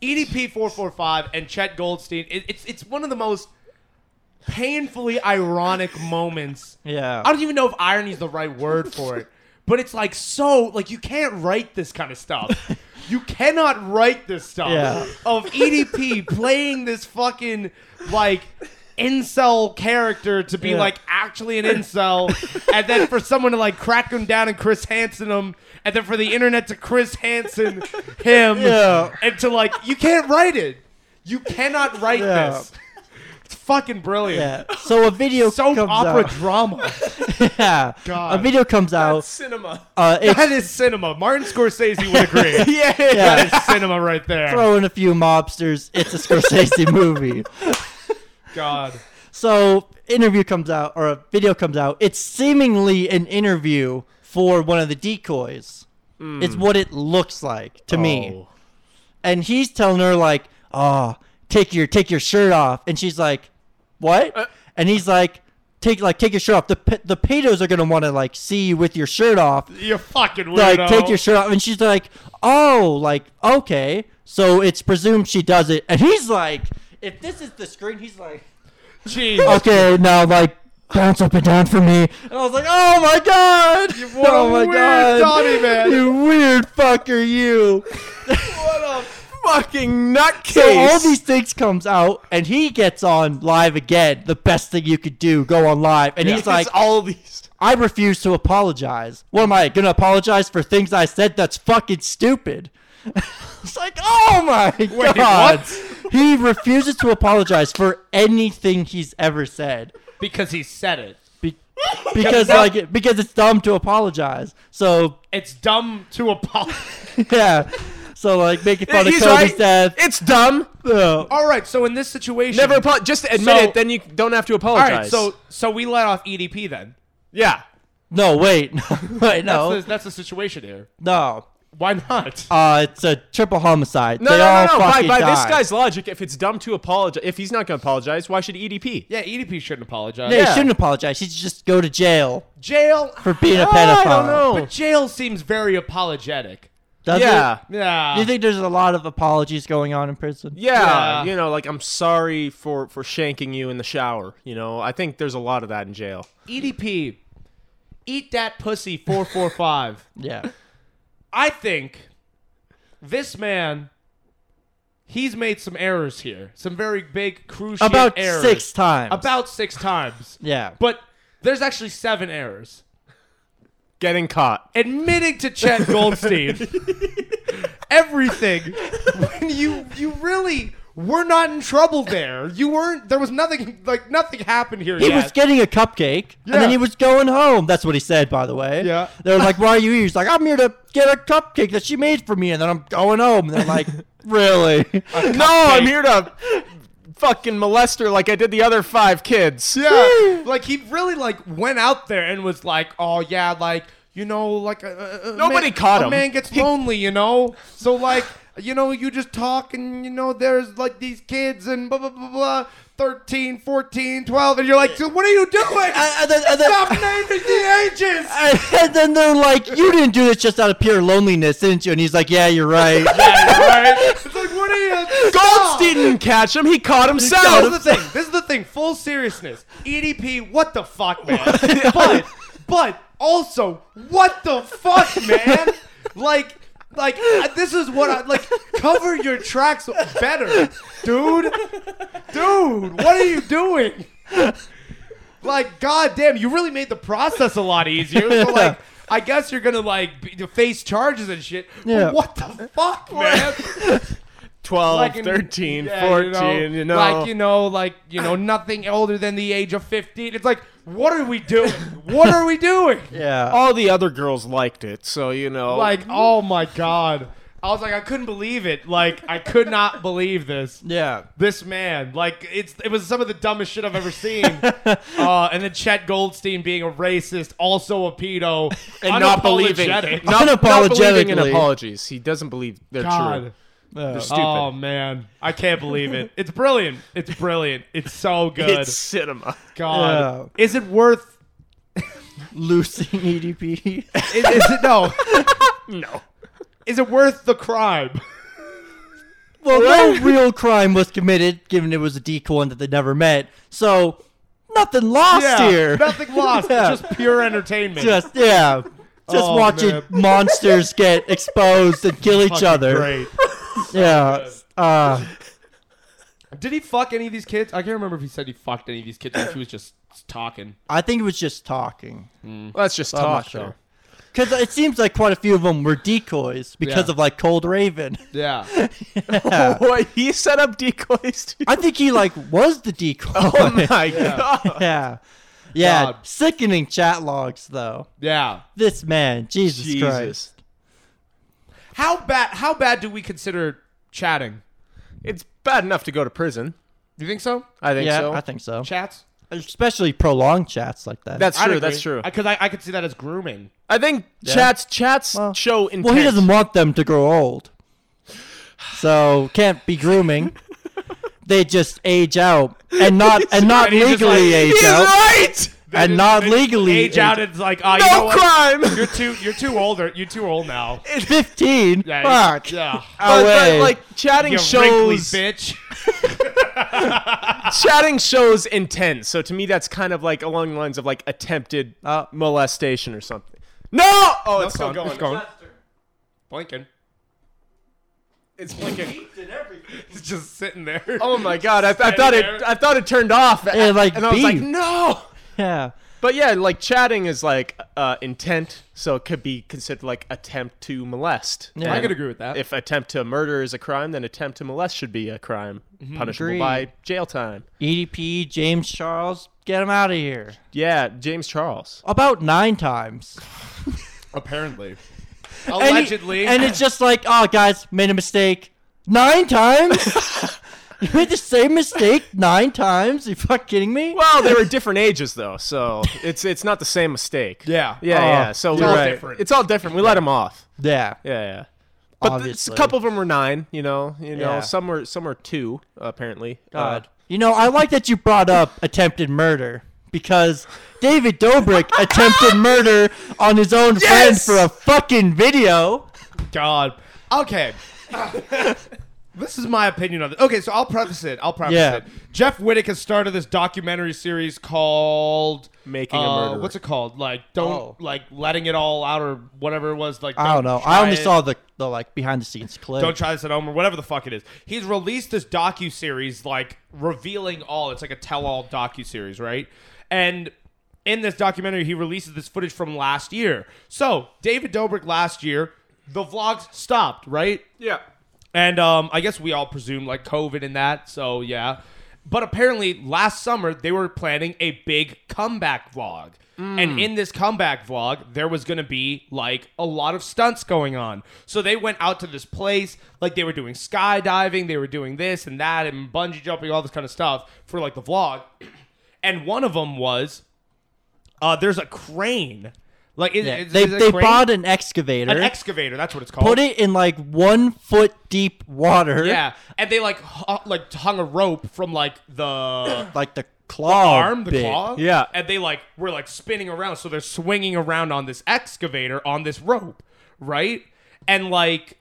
EDP E four four five and Chet Goldstein. It, it's it's one of the most painfully ironic moments. Yeah. I don't even know if irony is the right word for it, but it's like so like you can't write this kind of stuff. You cannot write this stuff Yeah. of EDP playing this fucking like incel character to be Yeah. like actually an incel, and then for someone to like crack him down and Chris Hansen him, and then for the internet to Chris Hansen him, Yeah. and to like you can't write it. You cannot write Yeah. this. It's fucking brilliant. Yeah. So a video Soap comes opera out. drama. yeah. God. A video comes out. cinema. Uh, it's That is cinema. Martin Scorsese would agree. yeah, that is cinema right there. throw in a few mobsters. It's a Scorsese movie. God. So interview comes out or a video comes out. It's seemingly an interview for one of the decoys. It's what it looks like to me. And he's telling her like, "Oh, take your take your shirt off," and she's like, "What?" and he's like, "Take like take your shirt off. The pe- the pedos are gonna want to like see you with your shirt off. You fucking weirdo. Like take your shirt off." And she's like, "Oh, like okay." So it's presumed she does it, and he's like, "If this is the screen, he's like." Jesus. okay, now like bounce up and down for me. And I was like, oh my god, you what oh a my weird god, Donnie man. you weird fucker, you. Fucking nutcase. So all these things comes out, and he gets on live again. The best thing you could do, go on live, and he's like, all these. I refuse to apologize. What am I gonna apologize for things I said? That's fucking stupid. it's like, oh my god. He refuses to apologize for anything he's ever said. Because he said it. Be- because like it- because it's dumb to apologize. So It's dumb to apologize. yeah, so like making fun of He's Kobe's right. death. It's dumb. uh, All right, so in this situation, Um, Never apo- Just admit So- it, then you don't have to All apologize. right, so so we let off EDP then. yeah. no, wait, wait, That's, no, the, that's the situation here. no. Why not? Uh, it's a triple homicide. No, they no, all no, no. By, fucking by this died. guy's logic, if it's dumb to apologize, if he's not going to apologize, why should E EDP? Yeah, E EDP shouldn't apologize. No, he Yeah. shouldn't apologize. He should just go to jail Jail. for being a pedophile. I don't know. But jail seems very apologetic. Does yeah. it? Yeah. Do you think there's a lot of apologies going on in prison? yeah, Ah. Yeah. you know, like I'm sorry for for shanking you in the shower. You know, I think there's a lot of that in jail. EDP, E eat that pussy 445. Yeah. I think this man, he's made some errors here. Some very big, crucial About errors. six times. About six times. yeah. But there's actually seven errors. Getting caught. Admitting to Chet Goldstein everything when you you really were not in trouble there. You weren't there was nothing like nothing happened here He yet. was getting a cupcake, and then he was going home. That's what he said, by the way. Yeah. They were like, "Why are you here?" He's like, "I'm here to get a cupcake that she made for me, and then I'm going home." And they're like, "Really?" No, I'm here to fucking molest her like I did the other five kids. Yeah, like he really like went out there and was like, "Oh yeah, like you know, like a, a- a Nobody man, caught a him. man gets lonely, you know. So like, you know, you just talk and you know, there's like these kids and blah blah blah blah, 13, 14, 12, and you're like, "Dude, what are you doing? and, then, and, Stop then, naming the ages." and then they're like, "You didn't do this just out of pure loneliness, didn't you?" And he's like, "Yeah, you're right." right? It's like, what are you? Golds didn't catch him. He caught No, this himself. is the thing. This is the thing. Full seriousness. EDP. What the fuck, man? but, but also, what the fuck, man? Like, like uh, this is what I like. Cover your tracks better, dude. Dude, what are you doing? Like, goddamn, you really made the process a lot easier. So, like. I guess you're gonna like be, face charges and shit. but Yeah. What the fuck, man? 12, in- 13, yeah, 14, you know, like you know, like you know, nothing older than the age of fifteen. It's like, what are we doing? what are we doing? yeah. all the other girls liked it, so you know. Like, oh my god! I was like, I couldn't believe it. Like, I could not believe this. Yeah. This man, like, it's it was some of the dumbest shit I've ever seen. uh, and then Chet Goldstein being a racist, also a pedo, and not believing, unapologetic. Oh not, not believing in Unapologetically. apologies. He doesn't believe they're true. God. They're stupid. Oh man, I can't believe it. It's brilliant. It's brilliant. It's so good. it's cinema. God. Is it worth Losing EDP. is, is it no? no. Is it worth the crime? Well, no real crime was committed, given it was a decoy that they never met. So nothing lost here. Nothing lost. Yeah. Just pure entertainment. just yeah, just Oh, watching man. monsters get exposed and kill each Fucking other. Great. Yeah, uh, Did he fuck any of these kids? I can't remember if he said he fucked any of these kids. or if he was just talking. I think it was just talking. Well, that's just I'm not talk, sure. though. Because it seems like quite a few of them were decoys because Yeah. of like Cold Raven. Yeah. Yeah. What he set up decoys. To- I think he like was the decoy. oh my god! yeah, yeah. God. Sickening chat logs though. Yeah. This man, Jesus, Jesus. Christ. How bad? How bad do we consider chatting? It's bad enough to go to prison. Do you think so? I think yeah, so. I think so. Chats. Especially prolonged chats like that. that's I'd true. agree. That's true. Because I, I could see that as grooming. I think chats chats Well- show intent. well, he doesn't want them to grow old, so can't be grooming. they just age out and not and not he's just legally like, age He's out right. and not legally Age out is like, oh, you know No what? crime. You're too. You're too older. You're too old now. Fifteen. Yeah, you- Fuck. Yeah. But- but, Away. like chatting You wrinkly shows bitch. chatting shows intent. So to me, that's kind of like along the lines of like attempted Uh, molestation or something. No! Oh, it's still gone. going. It's gone. Blinking. It's blinking. It's just sitting there. Oh my god! I, I thought it. I thought it turned off. Yeah, like and I was like, beef. no. yeah. But yeah, like chatting is like uh, intent, so it could be considered like attempt to molest. Yeah. I could agree with that. If attempt to murder is a crime, then attempt to molest should be a crime, punishable Agreed. by jail time. EDP E James Charles, get him out of here. Yeah, James Charles. About nine times. Apparently. And he- Allegedly. and it's just like, oh, guys, made a mistake. Nine times? you made the same mistake nine times? you fuck kidding me? Well, they were different ages though, so it's it's not the same mistake. Yeah. yeah, Oh, yeah. So you're we're- right. It's all different. We let him off. Yeah. Yeah, yeah. But th- a Obviously. couple of them were nine. You know, you know, Yeah. some were some were two apparently. uh, God. Uh, You know, I like that you brought up attempted murder because David Dobrik attempted murder on his own Yes! friend for a fucking video. God. Okay. this is my opinion on this. Okay, so I'll preface it. I'll preface Yeah. it. Jeff Wittick has started this documentary series called Making a uh, Murderer. What's it called? Like don't Oh. like letting it all out or whatever it was. Like I don't know. try I only it. saw the, the like behind the scenes clip. Don't try this at home or whatever the fuck it is. He's released this docu series, like revealing all. It's like a tell-all docu series, right? And in this documentary, he releases this footage from last year. So David Dobrik last year, the vlogs stopped, right? Yeah. And um, I guess we all presume like COVID and that. So yeah. But apparently last summer they were planning a big comeback vlog. Hmm. And in this comeback vlog, there was going to be like a lot of stunts going on. So they went out to this place, like they were doing skydiving, they were doing this and that, and bungee jumping, all this kind of stuff for like the vlog. And one of them was uh, there's a crane. Like is, Yeah. is- They, is it a they crane? bought an excavator, an excavator. That's what it's called. put it in like one foot deep water. Yeah, and they like hu- like hung a rope from like the Like the claw. arm, the bit. claw. Yeah. and they like were like spinning around, so they're swinging around on this excavator on this rope, right? And like,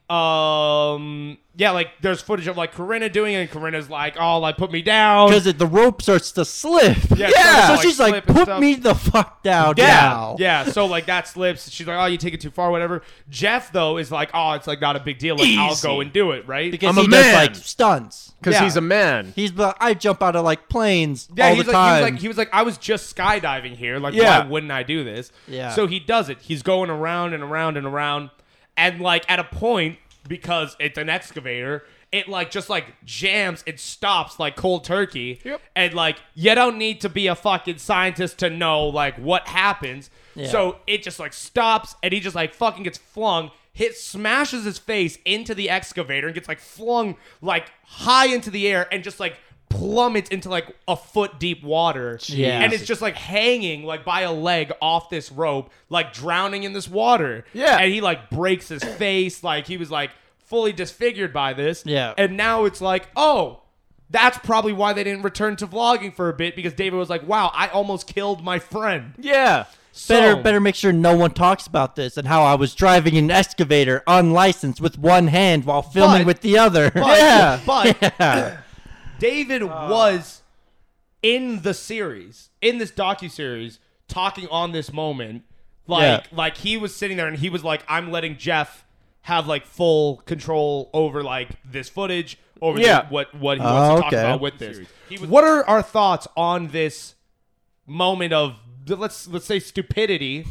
um, yeah, like there's footage of like Corinna doing it, and Corinna's like, "Oh, like put me down." Because the rope starts to slip. Yeah, yeah. So like, she's like, slip and put stuff." me the fuck down now. Yeah, so like that slips. She's like, "Oh, you take it too far, whatever." Jeff though is like, "Oh, it's like not a big deal. Like I'll Easy. go and do it, right?" Because I'm he a does man. like stunts. Because Yeah. he's a man. He's like, I jump out of like planes Yeah, all he's the like, time. he was like, he was like, I was just skydiving here. Like, Yeah. why wouldn't I do this? Yeah. So he does it. He's going around and around and around, and like at a point because it's an excavator, it like just like jams. It stops like cold turkey. Yep. And like you don't need to be a fucking scientist to know like what happens. Yeah. So it just like stops, and he just like fucking gets flung. Hit smashes his face into the excavator and gets like flung like high into the air and just like plummets into like a foot deep water. Yeah. And it's just like hanging like by a leg off this rope, like drowning in this water. Yeah. And he like breaks his face. Like he was like fully disfigured by this. Yeah. And now it's like, oh, that's probably why they didn't return to vlogging for a bit because David was like, wow, I almost killed my friend. yeah. So, better, better make sure no one talks about this and how I was driving an excavator unlicensed with one hand while filming But- with the other. But, yeah. but Yeah. David Uh. was in the series, in this docu series, talking on this moment. Like, like he was sitting there and he was like, "I'm letting Jeff have like full control over like this footage, over Yeah. the- what what he wants Oh, to talk okay. about with this." what are our thoughts on this moment of let's let's say stupidity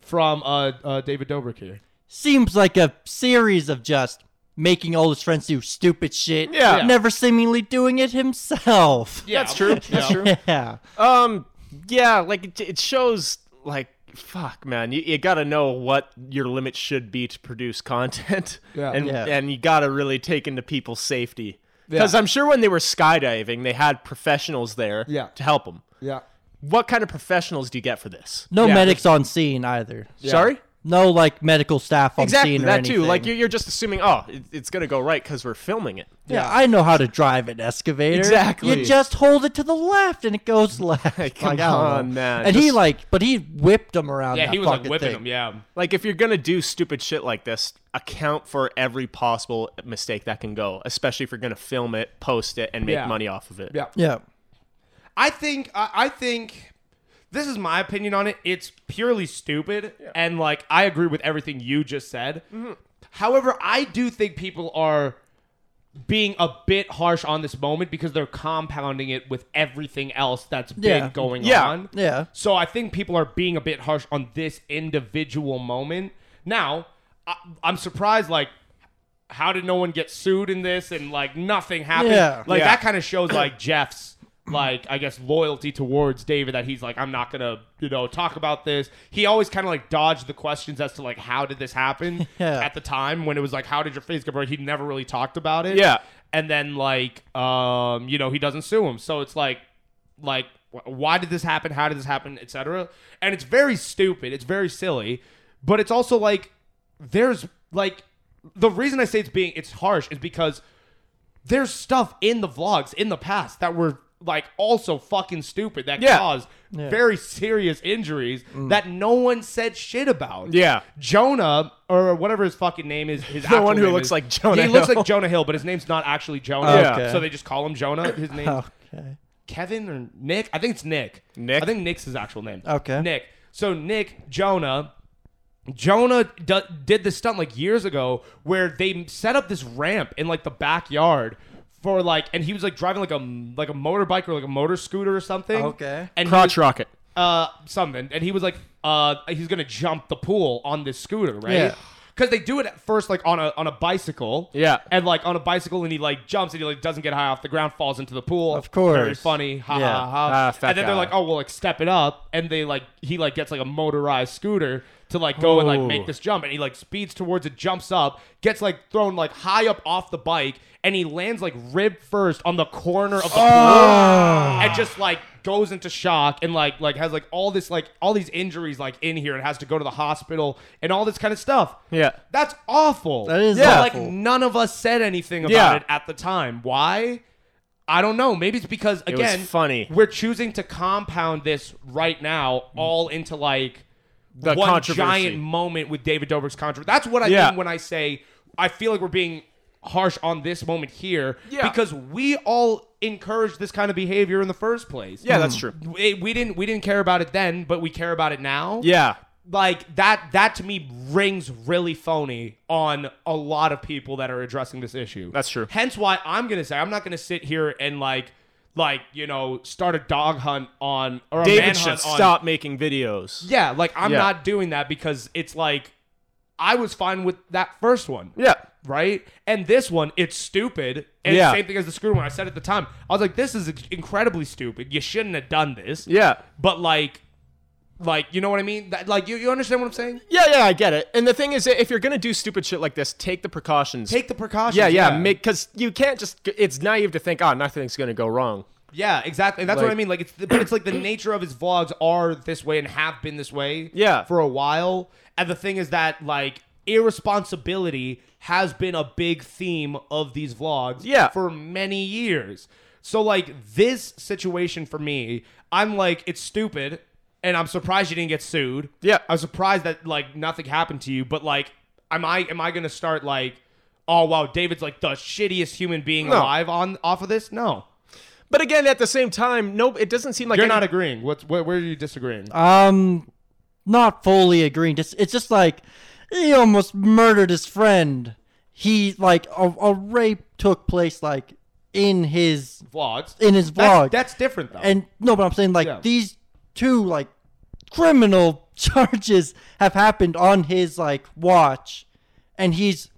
from uh, uh, David Dobrik here. Seems like a series of just making all his friends do stupid shit. Yeah. Yeah. Never seemingly doing it himself. Yeah, That's true. That's true. Yeah. Um, yeah, like it, it shows, like, fuck, man, you, you gotta know what your limit should be to produce content, Yeah. and Yeah. and you gotta really take into people's safety. Because I'm sure when they were skydiving, they had professionals there Yeah. to help them. Yeah. What kind of professionals do you get for this? No Yeah. medics on scene either. Sorry. No like medical staff on Exactly scene or that anything. too. Like you're, you're just assuming, oh, it, it's gonna go right because we're filming it. yeah, I know how to drive an excavator. Exactly. You just hold it to the left and it goes left. come I don't know. on, man. And he Just- like, but he whipped him around. Yeah, that he was like fucking whipping thing. him. Yeah. Like if you're gonna do stupid shit like this, account for every possible mistake that can go, especially if you're gonna film it, post it, and make Yeah. money off of it. Yeah. Yeah. I think I I think this is my opinion on it. It's purely stupid, And like, I agree with everything you just said. Mm-hmm. However, I do think people are being a bit harsh on this moment because they're compounding it with everything else that's Yeah. been going Yeah. on. Yeah. So I think people are being a bit harsh on this individual moment. Now, I, I'm surprised, like, how did no one get sued in this and, like, nothing happened? Yeah. Like, Yeah. that kind of shows, like, Jeff's, like, I guess, loyalty towards David that he's like, I'm not going to, you know, talk about this. He always kind of, like, dodged the questions as to, like, how did this happen Yeah. at the time when it was like, how did your face get broken? He never really talked about it. Yeah. And then, like, um, you know, he doesn't sue him. So it's like, like wh- why did this happen how did this happen etc and it's very stupid it's very silly but it's also like there's like the reason i say it's being it's harsh is because there's stuff in the vlogs in the past that were like also fucking stupid that Yeah. caused very serious injuries that no one said shit about Yeah. jonah or whatever his fucking name is his The actual one who name looks is- like Jonah he looks Hill. like jonah hill but his name's not actually jonah Yeah. Okay. so they just call him jonah his name Oh. Okay. Kevin or Nick? I think it's Nick. Nick? I think Nick's his actual name. Okay. Nick. So Nick Jonah. Jonah d- did this stunt like years ago where they set up this ramp in like the backyard for like, and he was like driving like a like a motorbike or like a motor scooter or something. Okay. And he Crotch was- rocket. uh, something, and he was like, uh, he's gonna jump the pool on this scooter, right? Yeah. Because they do it at first, like on a on a bicycle, Yeah. and like on a bicycle, and he like jumps and he like doesn't get high off the ground, falls into the pool. Of course. very funny, ha Yeah. ha ha. Ah, fat and then they're guy. like, oh well, like step it up, and they like he like gets like a motorized scooter to like go and like make this jump, and he like speeds towards it, jumps up, gets like thrown like high up off the bike, and he lands like rib first on the corner of the pool, Ah. and just like goes into shock and like like has like all this like all these injuries like in here and has to go to the hospital and all this kind of stuff. Yeah. That's awful. That is But, awful. like none of us said anything about Yeah. it at the time. Why? I don't know. Maybe it's because was again, funny. We're choosing to compound this right now, all into like The one controversy. giant moment with David Dobrik's controversy. That's what I Yeah. mean when I say I feel like we're being harsh on this moment here Yeah. because we all encouraged this kind of behavior in the first place. Yeah, that's true. We, we didn't we didn't care about it then, but we care about it now Yeah. like that that to me rings really phony on a lot of people that are addressing this issue. That's true. Hence why I'm gonna say I'm not gonna sit here and like like, you know, start a dog hunt on or a David manhunt should on stop making videos. Yeah, like I'm Yeah. not doing that because it's like I was fine with that first one Yeah. right? And this one, it's stupid. And Yeah. same thing as the screw one. I said at the time, I was like, this is incredibly stupid. You shouldn't have done this. Yeah. But like, like you know what I mean? That, like you, you understand what I'm saying? Yeah, yeah, I get it. And the thing is, if you're gonna do stupid shit like this, take the precautions. Take the precautions. yeah, yeah, make because you can't just. It's naive to think, oh, nothing's gonna go wrong. yeah, exactly. And that's what I Like- mean. Like it's, the, but it's like the nature of his vlogs are this way and have been this way. Yeah. for a while. And the thing is that like irresponsibility has been a big theme of these vlogs. Yeah. for many years. So like this situation for me, I'm like it's stupid, and I'm surprised you didn't get sued. Yeah. I'm surprised that like nothing happened to you. But like, am I am I gonna start like, oh wow, David's like the shittiest human being No. alive on off of this? No, But again, at the same time, no, it doesn't seem like you're any- not agreeing. What's where, where are you disagreeing? Um, not fully agreeing. Just it's just like he almost murdered his friend. He like a, a rape took place like in his Vlogs in his That's- vlog. Oh. That's, different though. and no, but I'm saying like Yeah. these two like criminal charges have happened on his like watch, and he's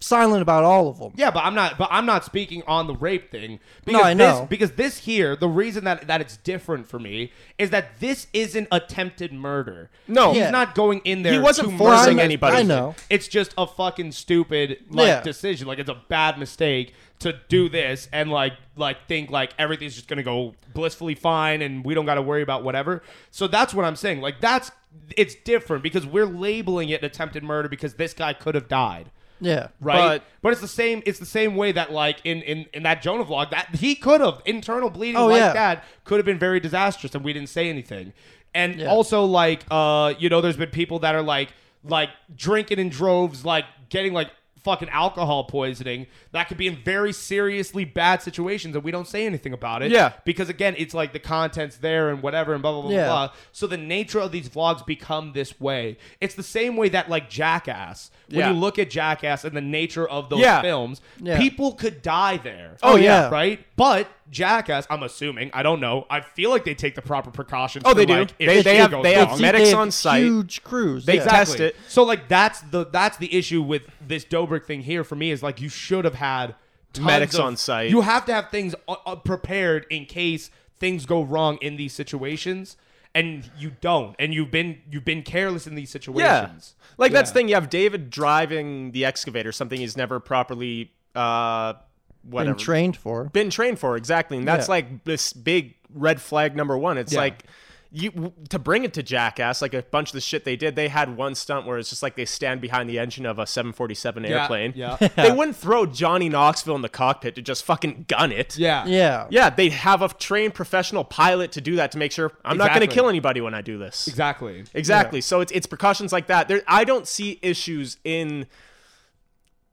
silent about all of them. Yeah, but I'm not. But I'm not speaking on the rape thing. No, I know. This, because this here, the reason that that it's different for me is that this isn't attempted murder. No. he's Yeah. not going in there. He wasn't to forcing murder. anybody. I know. It's just a fucking stupid like Yeah. decision. Like it's a bad mistake to do this and like like think like everything's just gonna go blissfully fine and we don't gotta worry about whatever. So that's what I'm saying. Like that's it's different because we're labeling it attempted murder because this guy could have died Yeah. right? But, But- it's the same. It's the same way that like in in, in that Jonah vlog that he could have internal bleeding Oh, like yeah. that could have been very disastrous, and we didn't say anything. And Yeah. also like uh you know, there's been people that are like like drinking in droves, like getting like fucking alcohol poisoning that could be in very seriously bad situations and we don't say anything about it Yeah. because again it's like the content's there and whatever and blah blah blah Yeah. blah so the nature of these vlogs become this way it's the same way that like jackass when Yeah. you look at Jackass and the nature of those Yeah. films, Yeah. people could die there. Oh, yeah. Right? But Jackass, I'm assuming, I don't know. I feel like they take the proper precautions. Oh, for, they do. like, if They- they shit have- goes they have wrong. See, medics they have on site. Huge crews. They yeah. test- it. So like that's the that's the issue with this Dobrik thing here for me is like you should have had tons Medics of- on site. You have to have things uh, uh, prepared in case things go wrong in these situations, and you don't, and you've been you've been careless in these Yeah. situations. Like that's the thing. You have David driving the excavator, something he's never properly uh whatever Been trained for. been trained for exactly, and that's Yeah. like this big red flag number one. It's like you to bring it to Jackass, like a bunch of the shit they did. They had one stunt where it's just like they stand behind the engine of a 747 airplane. yeah. they wouldn't throw Johnny Knoxville in the cockpit to just fucking gun it. Yeah. Yeah, they have a trained professional pilot to do that to make sure I'm not going to Exactly. kill anybody when I do this. Exactly. Exactly. So it's it's precautions like that. There, I don't see issues in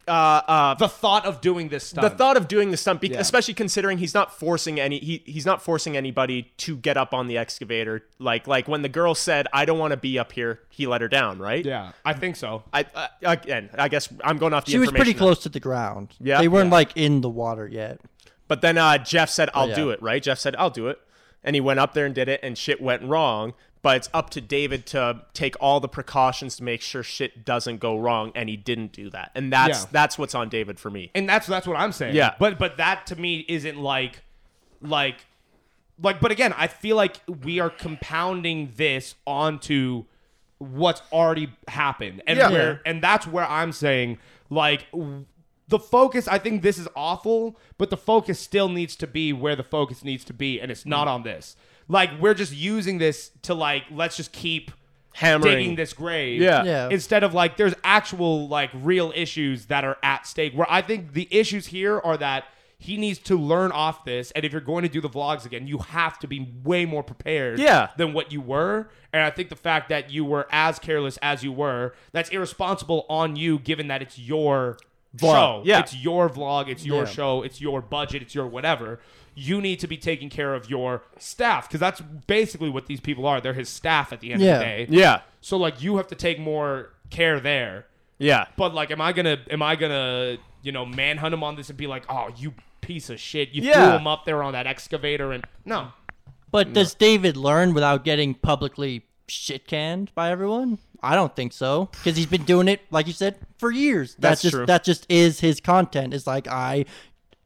uh, uh, The thought of doing this stuff. the thought of doing the stunt, bec- especially considering he's not forcing any he, he's not forcing anybody to get up on the excavator. Like like when the girl said, "I don't want to be up here," he let her down, right? Yeah, I think so. I, I again, I guess I'm going off the She was information pretty now. close to the ground. Yeah. They weren't like in the water yet. But then uh, Jeff said, "I'll Oh, yeah. do it." Right? Jeff said, "I'll do it," and he went up there and did it, and shit went wrong. But it's up to David to take all the precautions to make sure shit doesn't go wrong, and he didn't do that. And that's Yeah. that's what's on David for me. And that's that's what I'm saying. Yeah. But but that to me isn't like like like but again, I feel like we are compounding this onto what's already happened. And Yeah. where and that's where I'm saying like w- the focus I think this is awful, but the focus still needs to be where the focus needs to be and it's Mm. not on this. Like we're just using this to like let's just keep Hammering. digging this grave Yeah. Yeah. instead of like there's actual like real issues that are at stake where i think the issues here are that he needs to learn off this and if you're going to do the vlogs again you have to be way more prepared Yeah. than what you were and i think the fact that you were as careless as you were that's irresponsible on you given that it's your show Yeah. it's your vlog it's your show it's your budget it's your whatever you need to be taking care of your staff because that's basically what these people are they're his staff at the end of Yeah. the day Yeah, so like you have to take more care there. yeah. But like, am I gonna am I gonna you know manhunt him on this and be like, oh you piece of shit, you Yeah. threw him up there on that excavator and no. But does David learn without getting publicly shit canned by everyone? I don't think so, because he's been doing it, like you said, for years. That's just true. that just is his content. It's like I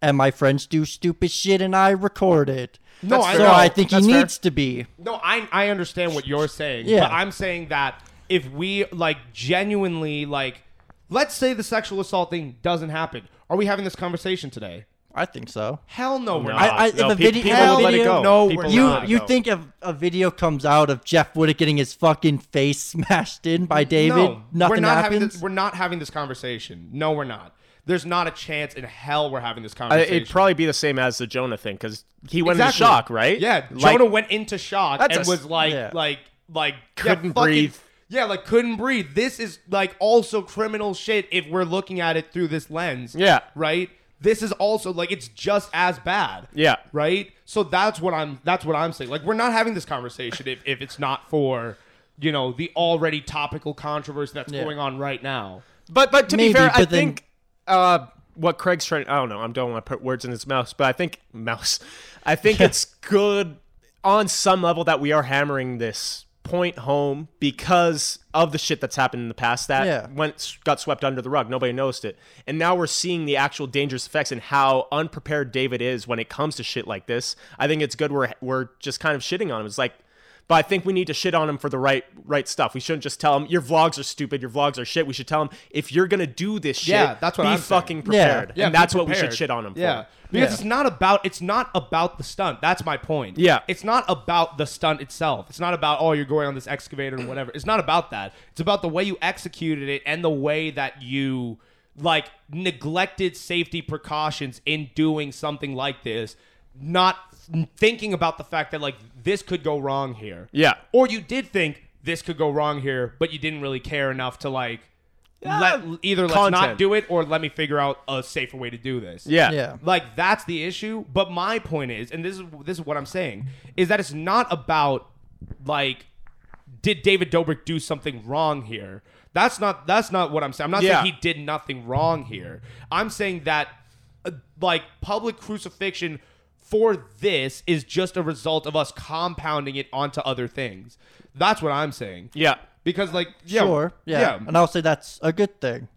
and my friends do stupid shit, and I record it. No, I so know. I think he That's fair. needs to be. No, I I understand what you're saying, Yeah. but I'm saying that if we like genuinely like, let's say the sexual assault thing doesn't happen, are we having this conversation today? I think so. Hell no, we're No. not. I, I, if no, a pe- video, people hell will let it video- go. no, People we're will You let it you go. think if a video comes out of Jeff Wood getting his fucking face smashed in by David, no, nothing we're not having happens. this. We're not having this conversation. No, we're not. There's not a chance in hell we're having this I- conversation. it'd probably be the same as the Jonah thing because he went Exactly. into shock, right? Yeah, Like- Jonah went into shock That's and a- was like, yeah. like, like yeah, Couldn't fucking- breathe. Yeah, like couldn't breathe. This is like also criminal shit if we're looking at it through this lens. Yeah. right. This is also like it's just as bad. Yeah. right. So that's what I'm. That's what I'm saying. Like we're not having this conversation if if it's not for you know the already topical controversy that's Yeah. going on right now. But but to be Maybe, fair, I but then- think uh, what Craig's trying. I don't know. I don't want to put words in his mouth, but I think mouse. I think it's good on some level that we are hammering this point home because of the shit that's happened in the past that Yeah. went got swept under the rug. Nobody noticed it, and now we're seeing the actual dangerous effects and how unprepared David is when it comes to shit like this. I think it's good we're we're just kind of shitting on him. It's like. But I think we need to shit on him for the right right stuff. We shouldn't just tell him your vlogs are stupid, your vlogs are shit. We should tell him if you're gonna do this shit, Yeah, that's what be I'm saying. fucking Yeah. prepared. Yeah, and be that's what we should prepared. shit on him Yeah. for. because it's not about it's not about the stunt. That's my point. Yeah. it's not about the stunt itself. It's not about oh you're going on this excavator and whatever. It's not about that. It's about the way you executed it and the way that you like neglected safety precautions in doing something like this. Not thinking about the fact that like this could go wrong here. Yeah. or you did think this could go wrong here, but you didn't really care enough to like. Let either let's not content. do it or let me figure out a safer way to do this. Yeah. Yeah. Like that's the issue. But my point is, and this is this is what I'm saying, is that it's not about like did David Dobrik do something wrong here? That's not that's not what I'm saying. I'm not Yeah. saying he did nothing wrong here. I'm saying that uh, like public crucifixion for this is just a result of us compounding it onto other things. That's what I'm saying. Yeah. Because like yeah, sure. Yeah. And I'll say that's a good thing.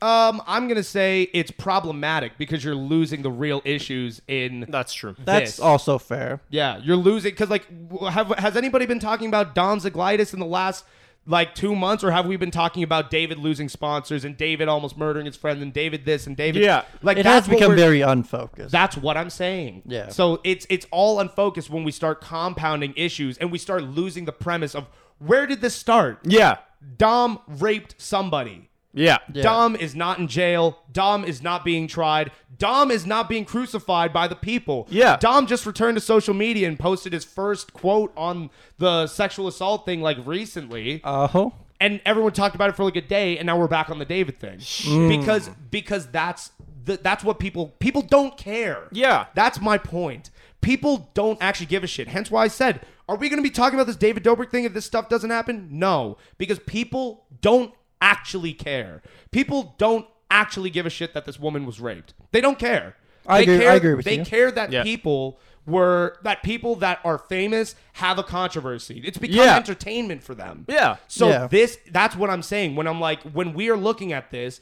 Um, I'm gonna say it's problematic because you're losing the real issues in. That's true. That's This. also fair. Yeah, you're losing because like, w- have has anybody been talking about Donzaglitis in the last like two months, or have we been talking about David losing sponsors and David almost murdering his friend and David this and David? Yeah. like It that's has what become we're- very unfocused. That's what I'm saying. Yeah. So it's it's all unfocused when we start compounding issues and we start losing the premise of where did this start? Yeah. Dom raped somebody. Yeah. Dom is not in jail. Dom is not being tried. Dom is not being crucified by the people. Yeah. Dom just returned to social media and posted his first quote on the sexual assault thing like recently. Uh huh. and everyone talked about it for like a day and now we're back on the David thing. Hmm. Because because that's the, that's what people people don't care. Yeah. That's my point. People don't actually give a shit. Hence why I said, are we going to be talking about this David Dobrik thing if this stuff doesn't happen? No, because people don't actually care. People don't actually give a shit that this woman was raped. They don't care. I they agree- care, I agree with They you. care that Yeah. people were that people that are famous have a controversy. It's become Yeah. entertainment for them. Yeah. So Yeah. this that's what I'm saying when I'm like when we are looking at this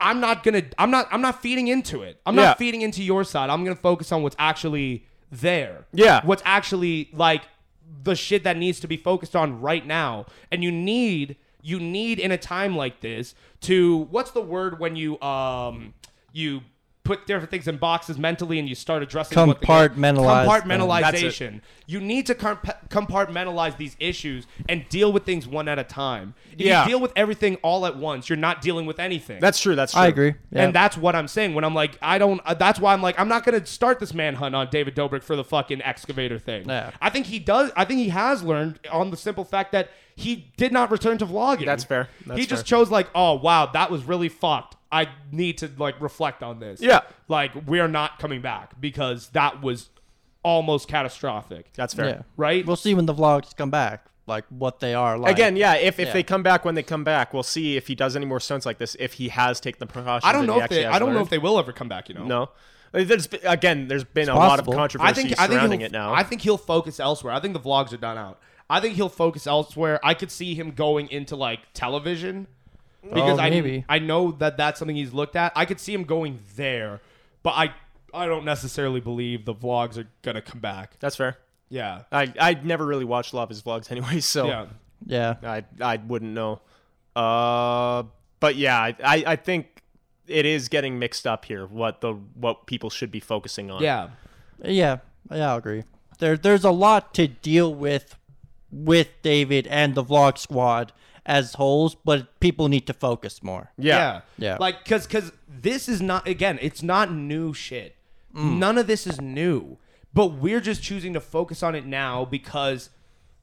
I'm not gonna. I'm not. I'm not feeding into it. I'm Yeah. not feeding into your side. I'm gonna focus on what's actually there. Yeah. What's actually like the shit that needs to be focused on right now. And you need. You need in a time like this to what's the word when you um you put different things in boxes mentally and you start addressing what the- Compartmentalize That's compartmentalization it. compartmentation. You need to comp- compartmentalize these issues and deal with things one at a time. If Yeah. you deal with everything all at once, you're not dealing with anything. That's true. That's true. I agree. Yeah. And that's what I'm saying when I'm like, I don't. Uh, that's why I'm like, I'm not gonna start this manhunt on David Dobrik for the fucking excavator thing. Yeah. I think he does. I think he has learned on the simple fact that he did not return to vlogging. That's fair. That's he just fair. chose like, oh wow, that was really fucked. I need to like reflect on this. Yeah. Like we're not coming back because that was almost catastrophic. That's fair. Yeah. Right. We'll see when the vlogs come back, like what they are like. Again, yeah. If, if Yeah. they come back when they come back, we'll see if he does any more stunts like this. If he has taken the precautions. I don't that know he if actually they. has I don't know learned. if they will ever come back. You know. No. Like, There's been- again, there's been a lot of possible. controversy I think I think surrounding he'll- it now. I think he'll focus elsewhere. I think the vlogs are done out. I think he'll focus elsewhere. I could see him going into like television because Oh, I maybe. I know that that's something he's looked at. I could see him going there, but I I don't necessarily believe the vlogs are gonna come back. That's fair. Yeah. I I never really watched a lot of his vlogs anyway, so Yeah. Yeah. I I wouldn't know. Uh, but yeah, I, I I think it is getting mixed up here. What the what people should be focusing on. Yeah. Yeah. Yeah, I agree. There, there's a lot to deal with with David and the vlog squad as wholes, but people need to focus more. Yeah. Yeah. Like, cause, cause this is not again, it's not new shit. None of this is new, but we're just choosing to focus on it now because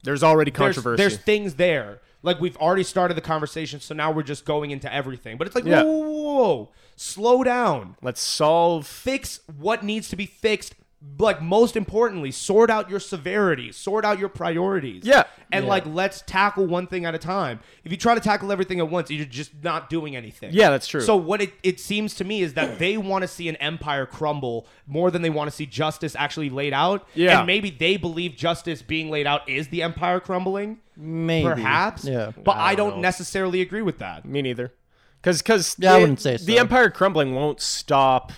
There's already there's- controversy. There's, things there. Like we've already started the conversation, so now we're just going into everything. But it's like, Yeah. whoa, whoa, whoa, whoa, slow down. Let's solve Fix what needs to be fixed like most importantly, sort out your severity, sort out your priorities. Yeah. And like let's tackle one thing at a time. If you try to tackle everything at once, you're just not doing anything. Yeah, that's true. So what it, it seems to me is that they want to see an empire crumble more than they want to see justice actually laid out. Yeah. And maybe they believe justice being laid out is the empire crumbling. Maybe. Perhaps. Yeah. But I don't, necessarily agree with that. Me neither. Because because Yeah, I wouldn't say so. the empire crumbling won't stop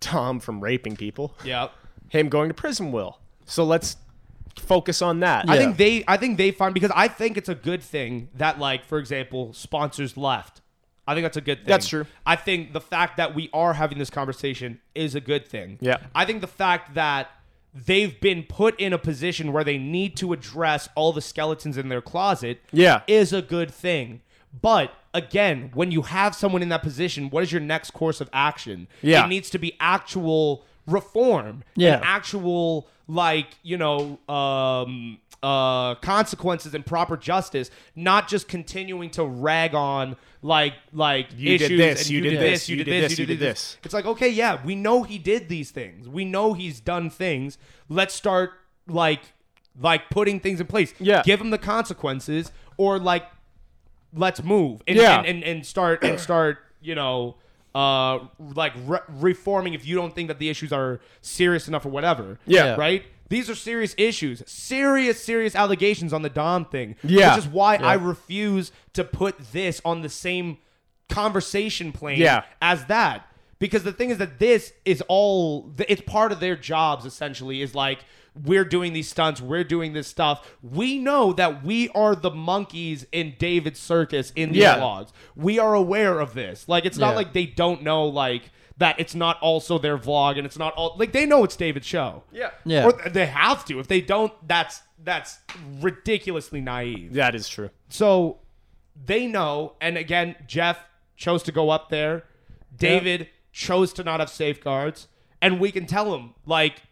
Tom from raping people. Yeah. Him going to prison will. So let's focus on that. I I think think they I think they find because I think it's a good thing that like for example sponsors left. I think that's a good thing. That's true. I think the fact that we are having this conversation is a good thing. Yeah. I think the fact that they've been put in a position where they need to address all the skeletons in their closet Yeah. is a good thing. But again, when you have someone in that position, what is your next course of action? Yeah. It needs to be actual reform. Yeah. And actual like, you know, um uh consequences and proper justice, not just continuing to rag on like like You did issues this, and you did this, you did this, you did this. It's like, okay, yeah, we know he did these things. We know he's done things. Let's start like like putting things in place. Yeah. Give him the consequences or like let's move and Yeah. and, and, and start and start, you know, uh like re- reforming if you don't think that the issues are serious enough or whatever. Yeah. Right? These are serious issues. Serious, serious allegations on the Dom thing. Yeah. Which is why I refuse to put this on the same conversation plane Yeah. as that because the thing is that this is all th- it's part of their jobs essentially is like we're doing these stunts we're doing this stuff we know that we are the monkeys in david's circus in these Yeah. vlogs we are aware of this like it's not Yeah. like they don't know like that it's not also their vlog and it's not all like they know it's david's show yeah Yeah. or th- they have to if they don't that's that's ridiculously naive that is true. so they know, and again, Jeff chose to go up there. David chose to not have safeguards, and we can tell him like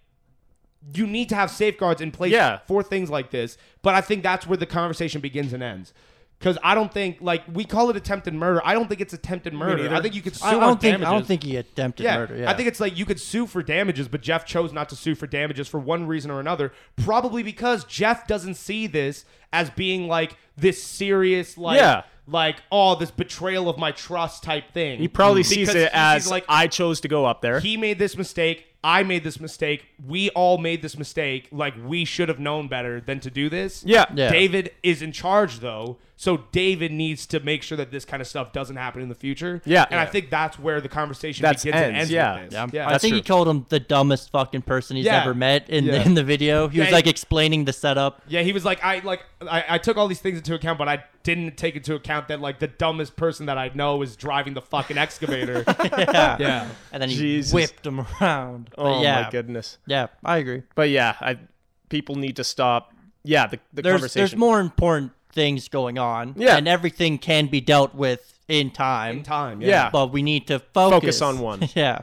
you need to have safeguards in place Yeah. for things like this. But I think that's where the conversation begins and ends. Because I don't think like we call it attempted murder. I don't think it's attempted murder. neither. I think you could sue I, I on don't think damages. I don't think he attempted Yeah. murder. Yeah. I think it's like you could sue for damages, but Jeff chose not to sue for damages for one reason or another, probably because Jeff doesn't see this as being like this serious, like, Yeah. like oh, this betrayal of my trust type thing. Mm. He probably Because sees he it as like I chose to go up there. he made this mistake. I made this mistake. We all made this mistake. Like we should have known better than to do this. Yeah. Yeah. David is in charge though, so David needs to make sure that this kind of stuff doesn't happen in the future. Yeah. and I think that's where the conversation That's begins and ends, ends. yeah. with this. Yeah, I'm- yeah. Um, I think he called him the dumbest fucking person he's Yeah. ever met in, Yeah. in the video. He was Yeah, like he- explaining the setup. Yeah, he was like, I like, I, I took all these things into account, but I didn't take into account that like the dumbest person that I know is driving the fucking excavator. yeah. yeah, And then he Jesus. whipped him around. But Oh yeah, my goodness. Yeah, I agree. But yeah, I people need to stop. Yeah, the, the There's conversation. there's more important things going on. Yeah. And everything can be dealt with in time. in time. Yeah. Yeah. But we need to focus, on one. yeah.